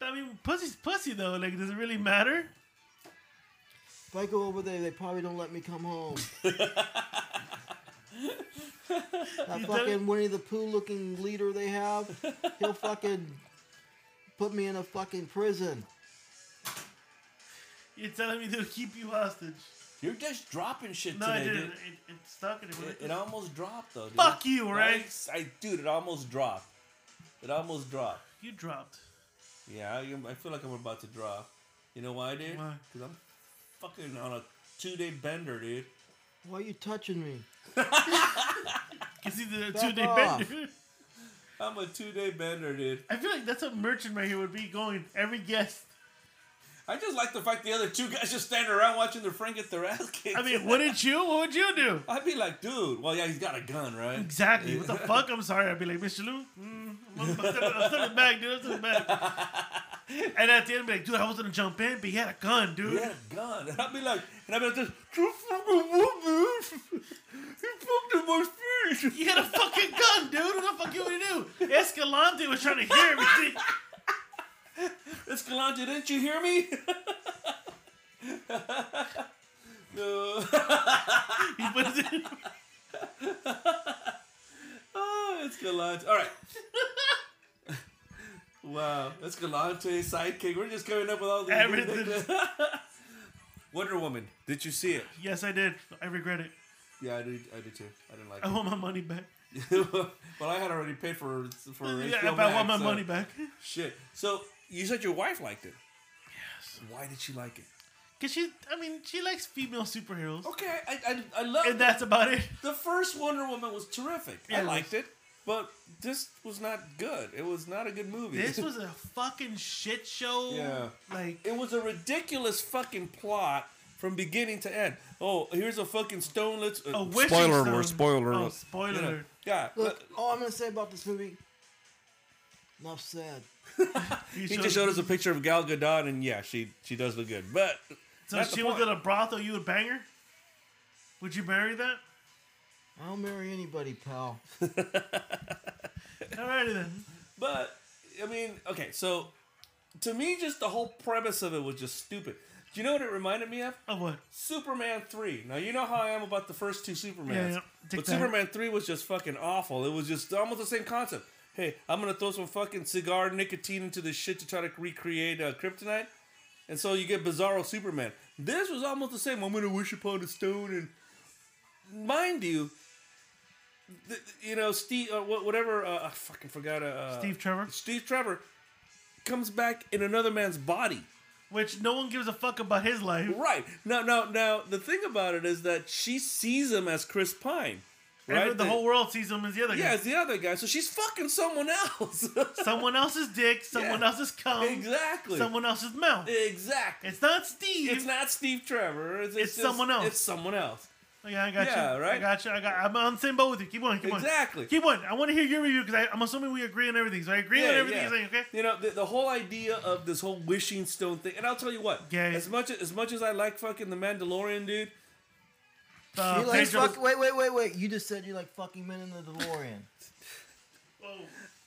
Speaker 2: I mean, pussy's pussy though. Like, does it really matter?
Speaker 4: If I go over there, they probably don't let me come
Speaker 2: (laughs)
Speaker 4: home. that
Speaker 2: You
Speaker 4: fucking
Speaker 2: don't-
Speaker 4: Winnie the Pooh looking leader they have, he'll fucking put me in a fucking prison.
Speaker 2: You're telling me they'll keep you hostage?
Speaker 3: You're just dropping shit
Speaker 2: No, I
Speaker 3: today,
Speaker 2: didn't.
Speaker 3: dude.
Speaker 2: It, it stuck in it.
Speaker 3: It, it almost dropped though. Dude.
Speaker 2: Fuck you,
Speaker 3: Like,
Speaker 2: right?
Speaker 3: I dude, it almost dropped. It almost dropped.
Speaker 2: You dropped.
Speaker 3: Yeah, I, I feel like I'm about to drop. You know why, dude?
Speaker 2: Why?
Speaker 3: Because I'm fucking on a two day bender, dude.
Speaker 4: Why are you touching me?
Speaker 2: You see the
Speaker 4: Back
Speaker 2: two day
Speaker 4: off.
Speaker 2: bend, dude.
Speaker 3: I'm a two day bender, dude.
Speaker 2: (laughs) I feel like that's what merchant right here would be going every guest.
Speaker 3: I just like the fact the other two guys just standing around watching their friend get their ass kicked.
Speaker 2: I mean, wouldn't you? What would you do?
Speaker 3: (laughs) I'd be like, dude, well, yeah, he's got a gun, right?
Speaker 2: Exactly. What the fuck? I'm sorry. I'd be like, Mr. Lou, mm, I'm, I'm, stepping- I'm stepping back, dude. I'm stepping back.
Speaker 3: (laughs)
Speaker 2: And at the end, I'd be like, dude, I was gonna jump in, but he had a gun, dude.
Speaker 3: He had a gun. And I'd be like, and I'd be like, this, you fucking woman. (laughs) He fucked in my face.
Speaker 2: He had a fucking gun, dude. What the fuck you gonna do? Escalante was trying to hear everything.
Speaker 3: Escalante, didn't you hear me? (laughs) no. (laughs)
Speaker 2: He was in.
Speaker 3: Ah, Escalante. All right. (laughs) wow. Escalante, sidekick. We're just coming up with all these. new
Speaker 2: Everything.
Speaker 3: nicknames. (laughs) Wonder Woman. Did you see it?
Speaker 2: Yes, I did. I regret it.
Speaker 3: Yeah, I did. I did too. I didn't like (laughs)
Speaker 2: I want my money back.
Speaker 3: it. well, I had already paid for for
Speaker 2: Yeah,
Speaker 3: HBO
Speaker 2: but I want my
Speaker 3: Max, so-
Speaker 2: money back.
Speaker 3: Shit. So you said your wife liked it. Yes. Why did she like it?
Speaker 2: Cause she, I mean, she likes female superheroes,
Speaker 3: Okay, I, I, I love
Speaker 2: and that's about
Speaker 3: (laughs)
Speaker 2: it.
Speaker 3: The first Wonder Woman was terrific.
Speaker 2: Yeah,
Speaker 3: I
Speaker 2: it
Speaker 3: liked it, but this was not good. It was not a good movie.
Speaker 2: This was a fucking shit show.
Speaker 3: Yeah.
Speaker 2: Like
Speaker 3: (laughs) it was a ridiculous fucking plot from beginning to end. Oh, here's a fucking stone. Let's uh,
Speaker 2: a wishing
Speaker 6: Spoiler
Speaker 2: stone.
Speaker 6: alert, spoiler
Speaker 2: Oh,
Speaker 6: alert.
Speaker 2: spoiler.
Speaker 3: you know,
Speaker 2: alert.
Speaker 3: God,
Speaker 4: Look, all I'm gonna say about this movie. Enough said.
Speaker 3: he just showed us a picture of Gal Gadot, and yeah, she she does look good, but
Speaker 2: So
Speaker 3: that's
Speaker 2: if
Speaker 3: the
Speaker 2: she was
Speaker 3: point.
Speaker 2: at a brothel, you would bang her? Would you marry that?
Speaker 4: I'll marry anybody, pal.
Speaker 2: Alrighty then.
Speaker 3: But I mean, okay, so to me, just the whole premise of it was just stupid. Do you know what it reminded me of?
Speaker 2: Oh what?
Speaker 3: Superman three. Now you know how I am about the first two Supermans,
Speaker 2: Yeah, yeah. Take
Speaker 3: but
Speaker 2: that.
Speaker 3: Superman three was just fucking awful. It was just almost the same concept. Hey, I'm gonna throw some fucking cigar nicotine into this shit to try to recreate uh, kryptonite, and so you get Bizarro Superman. This was almost the same. I'm gonna wish upon a stone, and mind you, th- you know Steve, uh, wh- whatever. Uh, I fucking forgot. Uh,
Speaker 2: Steve Trevor?
Speaker 3: Steve Trevor comes back in another man's body.
Speaker 2: Which no one gives a fuck about his life.
Speaker 3: Right. Now, now, now, the thing about it is that she sees him as Chris Pine. Right?
Speaker 2: Right? The whole world sees him as the other
Speaker 3: Yeah,
Speaker 2: guy.
Speaker 3: it's the other guy. So she's fucking someone else. (laughs)
Speaker 2: Someone else's dick, someone
Speaker 3: Yeah.
Speaker 2: else's cum,
Speaker 3: exactly.
Speaker 2: someone else's mouth.
Speaker 3: Exactly. It's,
Speaker 2: it's not Steve.
Speaker 3: not Steve Trevor. It's,
Speaker 2: It's someone else.
Speaker 3: It's someone else.
Speaker 2: Oh, yeah, I got
Speaker 3: Yeah,
Speaker 2: you. I
Speaker 3: right?
Speaker 2: got you. I got. I'm on the same boat with you. Keep on. Keep on.
Speaker 3: Exactly.
Speaker 2: Keep on. I want to hear your review because I'm assuming we agree on everything. So I agree on everything you're saying. Okay.
Speaker 3: You know, the, the whole idea of this whole wishing stone thing, and I'll tell you what,
Speaker 2: Gay.
Speaker 3: as much as much as I like fucking the Mandalorian dude,
Speaker 2: Uh,
Speaker 4: you like
Speaker 2: Pedro-
Speaker 4: fuck, wait, wait, wait, wait. You just said you like fucking men in the DeLorean.
Speaker 2: Whoa.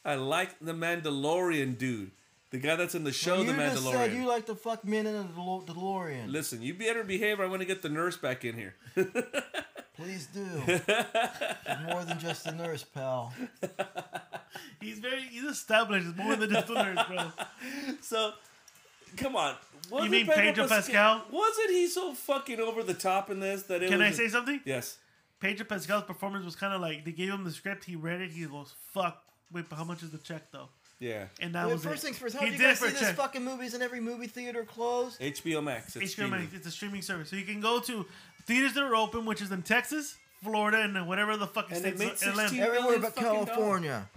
Speaker 3: I like the Mandalorian dude, the guy that's in the show,
Speaker 4: you
Speaker 3: the Mandalorian.
Speaker 4: just said you like to fuck men in the DeLo- DeLorean.
Speaker 3: Listen, you better behave. Or I'm gonna get the nurse back in here.
Speaker 4: Please do. You're more than just a nurse, pal.
Speaker 2: He's very. He's established. It's more than just the nerd, bro.
Speaker 4: (laughs)
Speaker 3: So, come on. Wasn't
Speaker 2: mean Pedro Pascal?
Speaker 3: Wasn't he so fucking over the top in this that it
Speaker 2: Can
Speaker 3: was
Speaker 2: I
Speaker 3: just-
Speaker 2: say something?
Speaker 3: Yes.
Speaker 2: Pedro Pascal's performance was kind of like they gave him the script, he read it, he was fuck. Wait, but how much is the check though?
Speaker 3: Yeah.
Speaker 2: And that
Speaker 4: Wait,
Speaker 2: was
Speaker 4: first
Speaker 2: it.
Speaker 4: things first, how
Speaker 2: he
Speaker 4: do you
Speaker 2: did it
Speaker 4: guys
Speaker 2: for
Speaker 4: see
Speaker 2: a
Speaker 4: this
Speaker 2: check.
Speaker 4: fucking movies in every movie theater closed?
Speaker 3: HBO Max. It's
Speaker 2: HBO Max,
Speaker 3: streaming.
Speaker 2: it's a streaming service, so you can go to theaters that are open, which is in Texas, Florida, and whatever the fucking
Speaker 3: And they made
Speaker 2: states. Atlanta,
Speaker 3: 16
Speaker 4: Everywhere
Speaker 3: million
Speaker 4: but
Speaker 3: fucking dollars.
Speaker 4: California.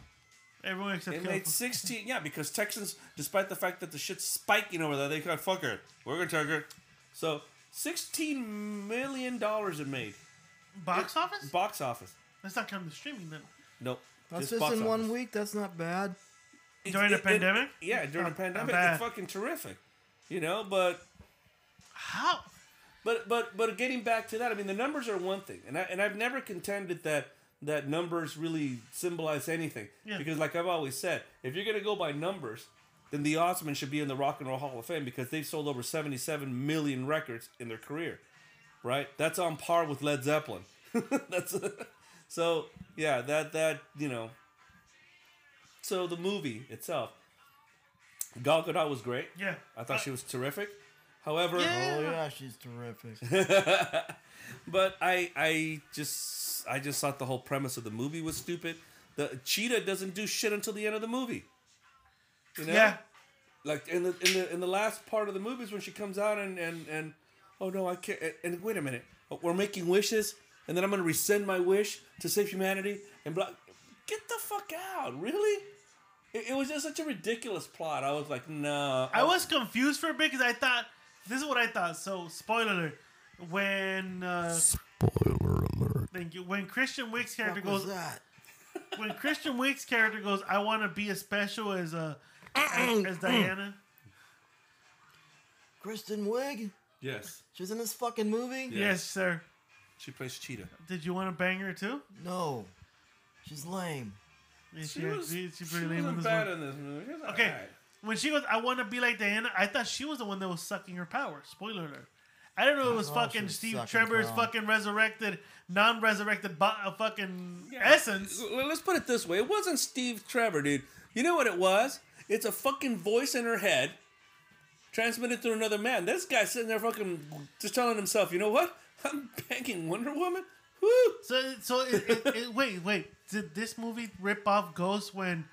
Speaker 2: everywhere except
Speaker 3: It made
Speaker 2: California.
Speaker 3: 16. Yeah, because Texans, despite the fact that the shit's spiking over there, they got fuck her. We're gonna take her. So, 16 million dollars it made
Speaker 2: Box office?
Speaker 3: box office.
Speaker 2: That's not counting the streaming then.
Speaker 3: Nope.
Speaker 4: That's just
Speaker 3: box
Speaker 4: in
Speaker 3: office.
Speaker 4: one week. That's not bad.
Speaker 3: It's-
Speaker 2: During the
Speaker 3: it- it-
Speaker 2: pandemic?
Speaker 3: yeah, during the
Speaker 2: Not- not
Speaker 3: pandemic,
Speaker 2: bad.
Speaker 3: it's fucking terrific. You know, but
Speaker 2: How?
Speaker 3: But but but getting back to that, I mean, the numbers are one thing, and I and I've never contended that that numbers really symbolize anything
Speaker 2: Yeah.
Speaker 3: because, like I've always said, if you're gonna go by numbers, then the Osmonds should be in the Rock and Roll Hall of Fame because they've sold over 77 million records in their career, right? That's on par with Led Zeppelin. (laughs) That's so yeah. That that you know. So the movie itself, Gal Gadot was great.
Speaker 2: Yeah.
Speaker 3: I thought she was terrific. However,
Speaker 4: Oh yeah, she's terrific.
Speaker 3: but I I just I just thought the whole premise of the movie was stupid. The cheetah doesn't do shit until the end of the movie. You know?
Speaker 2: Uh, Yeah.
Speaker 3: Like in the in the in the last part of the movie is when she comes out and and and oh no I can't and, and wait a minute we're making wishes and then I'm gonna rescind my wish to save humanity and blah get the fuck out really. It, it was just such a ridiculous plot. I was like, no.
Speaker 2: I was confused for a bit because I thought this is what I thought. So spoiler alert. When uh, spoiler alert. Thank you. When Christian Wick's character
Speaker 4: what was
Speaker 2: goes,
Speaker 4: that?
Speaker 2: when Christian Wick's character goes, I want to be as special as uh as, as Diana.
Speaker 4: Kristen Wiig.
Speaker 3: Yes,
Speaker 4: She's in this fucking movie.
Speaker 3: Yeah.
Speaker 2: Yes, sir.
Speaker 3: she plays cheetah.
Speaker 2: Did you want to bang her too?
Speaker 4: No, she's lame.
Speaker 2: Yeah,
Speaker 3: She,
Speaker 2: actually-
Speaker 3: was,
Speaker 2: she
Speaker 3: she,
Speaker 2: pretty lame in
Speaker 3: wasn't
Speaker 2: this
Speaker 3: bad
Speaker 2: one.
Speaker 3: in this movie. She was
Speaker 2: Okay.
Speaker 3: alright.
Speaker 2: When she goes, I want to be like Diana. I thought she was the one that was sucking her power. Spoiler alert. I didn't know it was
Speaker 4: Oh, she
Speaker 2: fucking
Speaker 4: was
Speaker 2: Steve
Speaker 4: sucking
Speaker 2: Trevor's
Speaker 4: power.
Speaker 2: fucking resurrected, non-resurrected, bo- uh, fucking
Speaker 3: Yeah.
Speaker 2: essence.
Speaker 3: L- Let's put it this way: it wasn't Steve Trevor, dude. You know what it was? It's a fucking voice in her head, transmitted through another man. This guy sitting there, fucking, just telling himself, "You know what? (laughs) I'm banging Wonder Woman." Woo!
Speaker 2: So, so it, it, it, wait, wait. Did this movie rip off Ghost when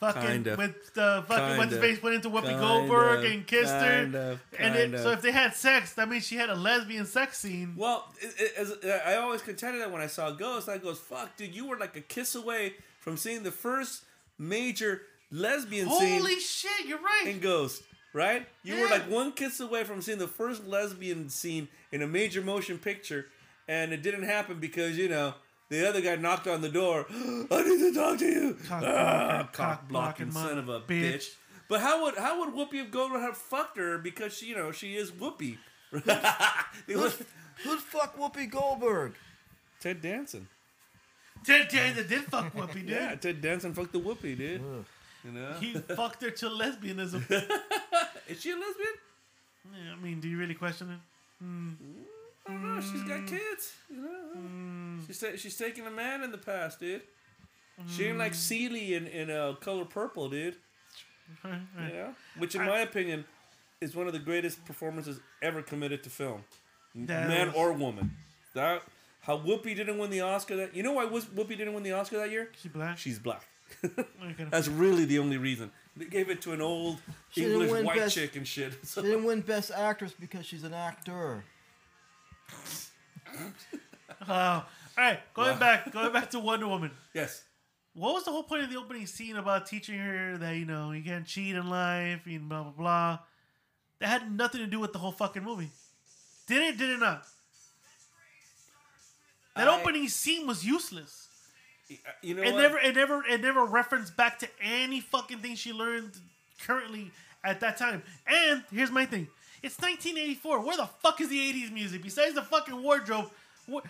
Speaker 2: fucking
Speaker 3: Kind of.
Speaker 2: with the fucking
Speaker 3: Kind
Speaker 2: what's his
Speaker 3: of.
Speaker 2: face went into Whoopi
Speaker 3: Kind
Speaker 2: Goldberg
Speaker 3: of.
Speaker 2: and kissed
Speaker 3: Kind
Speaker 2: her,
Speaker 3: of.
Speaker 2: and it,
Speaker 3: Kind
Speaker 2: so
Speaker 3: of.
Speaker 2: if they had sex, that means she had a lesbian sex scene.
Speaker 3: Well, it, it, as, I always contended that when I saw Ghost, I goes, "Fuck, dude, you were like a kiss away from seeing the first major lesbian
Speaker 2: Holy
Speaker 3: scene
Speaker 2: shit, you're right.
Speaker 3: in Ghost." Right? You were
Speaker 2: Yeah.
Speaker 3: like one kiss away from seeing the first lesbian scene in a major motion picture, and it didn't happen because you know the other guy knocked on the door. (gasps) I need to talk to you. Ah,
Speaker 2: Cock blocker, cock
Speaker 3: blocking
Speaker 2: blocking
Speaker 3: son of a
Speaker 2: bitch.
Speaker 3: bitch. But how would how would Whoopi Goldberg have fucked her because she you know she is Whoopi? (laughs) It was
Speaker 6: Who'd fuck Whoopi Goldberg?
Speaker 3: Ted Danson.
Speaker 2: Ted Danson did fuck Whoopi, dude.
Speaker 3: Yeah, Ted Danson fucked the whoopee, dude. You know?
Speaker 2: He fucked her to lesbianism. yeah,
Speaker 3: Is she a lesbian?
Speaker 2: I mean, do you really question it?
Speaker 3: I don't know. Oh, She's got kids. You know?
Speaker 2: Mm.
Speaker 3: She's, ta- she's taking a man in the past, dude. She ain't
Speaker 2: Mm.
Speaker 3: like Seeley in, in uh, Color
Speaker 2: (laughs)
Speaker 3: Purple, dude.
Speaker 2: Right, right.
Speaker 3: You know? Which, in my opinion, is one of the greatest performances ever committed to film. M-
Speaker 2: That
Speaker 3: Man
Speaker 2: was-
Speaker 3: or woman. That How Whoopi didn't win the Oscar that... You know why Whoops- Whoopi didn't win the Oscar that year?
Speaker 2: She black.
Speaker 3: She's black. (laughs)
Speaker 2: Like a-
Speaker 3: That's really the only reason. They gave it to an old
Speaker 6: didn't
Speaker 3: English
Speaker 6: win
Speaker 3: white
Speaker 6: Best-
Speaker 3: chick and shit. (laughs) So-
Speaker 6: She didn't win Best Actress because she's an actor.
Speaker 2: Wow. all right, going back, going back to Wonder Woman.
Speaker 3: yes.
Speaker 2: What was the whole point of the opening scene about teaching her that you know you can't cheat in life and blah blah blah? That had nothing to do with the whole fucking movie. Did it? Did it not? That
Speaker 3: I-
Speaker 2: opening scene was useless.
Speaker 3: uh, You know
Speaker 2: It
Speaker 3: what?
Speaker 2: never, it never, it never referenced back to any fucking thing she learned currently at that time. And here's my thing: it's 1984. Where the fuck is the 80s music besides the fucking wardrobe? What?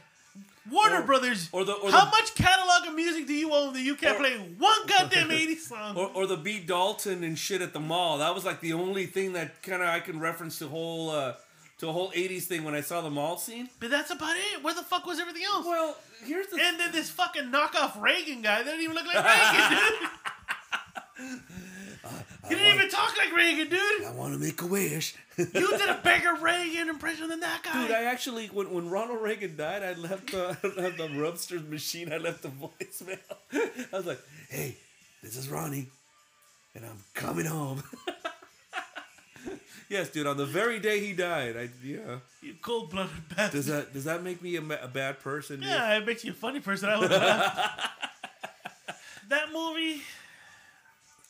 Speaker 2: Warner
Speaker 3: Or-
Speaker 2: Brothers.
Speaker 3: or the- or
Speaker 2: how
Speaker 3: the-
Speaker 2: much catalog of music do you own that you can't
Speaker 3: Or-
Speaker 2: play one
Speaker 3: (laughs)
Speaker 2: goddamn 80s song?
Speaker 3: or, or the B Dalton and shit at the mall. That was like the only thing that kind of I can reference to whole uh, to a whole '80s thing when I saw the mall scene.
Speaker 2: but that's about it. Where the fuck was everything else?
Speaker 3: Well, here's the
Speaker 2: and then this fucking knockoff Reagan guy. They didn't even look like Reagan, dude.
Speaker 3: (laughs)
Speaker 2: He didn't even talk like Reagan, dude.
Speaker 3: I want to make a wish, (laughs) dude.
Speaker 2: You did a bigger Reagan impression than that guy.
Speaker 3: I actually when, when Ronald Reagan died, I left the (laughs) I left the Rubster's machine. I left the (laughs) voicemail. I was like, "Hey, this is Ronnie, and I'm coming home." (laughs) yes, dude. On the very day he died, I yeah.
Speaker 2: You cold blooded (laughs) bastard.
Speaker 3: Does that does that make me a, ma- a bad person? dude?
Speaker 2: yeah, I bet you a funny person. I would have laughed. That movie,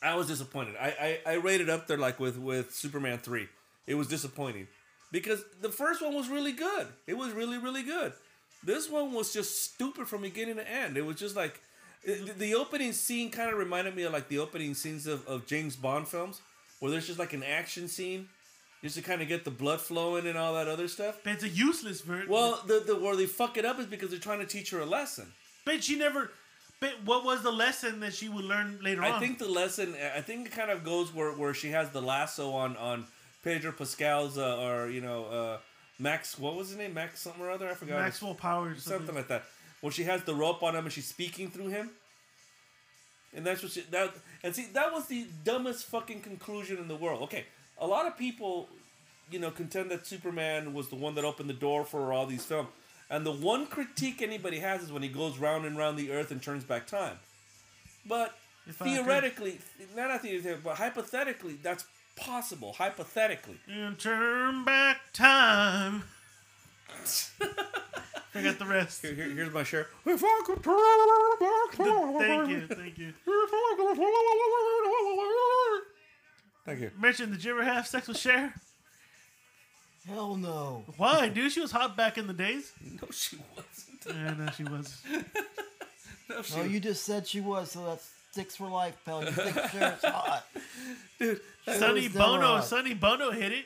Speaker 3: I was disappointed. I, I I rated up there like with with Superman three. It was disappointing because the first one was really good. It was really really good. This one was just stupid from beginning to end. It was just like it- the opening scene kind of reminded me of like the opening scenes of, of James Bond films where there's just like an action scene just to kind of get the blood flowing and all that other stuff.
Speaker 2: but it's a useless version.
Speaker 3: Well, the, the where they fuck it up is because they're trying to teach her a lesson.
Speaker 2: but she never. But what was the lesson that she would learn later on?
Speaker 3: I think the lesson. I think it kind of goes where, where she has the lasso on on Pedro Pascal's uh, or you know uh, Max. What was his name? Max something or other. I forgot.
Speaker 2: Maxwell Powers. or
Speaker 3: something
Speaker 2: Something.
Speaker 3: like that. Where she has the rope on him and she's speaking through him. And that's what she that and see that was the dumbest fucking conclusion in the world. Okay, a lot of people, you know, contend that Superman was the one that opened the door for all these films. And the one critique anybody has is when he goes round and round the earth and turns back time. But
Speaker 2: If I could-
Speaker 3: theoretically, not not theoretically, but hypothetically, that's possible. Hypothetically,
Speaker 2: And turn back time. (laughs) Forget the
Speaker 3: (laughs)
Speaker 2: rest.
Speaker 3: here, here- here's my share.
Speaker 2: thank you, thank you.
Speaker 3: Thank you.
Speaker 2: Mention, did you ever have sex with Cher?
Speaker 6: Hell no.
Speaker 2: Why, dude? She was hot back in the days.
Speaker 3: No, she wasn't.
Speaker 2: Yeah, no, she
Speaker 3: (laughs)
Speaker 2: was.
Speaker 3: No, she
Speaker 6: No, you just said she was, so that's sticks for life, pal. You
Speaker 3: (laughs)
Speaker 6: think Sharon's hot.
Speaker 3: dude.
Speaker 2: Sonny
Speaker 6: was never
Speaker 2: Bono,
Speaker 6: hot.
Speaker 2: Sonny Bono hit it.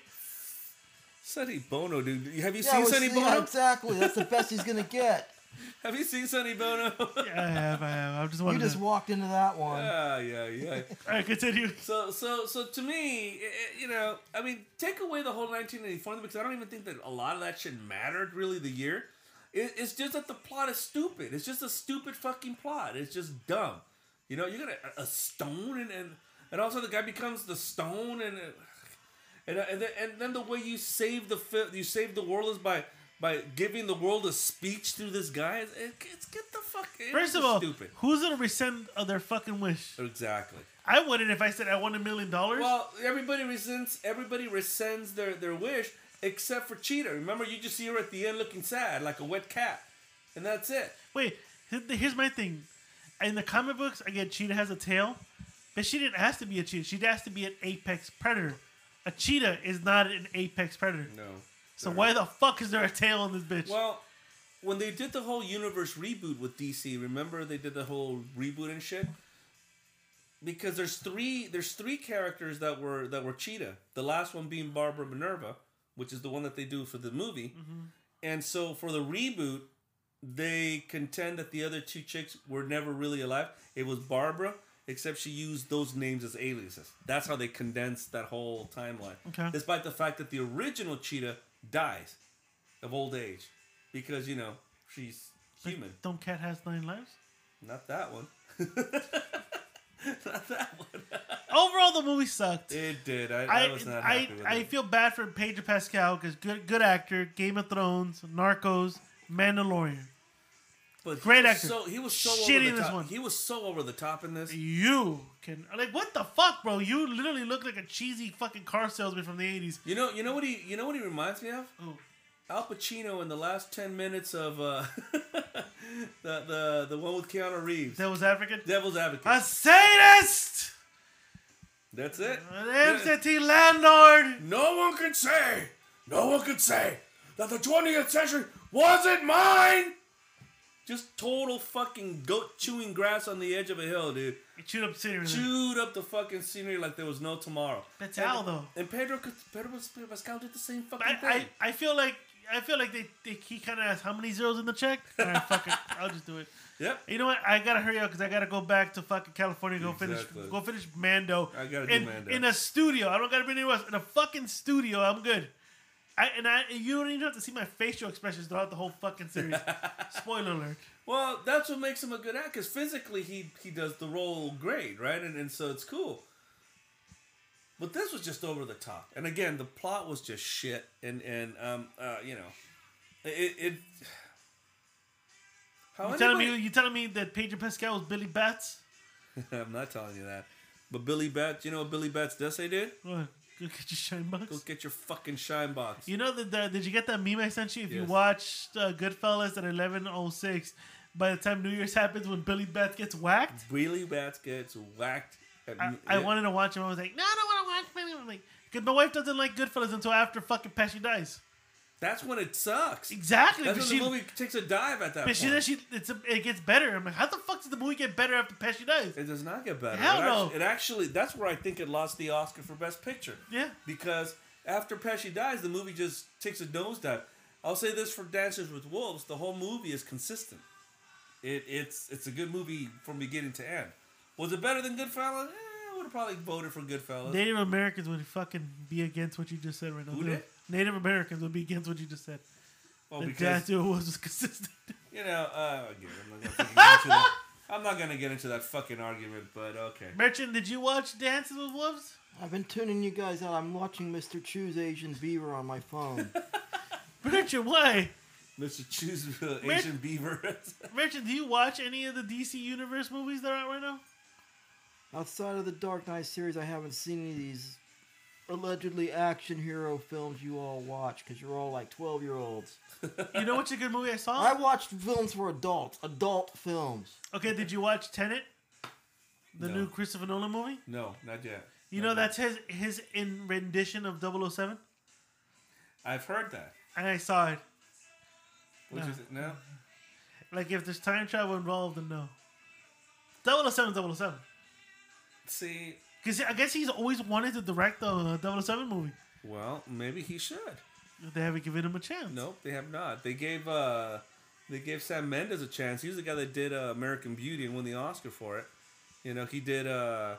Speaker 3: Sonny Bono, dude. Have you
Speaker 6: Yeah,
Speaker 3: seen
Speaker 6: well,
Speaker 3: Sonny
Speaker 6: see,
Speaker 3: Bono?
Speaker 6: Exactly. That's the best he's gonna
Speaker 3: (laughs)
Speaker 6: get.
Speaker 3: Have you seen Sonny Bono?
Speaker 2: Yeah, I have, I have. I'm just
Speaker 6: You
Speaker 2: wondering.
Speaker 6: just walked into that one.
Speaker 3: yeah, yeah, yeah.
Speaker 2: All right, continue.
Speaker 3: So, so, so to me, i- i- you know, I mean, take away the whole 1984 because I don't even think that a lot of that shit mattered really. The year, it, it's just that the plot is stupid. It's just a stupid fucking plot. It's just dumb. You know, you got a, a stone and, and and also the guy becomes the stone and and and, and, then, and then the way you save the fi- you save the world is by by giving the world a speech through this guy. It, it's get the fuck. it's
Speaker 2: First of all,
Speaker 3: stupid.
Speaker 2: who's gonna rescind of their fucking wish?
Speaker 3: Exactly.
Speaker 2: I wouldn't if I said I won a million dollars.
Speaker 3: Well, everybody resents. Everybody resents their their wish except for Cheetah. Remember, you just see her at the end looking sad, like a wet cat, and that's it.
Speaker 2: Wait, here- here's my thing. In the comic books, again, Cheetah has a tail, but she didn't ask to be a cheetah. She asked to be an apex predator. A cheetah is not an apex predator.
Speaker 3: No.
Speaker 2: so why the fuck is there a tail in this bitch?
Speaker 3: Well, when they did the whole universe reboot with DC, remember they did the whole reboot and shit. Because there's three there's three characters that were that were Cheetah. The last one being Barbara Minerva, which is the one that they do for the movie. And so for the reboot, they contend that the other two chicks were never really alive. It was Barbara, except she used those names as aliases. That's how they condensed that whole timeline.
Speaker 2: Okay.
Speaker 3: Despite the fact that the original Cheetah dies of old age because you know she's human.
Speaker 2: Don't cat has nine lives?
Speaker 3: Not that one. not that one.
Speaker 2: Overall, the movie sucked.
Speaker 3: It did. I, I,
Speaker 2: I
Speaker 3: was not
Speaker 2: I,
Speaker 3: happy with
Speaker 2: I
Speaker 3: it.
Speaker 2: feel bad for Pedro Pascal because good good actor, Game of Thrones, Narcos, Mandalorian.
Speaker 3: But
Speaker 2: great
Speaker 3: he was
Speaker 2: actor.
Speaker 3: So he was so
Speaker 2: Shitty
Speaker 3: over the
Speaker 2: in this
Speaker 3: top.
Speaker 2: one.
Speaker 3: He was so over the top in this.
Speaker 2: You can like what the fuck, bro? You literally look like a cheesy fucking car salesman from the eighties.
Speaker 3: You know. You know what he. You know what he reminds me of.
Speaker 2: Oh.
Speaker 3: Al Pacino in the last ten minutes of uh, (laughs) the the the one with Keanu Reeves.
Speaker 2: That was African.
Speaker 3: Devil's Advocate.
Speaker 2: A sadist,
Speaker 3: That's it.
Speaker 2: an
Speaker 3: Yeah.
Speaker 2: absentee landlord.
Speaker 3: No one can say, no one can say that the 20th century wasn't mine. Just total fucking goat chewing grass on the edge of a hill, dude.
Speaker 2: You chewed up scenery. there.
Speaker 3: Chewed up the fucking scenery like there was no tomorrow.
Speaker 2: That's
Speaker 3: And-
Speaker 2: how, though.
Speaker 3: And Pedro, Pedro, Pedro Pascal did the same fucking thing.
Speaker 2: I, I I feel like I feel like they, they he kind of asked how many zeros in the check. All right, fuck
Speaker 3: (laughs)
Speaker 2: it, I'll just do it.
Speaker 3: yep.
Speaker 2: You know what? I gotta hurry up because I gotta go back to fucking California. Go
Speaker 3: Exactly.
Speaker 2: finish. Go finish Mando.
Speaker 3: I gotta do
Speaker 2: in,
Speaker 3: Mando.
Speaker 2: in a studio. I don't gotta be anywhere else. In a fucking studio, I'm good. I and I you don't even have to see my facial expressions throughout the whole fucking
Speaker 3: (laughs)
Speaker 2: series. Spoiler alert.
Speaker 3: Well, that's what makes him a good actor. Because physically, he he does the role great, right? And and so it's cool. But this was just over the top, and again, the plot was just shit. And and um uh you know, it it. How
Speaker 2: You telling
Speaker 3: anybody-
Speaker 2: me you telling me that Pedro Pascal was Billy Bats?
Speaker 3: (laughs) I'm not telling you that. But Billy Bats, you know what Billy Bats does say, dude?
Speaker 2: What? Go get your shine
Speaker 3: Go
Speaker 2: box.
Speaker 3: get your fucking shine box.
Speaker 2: You know that the, did you get that meme I sent you? If you
Speaker 3: Yes.
Speaker 2: watched uh, Goodfellas at eleven oh six, by the time New Year's happens when Billy Bats gets whacked.
Speaker 3: Billy Bats gets whacked. At,
Speaker 2: I, I wanted to watch him. I was like, no, I don't want to watch him. I'm like, good. My wife doesn't like Goodfellas until after fucking Pesci dies.
Speaker 3: That's when it sucks.
Speaker 2: Exactly.
Speaker 3: That's
Speaker 2: but she,
Speaker 3: when the movie takes a dive at that.
Speaker 2: but she,
Speaker 3: point.
Speaker 2: then she, it's a, it gets better. I'm like, how the fuck does the movie get better after Pesci dies?
Speaker 3: It does not get better.
Speaker 2: Hell
Speaker 3: it
Speaker 2: no.
Speaker 3: Actually, it actually, that's where I think it lost the Oscar for Best Picture.
Speaker 2: Yeah.
Speaker 3: Because after Pesci dies, the movie just takes a nosedive. I'll say this for Dances with Wolves: the whole movie is consistent. It, it's it's a good movie from beginning to end. Was it better than Goodfellas? Eh, I would have probably voted for Goodfellas.
Speaker 2: Native Americans would fucking be against what you just said right now.
Speaker 3: Who
Speaker 2: They-
Speaker 3: did?
Speaker 2: Native Americans would be against what you just said.
Speaker 3: well,
Speaker 2: The
Speaker 3: because
Speaker 2: death it was (laughs) was consistent.
Speaker 3: you know, uh, again, I'm not gonna fucking get
Speaker 2: (laughs)
Speaker 3: into that. I'm not gonna get into that fucking argument, but okay.
Speaker 2: Merchant, did you watch Dances with Wolves?
Speaker 4: I've been tuning you guys out. I'm watching Mr. Chew's Asian Beaver on my
Speaker 3: (laughs)
Speaker 4: phone.
Speaker 2: Merchant, why?
Speaker 3: Mr. Choose uh,
Speaker 2: Mer-
Speaker 3: Asian Beaver. (laughs)
Speaker 2: Merchant, do you watch any of the DC Universe movies that are out right
Speaker 3: (laughs)
Speaker 2: now?
Speaker 4: Outside of the Dark Knight series, I haven't seen any of these allegedly action hero films you all watch because you're all like 12 year olds.
Speaker 2: You know what's a good movie I saw?
Speaker 4: I watched films for adults, adult films.
Speaker 2: Okay, did you watch Tenet? The
Speaker 3: No.
Speaker 2: new Christopher Nolan movie?
Speaker 3: no, not yet.
Speaker 2: You
Speaker 3: Not
Speaker 2: know
Speaker 3: yet.
Speaker 2: that's his his in rendition of 007?
Speaker 3: I've heard that.
Speaker 2: And I saw it.
Speaker 3: Which
Speaker 2: No.
Speaker 3: is it now?
Speaker 2: Like if there's time travel involved then no. 007 007.
Speaker 3: See,
Speaker 2: Cuz I guess he's always wanted to direct the uh, 007 movie.
Speaker 3: well, maybe he should.
Speaker 2: But They haven't given him a chance.
Speaker 3: Nope, they have not. They gave uh they gave Sam Mendes a chance. He was the guy that did uh, American Beauty and won the Oscar for it. You know, he did uh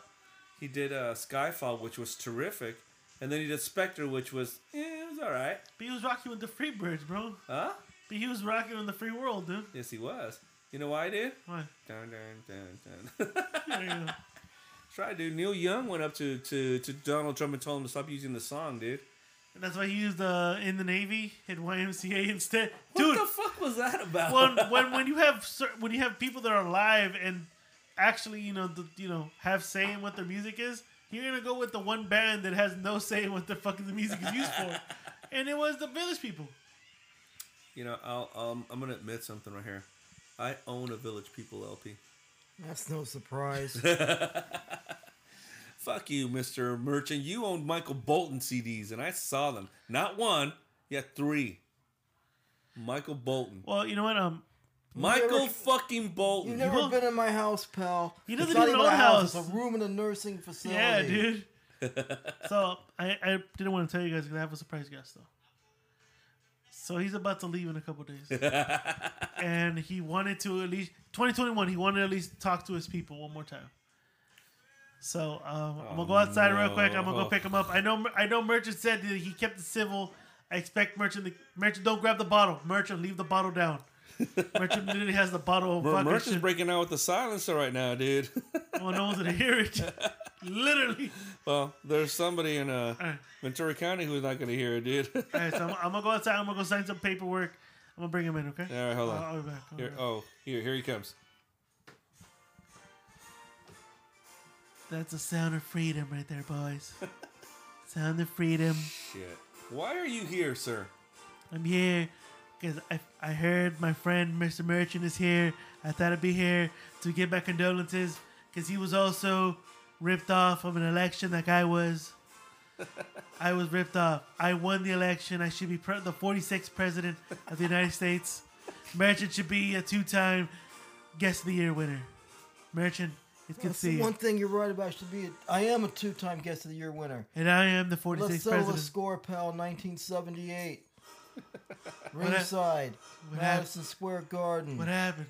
Speaker 3: he did uh Skyfall, which was terrific, and then he did Spectre, which was eh, it was all right.
Speaker 2: But he was rocking with the free birds, bro.
Speaker 3: Huh?
Speaker 2: But he was rocking with the free world, dude.
Speaker 3: Yes, he was. You know why, dude? (laughs)
Speaker 2: Why?
Speaker 3: Dun, dun, dun, (laughs)
Speaker 2: There
Speaker 3: dun.
Speaker 2: you go.
Speaker 3: Try, dude. Neil Young went up to, to, to Donald Trump and told him to stop using the song, dude.
Speaker 2: That's why he used uh, in the Navy and YMCA (laughs) instead.
Speaker 3: What
Speaker 2: Dude,
Speaker 3: the fuck was that about?
Speaker 2: when, when when you have cer- when you have people that are alive and actually you know the, you know have say in what their music is, you're gonna go with the one band that has no say in what the fucking the music is used
Speaker 3: (laughs)
Speaker 2: for, and it was the Village People.
Speaker 3: you know, I'll, um, I'm gonna admit something right here. I own a Village People LP.
Speaker 4: That's no (laughs) surprise.
Speaker 3: Fuck you, Mister Merchant. You owned Michael Bolton CDs, and I saw them. Not one, yet three. Michael Bolton.
Speaker 2: Well, you know what? Um,
Speaker 3: Michael
Speaker 4: never-
Speaker 3: fucking Bolton.
Speaker 4: You've never
Speaker 2: won't-
Speaker 4: been in my house, pal.
Speaker 2: He doesn't
Speaker 4: It's not
Speaker 2: even
Speaker 4: a
Speaker 2: own house.
Speaker 4: It's a room in a nursing facility.
Speaker 2: yeah, dude. so I, I didn't want to tell you guys because I have a surprise guest though. So he's about to leave in a couple days, and he wanted to at least 2021. He wanted to at least talk to his people one more time. So um, I'm gonna go outside real quick. I'm gonna
Speaker 3: no.
Speaker 2: go pick him up. I know I know. Merchant said that he kept it civil. I expect Merchant. To, Merchant, don't grab the bottle. Merchant, leave the bottle down. Merchant literally has the bottle. Of
Speaker 3: Mer-
Speaker 2: fucking
Speaker 3: Merchant's
Speaker 2: shit.
Speaker 3: breaking out with the silencer right now, dude. (laughs)
Speaker 2: Well, no one's gonna hear it. literally.
Speaker 3: well, there's somebody in uh,
Speaker 2: right.
Speaker 3: Ventura County who's not gonna hear it, dude. (laughs)
Speaker 2: All right, so I'm, I'm gonna go outside. I'm gonna go sign some paperwork. I'm gonna bring him in, okay?
Speaker 3: All right, hold on.
Speaker 2: I'll, I'll be back. I'll be
Speaker 3: Here,
Speaker 2: back.
Speaker 3: oh, here, here he comes. oh.
Speaker 2: That's the sound of freedom right there,
Speaker 3: (laughs)
Speaker 2: boys. sound of freedom.
Speaker 3: Shit. Why are you here, sir?
Speaker 2: I'm here because I, I heard my friend Mr. Merchant is here. I thought I'd be here to give my condolences because he was also ripped off of an election like
Speaker 4: (laughs)
Speaker 2: I was. I was ripped off. I won the election. I should be pre- the 46th president of the United States. Merchant should be a two time guest of the year winner. Merchant, it's good to
Speaker 4: That's
Speaker 2: see
Speaker 4: the one
Speaker 2: you.
Speaker 4: thing you're right about. Should be. A, I am a two-time guest of the year winner.
Speaker 2: And I am the
Speaker 4: Let's
Speaker 2: 46th
Speaker 4: settle the
Speaker 2: president.
Speaker 4: score, pal. 1978.
Speaker 2: (laughs)
Speaker 4: Ringside,
Speaker 2: what hap-
Speaker 4: Madison Square Garden.
Speaker 2: What happened?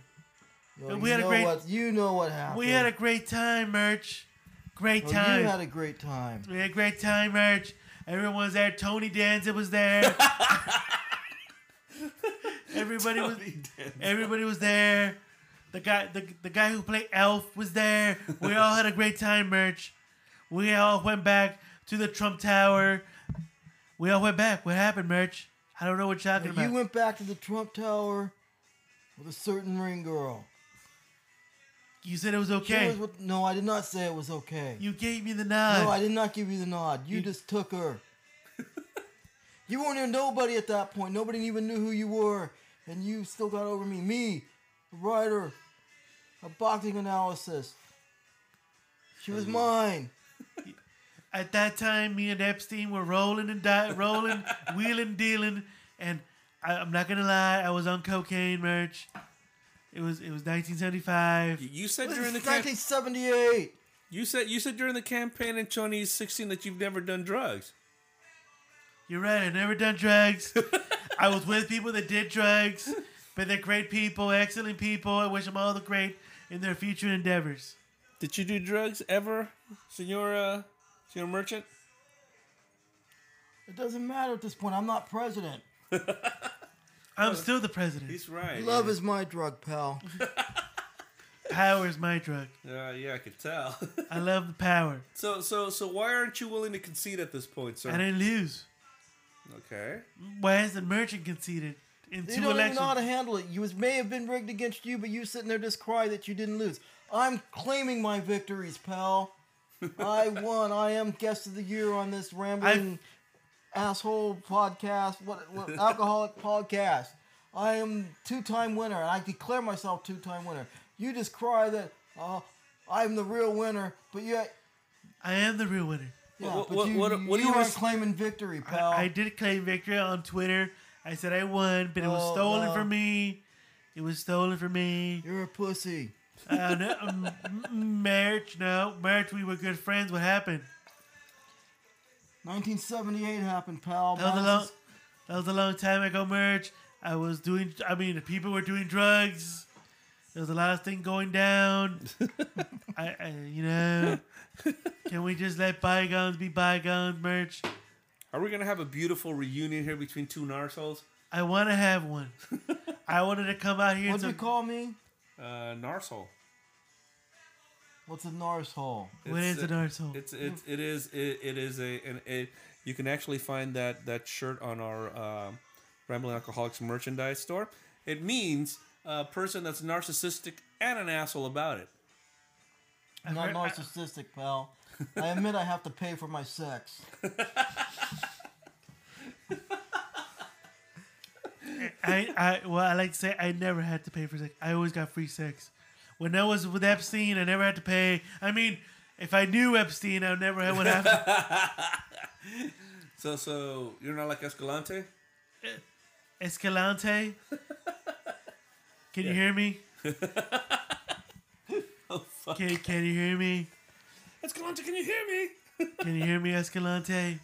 Speaker 4: Well,
Speaker 2: we
Speaker 4: you
Speaker 2: had a
Speaker 4: know
Speaker 2: great-
Speaker 4: What, you know what happened.
Speaker 2: We had a great time, Merch. Great
Speaker 4: Well,
Speaker 2: time.
Speaker 4: You had a great time.
Speaker 2: We had a great time, Merch. Everyone was there. Tony Danza
Speaker 4: (laughs)
Speaker 2: was there. everybody was everybody was there. The guy the, the guy who played Elf was there. We all had a great time, Merch. We all went back to the Trump Tower. We all went back. What happened, Merch? I don't know what you're talking
Speaker 4: But
Speaker 2: about.
Speaker 4: you went back to the Trump Tower with a certain ring girl.
Speaker 2: you said it was
Speaker 4: She
Speaker 2: okay.
Speaker 4: was with- no, I did not say it was okay.
Speaker 2: you gave me the nod.
Speaker 4: no, I did not give you the nod. You, just took her. you weren't even nobody at that point. Nobody even knew who you were, and you still got over me. Me, a writer, a boxing analysis. She was mine.
Speaker 2: At that time, me and Epstein were rolling and di-
Speaker 4: (laughs)
Speaker 2: rolling, wheeling, dealing, and I, I'm not gonna lie, I was on cocaine merch. It was it was 1975.
Speaker 3: You said
Speaker 4: This
Speaker 3: during
Speaker 4: is
Speaker 3: the cam-
Speaker 4: 1978.
Speaker 3: you said you said during the campaign in 2016 that you've never done drugs.
Speaker 2: You're right. I've never done
Speaker 4: (laughs)
Speaker 2: drugs. I was with people that did drugs, but they're great people, excellent people. I wish them all the great in their future endeavors.
Speaker 3: Did you do drugs ever, Senora, Senor Merchant?
Speaker 4: It doesn't matter at this point. I'm not president.
Speaker 2: I'm still the president.
Speaker 3: He's right.
Speaker 4: Love is my drug, pal.
Speaker 2: (laughs) Power is my drug.
Speaker 3: Uh, yeah, I could tell. (laughs)
Speaker 2: I love the power.
Speaker 3: so, so, so, why aren't you willing to concede at this point,
Speaker 2: I
Speaker 3: sir?
Speaker 2: didn't lose.
Speaker 3: Okay.
Speaker 2: Why hasn't Merchant conceded in
Speaker 4: You
Speaker 2: two
Speaker 4: don't even
Speaker 2: elections?
Speaker 4: know how to handle it. You was, may have been rigged against you, but you sitting there just cry that you didn't lose. I'm claiming my victories,
Speaker 3: (laughs)
Speaker 4: pal. I won. I am guest of the year on this rambling asshole podcast, what,
Speaker 3: (laughs)
Speaker 4: what alcoholic podcast. I am two-time winner, and I declare myself two-time winner. You just cry that uh, I'm the real winner, but yet,
Speaker 2: I am the real winner.
Speaker 4: yeah,
Speaker 3: What-
Speaker 4: but
Speaker 3: what-
Speaker 4: you,
Speaker 3: what- what do
Speaker 4: you
Speaker 3: you
Speaker 4: aren't
Speaker 3: res-
Speaker 4: claiming victory, pal.
Speaker 2: I, I did claim victory on Twitter. I said I won, but it was
Speaker 4: Oh,
Speaker 2: stolen
Speaker 4: no.
Speaker 2: from me. It was stolen from
Speaker 3: (laughs)
Speaker 2: me.
Speaker 4: You're a pussy.
Speaker 2: Uh, no, um, mm, marriage, no. Marriage, we were good friends. What happened?
Speaker 4: 1978 happened, pal.
Speaker 2: That was a long,
Speaker 4: Madison's-
Speaker 2: that was a long time ago, Merch. I was doing, I mean, people were doing drugs. There was a lot of things going
Speaker 3: (laughs)
Speaker 2: down. I, I, you know, can we just let bygones be bygones, Merch?
Speaker 3: Are we gonna have a beautiful reunion here between two narsoles?
Speaker 2: I want to have
Speaker 3: (laughs)
Speaker 2: one. I wanted to come out here
Speaker 4: What'd
Speaker 2: to
Speaker 4: you call me?
Speaker 3: Uh, narsole.
Speaker 4: What's a Nars hole?
Speaker 2: What
Speaker 3: It's
Speaker 2: is an
Speaker 3: a-
Speaker 2: arsehole?
Speaker 3: It's it's it is it, it is a and it you can actually find that that shirt on our um, Rambling Alcoholics merchandise store. It means a person that's narcissistic and an asshole about it.
Speaker 4: I'm not
Speaker 2: heard- I-
Speaker 4: narcissistic, pal. I admit I have to pay for my sex.
Speaker 2: I, I well, I like to say I never had to pay for sex. I always got free sex. When I was with Epstein, I never had to pay. I mean, if I knew Epstein, I never had would have.
Speaker 3: So so you're not like Escalante.
Speaker 2: Escalante, can you hear me? Can, can you hear me?
Speaker 3: Escalante, can you hear me?
Speaker 2: Can you hear me, Escalante?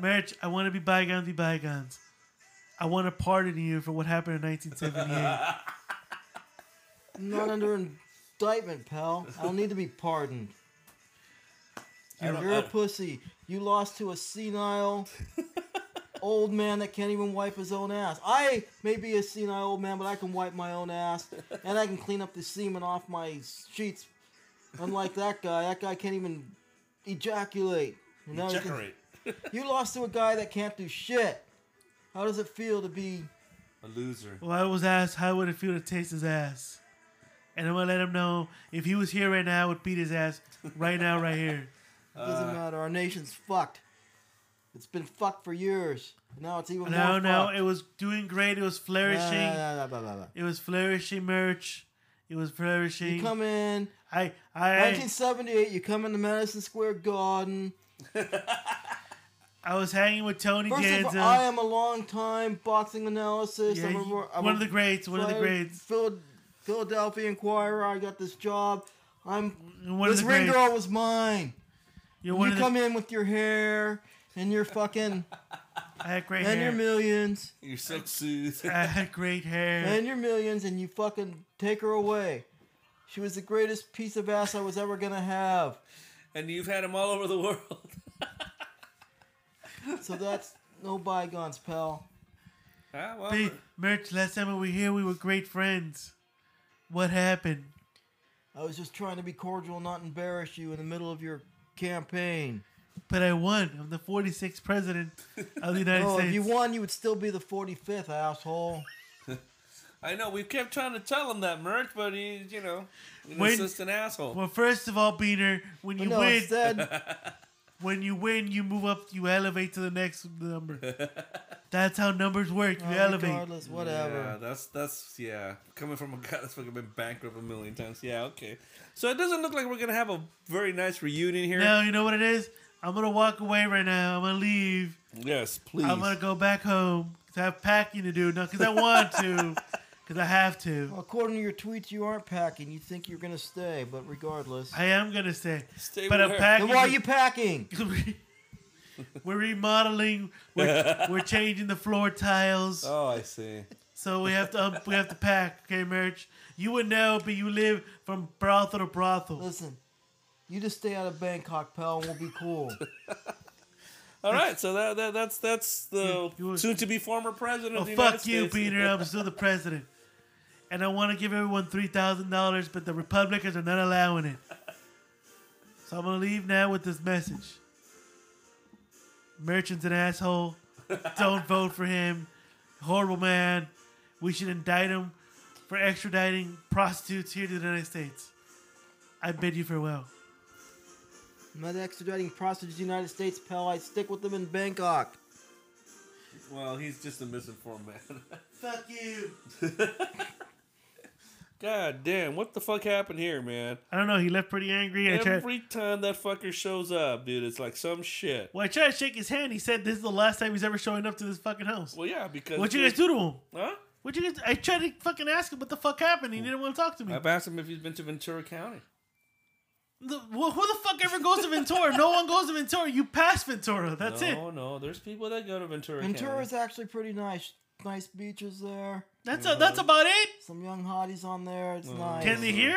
Speaker 2: Marriage, I want to be bygones, be bygones. I want to pardon you for what happened in 1978.
Speaker 4: I'm not under indictment, pal. I don't need to be pardoned.
Speaker 3: don't-
Speaker 4: You're
Speaker 3: I
Speaker 4: a
Speaker 3: don't-
Speaker 4: pussy. You lost to a senile old man that can't even wipe his own ass. I may be a senile old man, but I can wipe my own ass and I can clean up the semen off my sheets. Unlike that guy, that guy can't even ejaculate. You know, he can-
Speaker 3: Generate
Speaker 4: you lost to a guy that can't do shit. How does it feel to be
Speaker 3: a loser.
Speaker 2: well, I was asked how would it feel to taste his ass, and I'm gonna let him know if he was here right now, I would beat his ass right now,
Speaker 4: (laughs)
Speaker 2: right here.
Speaker 4: It
Speaker 2: Uh,
Speaker 4: doesn't matter. Our nation's fucked. It's been fucked for years. Now it's even
Speaker 2: No,
Speaker 4: more
Speaker 2: no,
Speaker 4: fucked.
Speaker 2: it was doing great. It was flourishing.
Speaker 4: Nah, nah, nah, nah, nah, nah.
Speaker 2: It was flourishing, merch. It was flourishing.
Speaker 4: You come in
Speaker 2: I, I,
Speaker 4: 1978. You come into Madison Square Garden.
Speaker 2: I was hanging with Tony
Speaker 4: First of
Speaker 2: Danza.
Speaker 4: all, I am a long time boxing analyst.
Speaker 2: Yeah,
Speaker 4: I'm a,
Speaker 2: you-
Speaker 4: I'm
Speaker 2: one
Speaker 4: a
Speaker 2: of the greats. One of the
Speaker 4: Phil-
Speaker 2: greats.
Speaker 4: Phil- Philadelphia Inquirer. I got this job. I'm.
Speaker 2: One
Speaker 4: this
Speaker 2: of the
Speaker 4: ring
Speaker 2: greats.
Speaker 4: girl was mine.
Speaker 2: You're one
Speaker 4: you
Speaker 2: of the,
Speaker 4: come in with your hair and your fucking
Speaker 2: I had great
Speaker 4: and
Speaker 2: hair.
Speaker 4: your millions.
Speaker 3: You're so soothed.
Speaker 2: (laughs) I had great hair.
Speaker 4: and your millions and you fucking take her away. She was the greatest piece of ass I was ever gonna have.
Speaker 3: and you've had him all over the world. (laughs)
Speaker 2: (laughs)
Speaker 4: So that's no bygones, pal.
Speaker 3: ah, well,
Speaker 2: Hey, Merch, last time we were here, we were great friends. What happened?
Speaker 4: I was just trying to be cordial, and not embarrass you in the middle of your campaign.
Speaker 2: But I won. I'm the 46th president of
Speaker 4: (laughs)
Speaker 2: the United
Speaker 4: Oh,
Speaker 2: States.
Speaker 4: if you won, you would still be the 45th asshole.
Speaker 3: I know we kept trying to tell him that, Merch, but he, you know, an
Speaker 2: When-
Speaker 3: assistant asshole.
Speaker 2: Well, first of all, Beaner, when
Speaker 4: But
Speaker 2: (laughs) you
Speaker 4: no,
Speaker 2: win,
Speaker 4: instead,
Speaker 2: when you win, you move up, you elevate to the next
Speaker 4: (laughs)
Speaker 2: number. That's how numbers work. You
Speaker 4: oh,
Speaker 2: elevate.
Speaker 4: regardless,
Speaker 3: Yeah,
Speaker 4: whatever.
Speaker 3: that's that's yeah. Coming from a guy that's fucking been bankrupt a million times. Yeah, okay. So it doesn't look like we're gonna have a very nice reunion here.
Speaker 2: Now, you know what it is? I'm going to walk away right now. I'm going to leave.
Speaker 3: Yes, please.
Speaker 2: I'm going to go back home because I have packing to do. Not because I want
Speaker 4: (laughs)
Speaker 2: to, because I have to.
Speaker 4: According to your tweets, you aren't packing. You think you're gonna stay, but regardless,
Speaker 2: I am going to stay.
Speaker 3: Stay
Speaker 2: but I'm
Speaker 3: where?
Speaker 2: packing.
Speaker 4: then why are
Speaker 2: to- (laughs)
Speaker 4: you packing?
Speaker 2: we're remodeling.
Speaker 4: (laughs)
Speaker 2: We're, we're changing the floor tiles,
Speaker 3: Oh, I see.
Speaker 2: so we have to um, we have to pack. Okay, merch. You would know, but you live from brothel to brothel.
Speaker 4: Listen, you just stay out of Bangkok, pal, and we'll be
Speaker 2: (laughs)
Speaker 4: cool.
Speaker 3: All right, so that, that that's that's the
Speaker 2: You- you were-
Speaker 3: soon-to-be former president.
Speaker 2: Oh
Speaker 3: of the United
Speaker 2: fuck you,
Speaker 3: States.
Speaker 2: Peter. I'm still the president, and I want to give everyone three thousand dollars, but the Republicans are not allowing it. So I'm gonna leave now with this message. Merchant's an asshole. Don't vote for him. Horrible man. We should indict him for extraditing prostitutes here to the United States. I bid you farewell.
Speaker 4: I'm not extraditing prostitutes to the United States, pal. I stick with them in Bangkok.
Speaker 3: Well, he's just a misinformed man. (laughs)
Speaker 2: Fuck you.
Speaker 3: God damn, what the fuck happened here, man?
Speaker 2: I don't know. He left pretty angry. I tried,
Speaker 3: Every time that fucker shows up, dude, it's like some shit.
Speaker 2: well, I tried to shake his hand. He said this is the last time he's ever showing up to this fucking house.
Speaker 3: Well, yeah, because
Speaker 2: What you guys do to him?
Speaker 3: Huh?
Speaker 2: What you guys? I tried to fucking ask him what the fuck happened. He didn't want to talk to me.
Speaker 3: I've asked him if he's been to Ventura County.
Speaker 2: The, wh- who the fuck ever goes to Ventura? no one goes to Ventura. You pass Ventura. That's it.
Speaker 3: no, no, there's people that go to Ventura. County.
Speaker 4: Ventura's actually pretty nice. Nice beaches there.
Speaker 2: That's a, that's about it.
Speaker 4: Some young hotties on there. It's nice.
Speaker 2: Can they hear?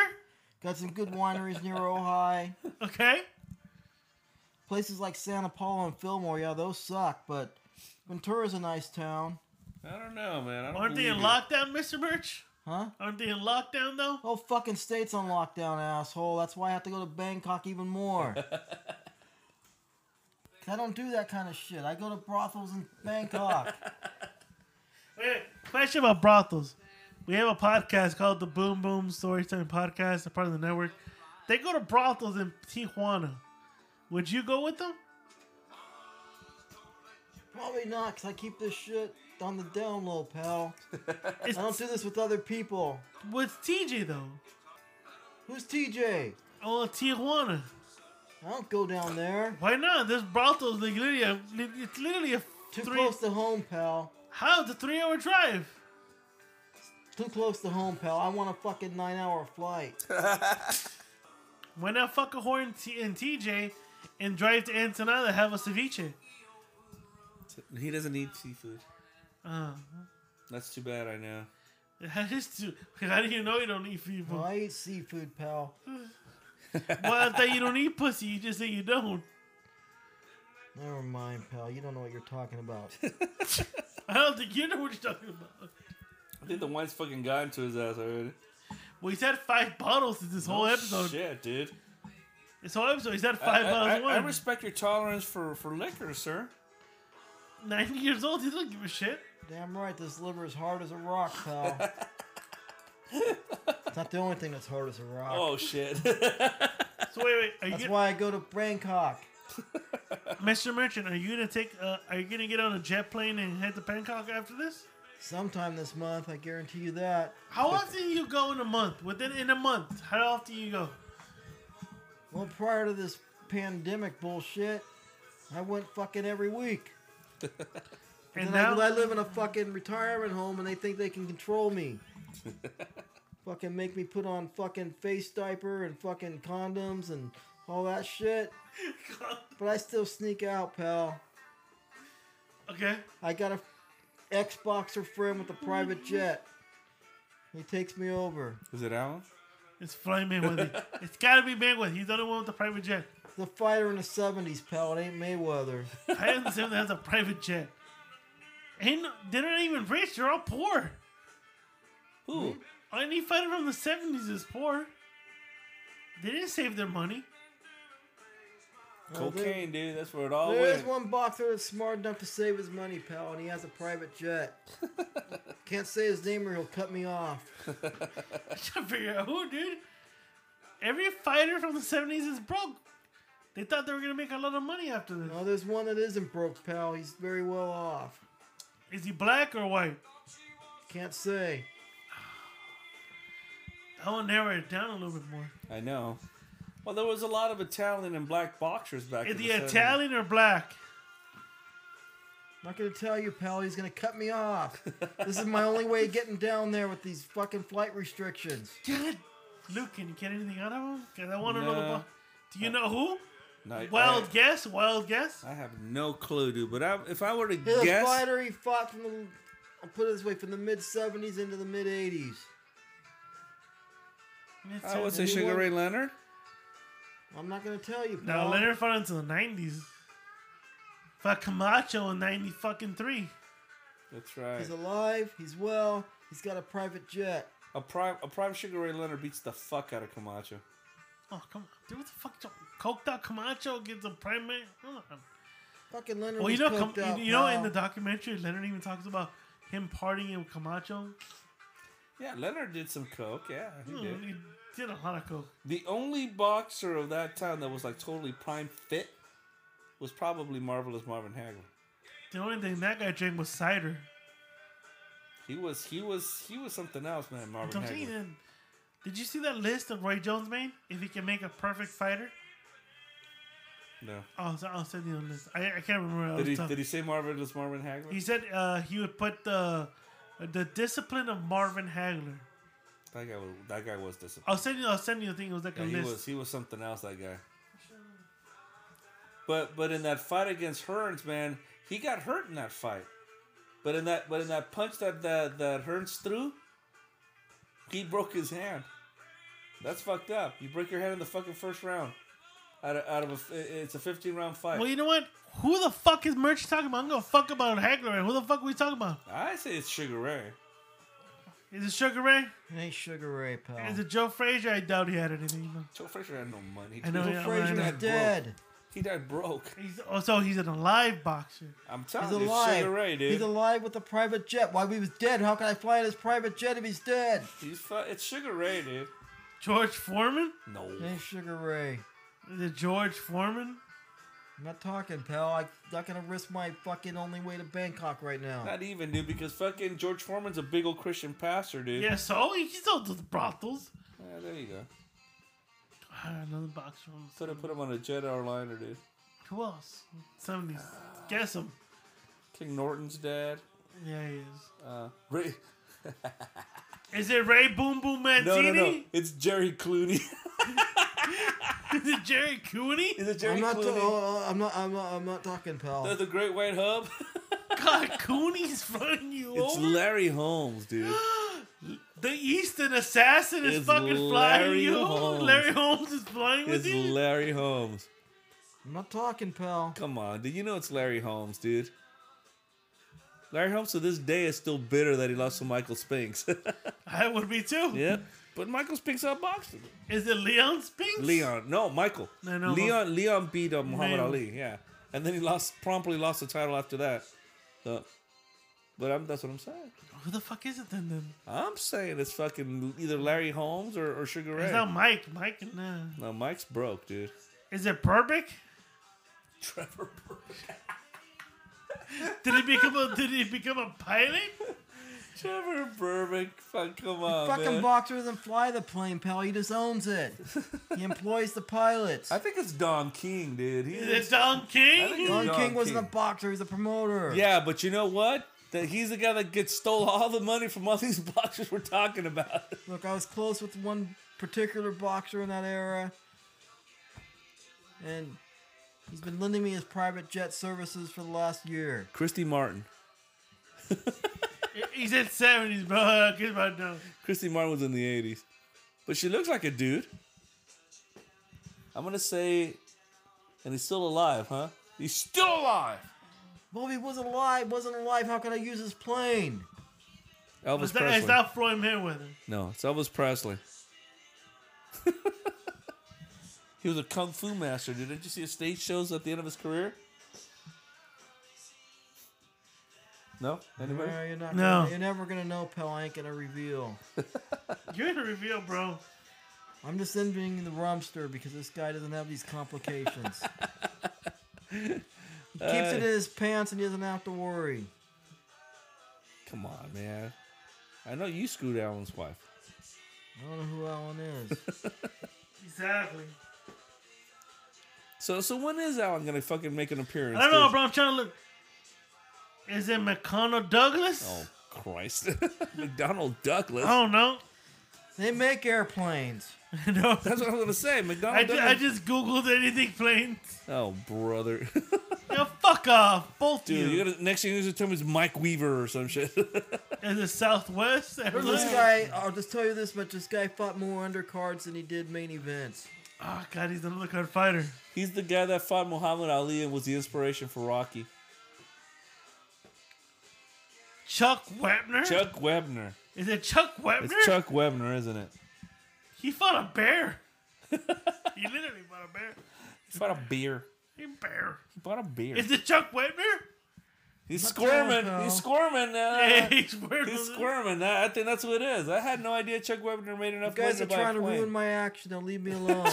Speaker 4: Got some good wineries near Ojai.
Speaker 2: Okay.
Speaker 4: Places like Santa Paula and Fillmore, yeah, those suck, but Ventura's a nice town.
Speaker 3: I don't know, man. I don't
Speaker 2: Aren't they
Speaker 3: believe
Speaker 2: in
Speaker 3: you.
Speaker 2: lockdown, Mister Birch?
Speaker 4: Huh?
Speaker 2: Aren't they in lockdown though?
Speaker 4: Whole fucking state's on lockdown, asshole. That's why I have to go to Bangkok even more. 'Cause I don't do that kind of shit. I go to brothels in Bangkok.
Speaker 2: Wait, question about brothels. We have a podcast called the Boom Boom Storytime Podcast, a part of the network. They go to brothels in Tijuana. Would you go with them?
Speaker 4: Probably not, because I keep this shit on the down low,
Speaker 2: (laughs)
Speaker 4: pal. I
Speaker 2: It's,
Speaker 4: don't do this with other people.
Speaker 2: with TJ though.
Speaker 4: Who's TJ?
Speaker 2: Oh, Tijuana.
Speaker 4: I don't go down there.
Speaker 2: Why not? There's brothels. Like literally, a, it's literally a
Speaker 4: Too
Speaker 2: three.
Speaker 4: close to home, pal.
Speaker 2: How it's a three-hour drive?
Speaker 4: Too close to home, pal. I want a fucking nine hour
Speaker 2: (laughs)
Speaker 4: flight.
Speaker 2: Why not fuck a whore in, T- in TJ and drive to Ensenada have a ceviche?
Speaker 3: He doesn't eat seafood.
Speaker 2: Uh,
Speaker 3: That's too bad. I know.
Speaker 2: that (laughs) is too. How do you know you don't eat people?
Speaker 4: I eat seafood, pal.
Speaker 2: Well, I thought you don't eat pussy. You just say you don't.
Speaker 4: Never mind, pal. You don't know what you're talking about.
Speaker 2: (laughs) I don't think you know what you're talking about.
Speaker 3: I think the wine's fucking got into his ass already.
Speaker 2: Well, he's had five bottles since this whole episode.
Speaker 3: Shit, dude.
Speaker 2: This whole episode, he's had
Speaker 3: I,
Speaker 2: five
Speaker 3: I,
Speaker 2: bottles.
Speaker 3: I,
Speaker 2: of
Speaker 3: I
Speaker 2: wine.
Speaker 3: respect your tolerance for, for liquor, sir.
Speaker 2: Ninety years old. He doesn't give a shit.
Speaker 4: Damn right, this liver is hard as a rock, pal.
Speaker 2: (laughs)
Speaker 4: it's not the only thing that's hard as a rock.
Speaker 3: Oh shit. (laughs)
Speaker 2: So wait, wait. Are you,
Speaker 4: that's
Speaker 2: gonna,
Speaker 4: why I go to Bangkok.
Speaker 2: Mr. Merchant? Are you gonna take? Uh, are you gonna get on a jet plane and head to Bangkok after this?
Speaker 4: Sometime this month, I guarantee you that.
Speaker 2: How often do you go in a month? Within in a month, how often you go?
Speaker 4: Well, prior to this pandemic bullshit, I went fucking every week.
Speaker 2: And
Speaker 4: And I,
Speaker 2: now,
Speaker 4: I live in a fucking retirement home and they think they can control me. fucking make me put on fucking face diaper and fucking condoms and all that shit. But I still sneak out, pal.
Speaker 2: okay.
Speaker 4: I got a Xboxer friend with a private jet. He takes me over.
Speaker 3: Is it Alan?
Speaker 2: It's Floyd Mayweather. it's gotta be Mayweather. He's the only one with the private jet.
Speaker 4: The fighter in the 70s, pal. It ain't Mayweather.
Speaker 2: I am the same that has a private jet. And they're not even rich. They're all poor.
Speaker 3: Who?
Speaker 2: Any fighter from the seventies is poor. They didn't save their money.
Speaker 4: Well, there-
Speaker 3: Cocaine, dude. That's where it all
Speaker 4: There is
Speaker 3: went.
Speaker 4: one boxer that's smart enough to save his money, pal, and he has a private jet. Can't say his name or he'll cut me off.
Speaker 2: I should figure out who, dude. Every fighter from the seventies is broke. They thought they were gonna make a lot of money after this.
Speaker 4: No, there's one that isn't broke, pal. He's very well off.
Speaker 2: Is he black or white?
Speaker 4: Can't say.
Speaker 2: I want to narrow it down a little bit more.
Speaker 3: I know. Well, there was a lot of Italian and black boxers back
Speaker 2: Is
Speaker 3: in the
Speaker 2: he
Speaker 3: 70s.
Speaker 2: Italian or black?
Speaker 4: not gonna tell you, pal. He's gonna cut me off. this is my only way of getting down there with these fucking flight restrictions.
Speaker 2: God, Luke, can you get anything out of him? Cause I want to know.
Speaker 3: No.
Speaker 2: About, do you know who?
Speaker 3: No, I-
Speaker 2: Wild
Speaker 3: I-
Speaker 2: guess. Wild guess.
Speaker 3: I, have no clue, dude. But I, if I were to
Speaker 4: He's a
Speaker 3: guess,
Speaker 4: fighter. He fought from the, I'll put it this way, from the mid '70s into the mid '80s.
Speaker 3: I would say
Speaker 4: Anyone?
Speaker 3: Sugar Ray Leonard.
Speaker 4: I'm not gonna tell you,
Speaker 2: Now
Speaker 4: pal.
Speaker 2: Leonard fought into the nineties. Fought Camacho in ninety fucking three.
Speaker 3: That's right.
Speaker 4: He's alive. He's well. He's got a private jet.
Speaker 3: A prime, a prime Sugar Ray Leonard beats the fuck out of Camacho.
Speaker 2: Oh come on, dude! What the fuck? Coked out Camacho gets a prime man. Come on.
Speaker 4: Fucking Leonard
Speaker 2: Well,
Speaker 4: was
Speaker 2: you know,
Speaker 4: coked
Speaker 2: Cam-
Speaker 4: out,
Speaker 2: you, you know,
Speaker 4: pal.
Speaker 2: in the documentary, Leonard even talks about him partying with Camacho.
Speaker 3: Yeah, Leonard did some coke. Yeah, he
Speaker 2: Hmm,
Speaker 3: did.
Speaker 2: He did a lot of coke.
Speaker 3: The only boxer of that time that was like totally prime fit was probably Marvelous Marvin Hagler.
Speaker 2: The only thing that guy drank was cider.
Speaker 3: He was he was he was something else, man. Marvin
Speaker 2: Don't say that.
Speaker 3: Hagler.
Speaker 2: Did you see that list of Roy Jones made? If he can make a perfect fighter,
Speaker 3: No.
Speaker 2: oh, so I'll send you the list. I, I can't remember.
Speaker 3: Did he
Speaker 2: tough.
Speaker 3: did he say Marvelous Marvin Hagler?
Speaker 2: He said uh, he would put the the discipline of Marvin Hagler.
Speaker 3: that guy was that guy was disappointing.
Speaker 2: I'll send you. I'll send you the thing. It was like
Speaker 3: Yeah,
Speaker 2: a
Speaker 3: he
Speaker 2: list.
Speaker 3: was he was something else that guy. But but in that fight against Hearns, man, he got hurt in that fight. But in that but in that punch that that, that Hearns threw, he broke his hand. That's fucked up. You break your hand in the fucking first round. Out of, out of a, it's a 15 round fight.
Speaker 2: Well, you know what? Who the fuck is merch talking about? I'm gonna fuck about Hagler. Who the fuck are we talking about?
Speaker 3: I say it's Sugar Ray.
Speaker 2: Is it Sugar Ray?
Speaker 4: It ain't Sugar Ray, pal.
Speaker 2: Is it Joe Frazier? I doubt he had anything.
Speaker 3: Joe Frazier had no money.
Speaker 2: I know.
Speaker 3: He-
Speaker 4: Joe
Speaker 2: yeah, I
Speaker 4: Frazier's
Speaker 2: know.
Speaker 3: broke.
Speaker 4: dead.
Speaker 3: He died broke.
Speaker 2: He's, oh, so he's an alive boxer.
Speaker 3: I'm
Speaker 4: He's
Speaker 3: telling you,
Speaker 4: alive.
Speaker 3: Sugar Ray, dude.
Speaker 4: He's alive with a private jet. Why he was dead? How can I fly in his private jet if he's dead?
Speaker 3: He's fu- it's Sugar Ray, dude.
Speaker 2: George Foreman?
Speaker 3: No.
Speaker 4: It ain't Sugar Ray.
Speaker 2: Is it George Foreman?
Speaker 4: I'm not talking, pal. I'm not gonna risk my fucking only way to Bangkok right now.
Speaker 3: Not even, dude, because fucking George Foreman's a big old Christian pastor, dude.
Speaker 2: Yeah, so oh, he sold to the brothels. (sighs)
Speaker 3: Yeah, there you go.
Speaker 2: Ah, another boxer. on the-
Speaker 3: Could have put him on a jet airliner, dude.
Speaker 2: Who else? Somebody's. Guess him.
Speaker 3: King Norton's dad.
Speaker 2: Yeah, he is.
Speaker 3: Uh, Ray.
Speaker 2: Is it Ray Boom Boom
Speaker 3: (laughs) No,
Speaker 2: Mancini?
Speaker 3: no, no. It's Jerry Clooney. (laughs)
Speaker 2: (laughs) Is it Jerry Cooney?
Speaker 3: Is it Jerry
Speaker 4: I'm not,
Speaker 3: Clooney?
Speaker 4: ta- oh, oh, I'm not. I'm not. I'm not talking,
Speaker 3: the,
Speaker 4: pal.
Speaker 3: the Great White Hub. (laughs)
Speaker 2: God, Cooney's fucking you
Speaker 3: It's
Speaker 2: over.
Speaker 3: Larry Holmes, (gasps) dude.
Speaker 2: the Eastern Assassin is
Speaker 3: It's
Speaker 2: fucking flying
Speaker 3: Larry
Speaker 2: you over.
Speaker 3: Holmes.
Speaker 2: Larry Holmes is flying with
Speaker 3: It's
Speaker 2: you.
Speaker 3: Larry Holmes.
Speaker 4: I'm not talking, pal.
Speaker 3: Come on, dude. You know it's Larry Holmes, dude. Larry Holmes to this day is still bitter that he lost to Michael Spinks. (laughs)
Speaker 2: I would be too.
Speaker 3: yep. But Michael Spinks outboxed him.
Speaker 2: Is it Leon Spinks?
Speaker 3: Leon. No, Michael.
Speaker 2: No, no,
Speaker 3: Leon Leon beat uh, Muhammad
Speaker 2: Leon.
Speaker 3: Ali, yeah. And then he lost promptly lost the title after that. So, but I'm, that's what I'm saying.
Speaker 2: Who the fuck is it then? Then
Speaker 3: I'm saying it's fucking either Larry Holmes or, or Sugar Ray.
Speaker 2: it's not Mike. Mike. Nah.
Speaker 3: no, Mike's broke, dude.
Speaker 2: Is it Burbick?
Speaker 3: Trevor Burke.
Speaker 2: Did he become a Did he become a pilot?
Speaker 3: (laughs) (laughs) Trevor Burbank. Fuck, come on,
Speaker 4: Fucking
Speaker 3: man.
Speaker 4: boxer doesn't fly the plane, pal. He just owns
Speaker 3: (laughs)
Speaker 4: it. he employs the pilots.
Speaker 3: I think it's Don King, dude. He
Speaker 2: Is it Don King?
Speaker 3: think-
Speaker 4: Don
Speaker 3: Don
Speaker 4: King wasn't a
Speaker 3: King.
Speaker 4: boxer. He's a promoter.
Speaker 3: Yeah, but you know what? That he's the guy that gets stole all the money from all these (laughs) boxers we're talking about.
Speaker 4: Look, I was close with one particular boxer in that era, and he's been lending me his private jet services for the last year.
Speaker 3: Christy Martin.
Speaker 2: He's in seventies, bro. (laughs) Get about now.
Speaker 3: Christy Martin was in the eighties, but she looks like a dude. I'm gonna say, and he's still alive, huh? He's still alive.
Speaker 4: Well, if he wasn't alive. Wasn't alive. How can I use his plane?
Speaker 3: Elvis
Speaker 2: It's not,
Speaker 3: Presley.
Speaker 2: it's not Floyd Mayweather.
Speaker 3: No, it's Elvis Presley. (laughs) he was a kung fu master, dude. Didn't you see his stage shows at the end of his career? No, anybody?
Speaker 4: No, you're not.
Speaker 2: No.
Speaker 4: Gonna, you're never gonna know, pal. I ain't gonna reveal.
Speaker 2: You're in a reveal, bro.
Speaker 4: I'm just envying the rumster because this guy doesn't have these complications. he keeps it in his pants and he doesn't have to worry.
Speaker 3: Come on, man. I know you screwed Alan's wife.
Speaker 4: I don't know who Alan is.
Speaker 2: Exactly.
Speaker 3: So, so when is Alan gonna fucking make an appearance?
Speaker 2: I don't know,
Speaker 3: dude?
Speaker 2: bro. I'm trying to look. Is it McConnell Douglas?
Speaker 3: Oh Christ, (laughs) McDonald Douglas.
Speaker 2: I don't know. (laughs)
Speaker 4: they make airplanes.
Speaker 2: no.
Speaker 3: That's what I was gonna say,
Speaker 2: I,
Speaker 3: McDonald
Speaker 2: ju-
Speaker 3: Oh, Douglas.
Speaker 2: I just googled anything plain.
Speaker 3: oh brother, (laughs)
Speaker 2: Yo, fuck off, both
Speaker 3: dude,
Speaker 2: of you.
Speaker 3: you gotta next thing you're gonna tell me is Mike Weaver or some shit. (laughs)
Speaker 2: Is it Southwest?
Speaker 4: This
Speaker 2: Airlines?
Speaker 4: guy, I'll just tell you this much: this guy fought more undercards than he did main events.
Speaker 2: Oh god, he's another card fighter.
Speaker 3: He's the guy that fought Muhammad Ali and was the inspiration for Rocky.
Speaker 2: Chuck Webner?
Speaker 3: Chuck Webner.
Speaker 2: Is it Chuck Webner?
Speaker 3: It's Chuck Webner, isn't it?
Speaker 2: He fought a bear. he literally fought a bear.
Speaker 3: He fought a beer.
Speaker 2: A bear.
Speaker 3: He fought a beer.
Speaker 2: Is it Chuck Webner?
Speaker 3: He's
Speaker 4: telling,
Speaker 3: squirming.
Speaker 4: pal.
Speaker 3: He's squirming. Uh,
Speaker 2: Yeah, (laughs) he's weird.
Speaker 3: He's squirming. I I think that's what it is. I had no idea Chuck Webner made enough
Speaker 4: You guys are
Speaker 3: money to buy a
Speaker 4: trying to
Speaker 3: plane.
Speaker 4: ruin my action. Now
Speaker 2: (laughs)
Speaker 4: leave me alone.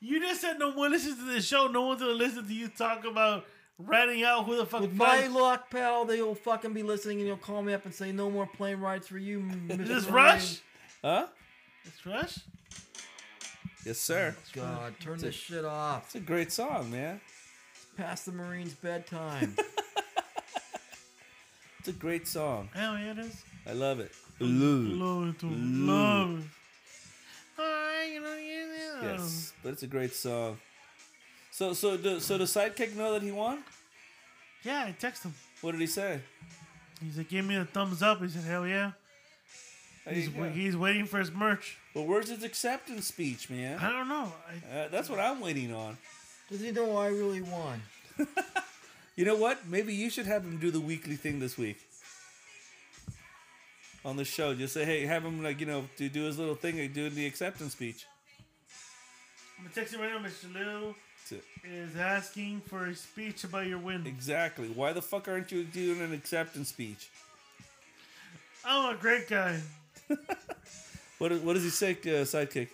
Speaker 2: You just said no one listens to this show. No one's gonna listen to you talk about ratting out who the fuck.
Speaker 4: With my
Speaker 2: flies-
Speaker 4: luck, pal, they will fucking be listening and you'll call me up and say no more plane rides for
Speaker 2: (laughs)
Speaker 4: you. Mr.
Speaker 2: Is this
Speaker 4: Ryan."
Speaker 2: Rush?
Speaker 3: Huh?
Speaker 2: It's Rush.
Speaker 3: Yes, sir.
Speaker 4: God, turn this shit off.
Speaker 3: It's a great song, man.
Speaker 4: Past the Marines' bedtime.
Speaker 2: (laughs)
Speaker 3: It's a great song.
Speaker 2: Hell yeah, it is.
Speaker 3: I love it.
Speaker 2: Love it, dude. love it. I love you.
Speaker 3: Yes, but it's a great song. So, so, do, so the sidekick know that he won?
Speaker 2: Yeah, I text him.
Speaker 3: What did he say?
Speaker 2: He said, "Give me a thumbs up." He said, "Hell yeah."
Speaker 3: There
Speaker 2: He's,
Speaker 3: you go.
Speaker 2: he's waiting for his merch.
Speaker 3: But where's his acceptance speech, man?
Speaker 2: I don't know. I,
Speaker 3: Uh, that's what I'm waiting on.
Speaker 4: Does he know I really won?
Speaker 3: You know what? Maybe you should have him do the weekly thing this week. on the show. Just say, hey, have him like you know to do his little thing, like do the acceptance speech.
Speaker 2: I'm gonna text you right now, Mr. Lou
Speaker 3: That's it.
Speaker 2: is asking for a speech about your win.
Speaker 3: Exactly. Why the fuck aren't you doing an acceptance speech?
Speaker 2: I'm a great guy.
Speaker 3: What what does he say, uh, sidekick?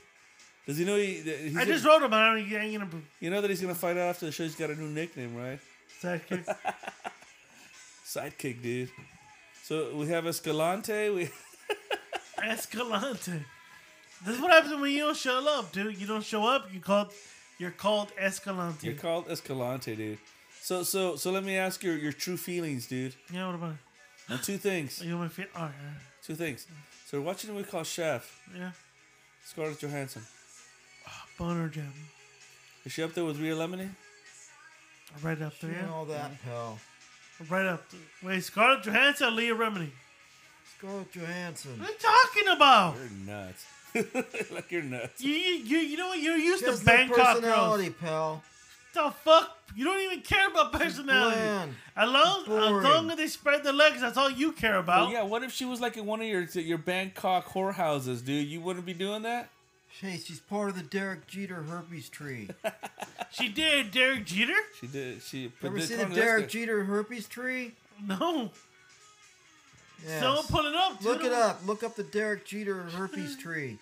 Speaker 3: Does he know he? that He's
Speaker 2: I just
Speaker 3: gonna,
Speaker 2: wrote him. I don't ain't gonna
Speaker 3: you know that he's gonna find out after the show. He's got a new nickname, right?
Speaker 4: (laughs)
Speaker 2: sidekick.
Speaker 3: Sidekick, dude. So we have Escalante. We (laughs)
Speaker 2: Escalante. This is what happens when you don't show up, dude. You don't show up. You called. You're called Escalante.
Speaker 3: you're called Escalante, dude. So so so let me ask your your true feelings, dude.
Speaker 2: yeah, what about? it?
Speaker 3: On two things,
Speaker 2: You my feet. All right.
Speaker 3: two things. So we're watching a movie called Chef.
Speaker 2: Yeah.
Speaker 3: Scarlett Johansson.
Speaker 2: Boner jam.
Speaker 3: Is she up there with Rhea Lemony?
Speaker 2: Right up there.
Speaker 4: and
Speaker 2: Yeah.
Speaker 4: all that, pal.
Speaker 2: Right up. There. Wait, Scarlett Johansson, or Leah Remini.
Speaker 4: Scarlett Johansson.
Speaker 2: What are you talking about?
Speaker 3: You're nuts. (laughs) like you're nuts.
Speaker 2: You you you, you know what? You're used
Speaker 4: She has
Speaker 2: to
Speaker 4: no
Speaker 2: Bangkok girls.
Speaker 4: personality, pal.
Speaker 2: The fuck? You don't even care about personality.
Speaker 4: Bland.
Speaker 2: As long, as
Speaker 4: Boring.
Speaker 2: long as they spread their legs, that's all you care about.
Speaker 3: Well, Oh, yeah, what if she was like in one of your your Bangkok whorehouses, dude? You wouldn't be doing that?
Speaker 4: Hey, she's part of the Derek Jeter herpes
Speaker 2: (laughs)
Speaker 4: tree.
Speaker 2: She did Derek Jeter? (laughs)
Speaker 3: She did. She but
Speaker 4: Ever
Speaker 3: did
Speaker 4: see the
Speaker 3: Carmen
Speaker 4: Derek
Speaker 3: Lester-
Speaker 4: Jeter herpes tree?
Speaker 2: No.
Speaker 4: Yes.
Speaker 2: Someone pull it up. dude.
Speaker 4: Look it up. Look up the Derek Jeter
Speaker 2: (laughs)
Speaker 4: herpes tree.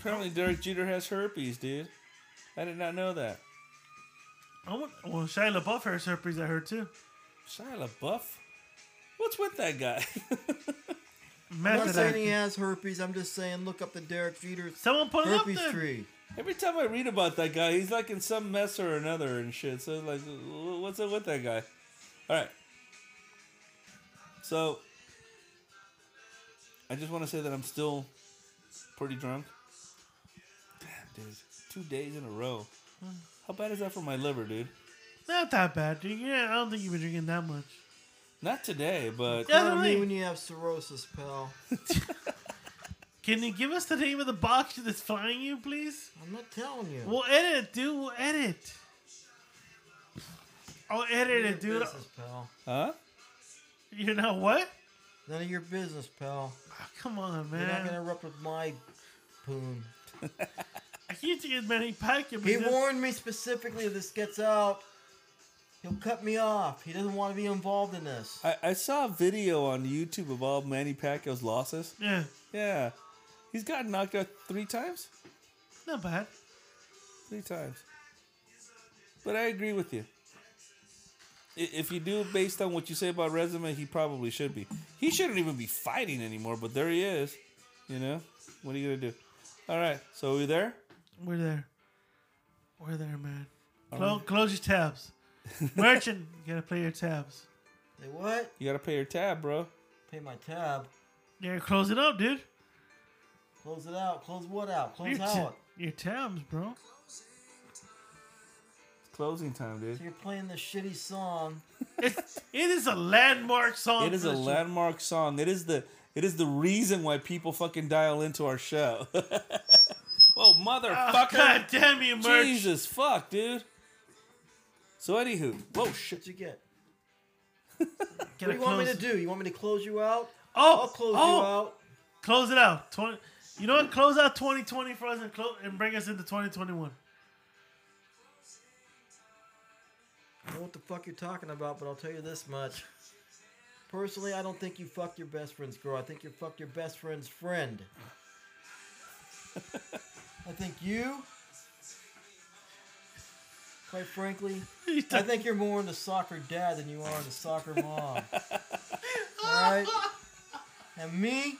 Speaker 3: Apparently, Derek Jeter has herpes, dude. I did not know that.
Speaker 2: I want, well, Shia LaBeouf has herpes. I heard too.
Speaker 3: Shia LaBeouf. What's with that guy? (laughs)
Speaker 4: I'm
Speaker 2: Method
Speaker 4: not saying
Speaker 2: acting.
Speaker 4: he has herpes. I'm just saying look up the Derek Jeter
Speaker 2: Someone pull it up
Speaker 4: herpes
Speaker 2: then.
Speaker 4: tree.
Speaker 3: Every time I read about that guy, he's like in some mess or another and shit. So like, wh- what's up with that guy? All right. So, I just want to say that I'm still pretty drunk. Damn, dude, two days in a row. How bad is that for my liver, dude?
Speaker 2: Not that bad, dude. Yeah, I don't think you've been drinking that much.
Speaker 3: Not today, but
Speaker 2: Yeah,
Speaker 4: Call
Speaker 2: no,
Speaker 4: me
Speaker 2: wait.
Speaker 4: when you have cirrhosis, pal.
Speaker 2: Can you give us the name of the box that's flying you, please?
Speaker 4: I'm not telling you.
Speaker 2: We'll edit, dude. We'll edit. I'll edit
Speaker 4: None of
Speaker 2: it,
Speaker 4: your
Speaker 2: dude.
Speaker 4: business, pal.
Speaker 3: huh?
Speaker 2: You're not what?
Speaker 4: None of your business, pal.
Speaker 2: Oh, come on,
Speaker 4: You're not
Speaker 2: man.
Speaker 4: gonna interrupt with my poon.
Speaker 2: I can't take as many packets.
Speaker 4: He warned me specifically if this gets out, he'll cut me off. He doesn't want to be involved in this.
Speaker 3: I, I saw a video on YouTube of all Manny Pacquiao's losses.
Speaker 2: Yeah,
Speaker 3: Yeah, he's gotten knocked out three times.
Speaker 2: not bad.
Speaker 3: three times. But I agree with you. I- If you do it based on what you say about resume, he probably should be. He shouldn't even be fighting anymore, but there he is. You know, what are you gonna do? All right, so we there?
Speaker 2: We're there. We're there, man. Close, close your
Speaker 3: (laughs)
Speaker 2: tabs. Merchant, you gotta play your tabs.
Speaker 4: Say what?
Speaker 3: You gotta pay your tab, bro.
Speaker 4: Pay my tab.
Speaker 2: Yeah, close it up, dude.
Speaker 4: Close it out. Close what out?
Speaker 2: Your,
Speaker 4: Close
Speaker 2: ta-
Speaker 4: out.
Speaker 2: your tabs, bro.
Speaker 3: It's closing time, dude.
Speaker 4: So you're playing this shitty song.
Speaker 2: It's, it is a landmark song.
Speaker 3: It is
Speaker 2: for
Speaker 3: a
Speaker 2: the show.
Speaker 3: landmark song. It is the it is the reason why people fucking dial into our show. (laughs) Whoa,
Speaker 2: Oh,
Speaker 3: motherfucker!
Speaker 2: God damn you, merch.
Speaker 3: Jesus, fuck, dude. So anywho, whoa, shit.
Speaker 4: What you get?
Speaker 2: Get
Speaker 4: What
Speaker 2: it
Speaker 4: do you want me to
Speaker 2: closed.
Speaker 4: do? You want me to close you out?
Speaker 2: Oh,
Speaker 4: I'll close
Speaker 2: oh,
Speaker 4: you out.
Speaker 2: Close it out. 20, you know what? Close out 2020 for us and, clo- and bring us into 2021.
Speaker 4: I don't know what the fuck you're talking about, but I'll tell you this much. Personally, I don't think you fucked your best friend's girl. I think you fucked your best friend's friend. I think you, quite frankly, I think you're more into soccer dad than you are into soccer mom. Alright? And me,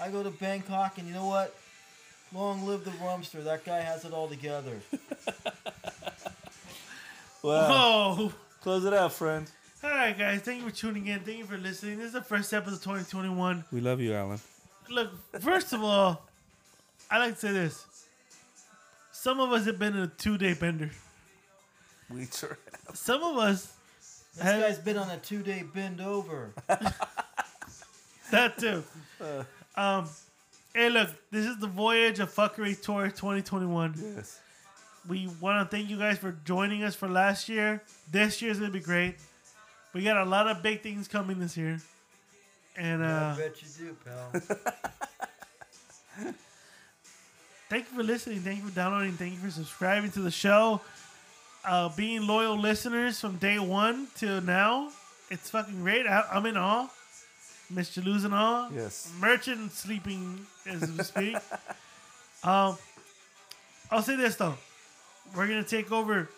Speaker 4: I go to Bangkok, and you know what? Long live the rumster. That guy has it all together.
Speaker 3: Wow. (laughs)
Speaker 2: Oh.
Speaker 3: Close it out, friend.
Speaker 2: All right, guys. Thank you for tuning in. Thank you for listening. This is the first step of the 2021.
Speaker 3: We love you, Alan.
Speaker 2: Look, first of all, I like to say this. Some of us have been in a two-day bender.
Speaker 3: We sure.
Speaker 2: Some of us,
Speaker 4: This
Speaker 2: Hey.
Speaker 4: guy's been on a two day bend over.
Speaker 2: (laughs) that too.
Speaker 4: Uh.
Speaker 2: Um, hey, look. This is the Voyage of Fuckery Tour 2021.
Speaker 3: Yes.
Speaker 2: We want to thank you guys for joining us for last year. This year's gonna be great. We got a lot of big things coming this year. And uh,
Speaker 6: I bet you do, pal.
Speaker 2: thank you for listening. Thank you for downloading. Thank you for subscribing to the show. Uh, being loyal listeners from day one till now, it's fucking great. I, I'm in awe. Mr. Losing awe.
Speaker 3: Yes.
Speaker 2: Merchant sleeping as we speak. um, I'll say this though. We're going to take over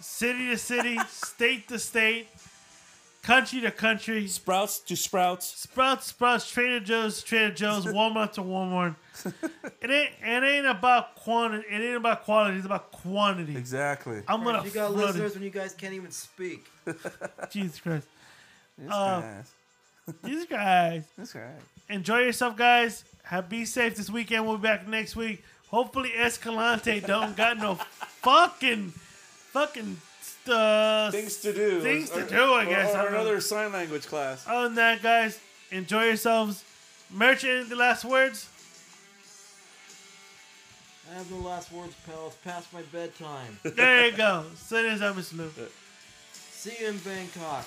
Speaker 2: city to city, (laughs) state to state, country to country.
Speaker 3: Sprouts to sprouts.
Speaker 2: Sprouts, Sprouts, Trader Joe's, Trader Joe's, Walmart to Walmart. it ain't it ain't about quantity. It ain't about quality. It's about quantity.
Speaker 3: Exactly.
Speaker 2: I'm gonna
Speaker 6: you got
Speaker 2: flood it.
Speaker 6: listeners when you guys can't even speak.
Speaker 2: (laughs) Jesus Christ.
Speaker 3: That's
Speaker 2: uh,
Speaker 3: right.
Speaker 2: Jesus Christ.
Speaker 3: That's right.
Speaker 2: Enjoy yourself, guys. Have be safe this weekend. We'll be back next week. Hopefully Escalante don't
Speaker 6: (laughs)
Speaker 2: got no fucking fucking uh,
Speaker 3: Things to do.
Speaker 2: Things to do, I guess.
Speaker 3: Or,
Speaker 2: I
Speaker 3: or
Speaker 2: don't know. Uh-uh.
Speaker 3: another sign language class.
Speaker 2: Other than that, guys, enjoy yourselves. Merchant, the last words.
Speaker 6: I have no last words, pal. It's past my bedtime.
Speaker 2: There you go. Send us up, Miss Lou.
Speaker 6: See you in Bangkok.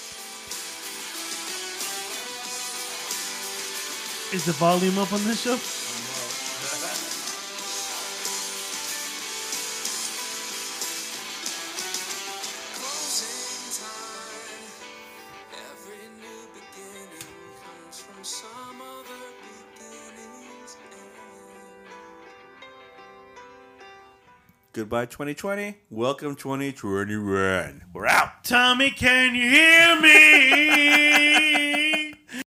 Speaker 2: Is the volume up on this show?
Speaker 5: Closing time. Every new beginning comes from some other beginning's end.
Speaker 3: Goodbye 2020. Welcome
Speaker 2: (laughs)
Speaker 3: 2021. We're out.
Speaker 2: Tommy, can you hear me?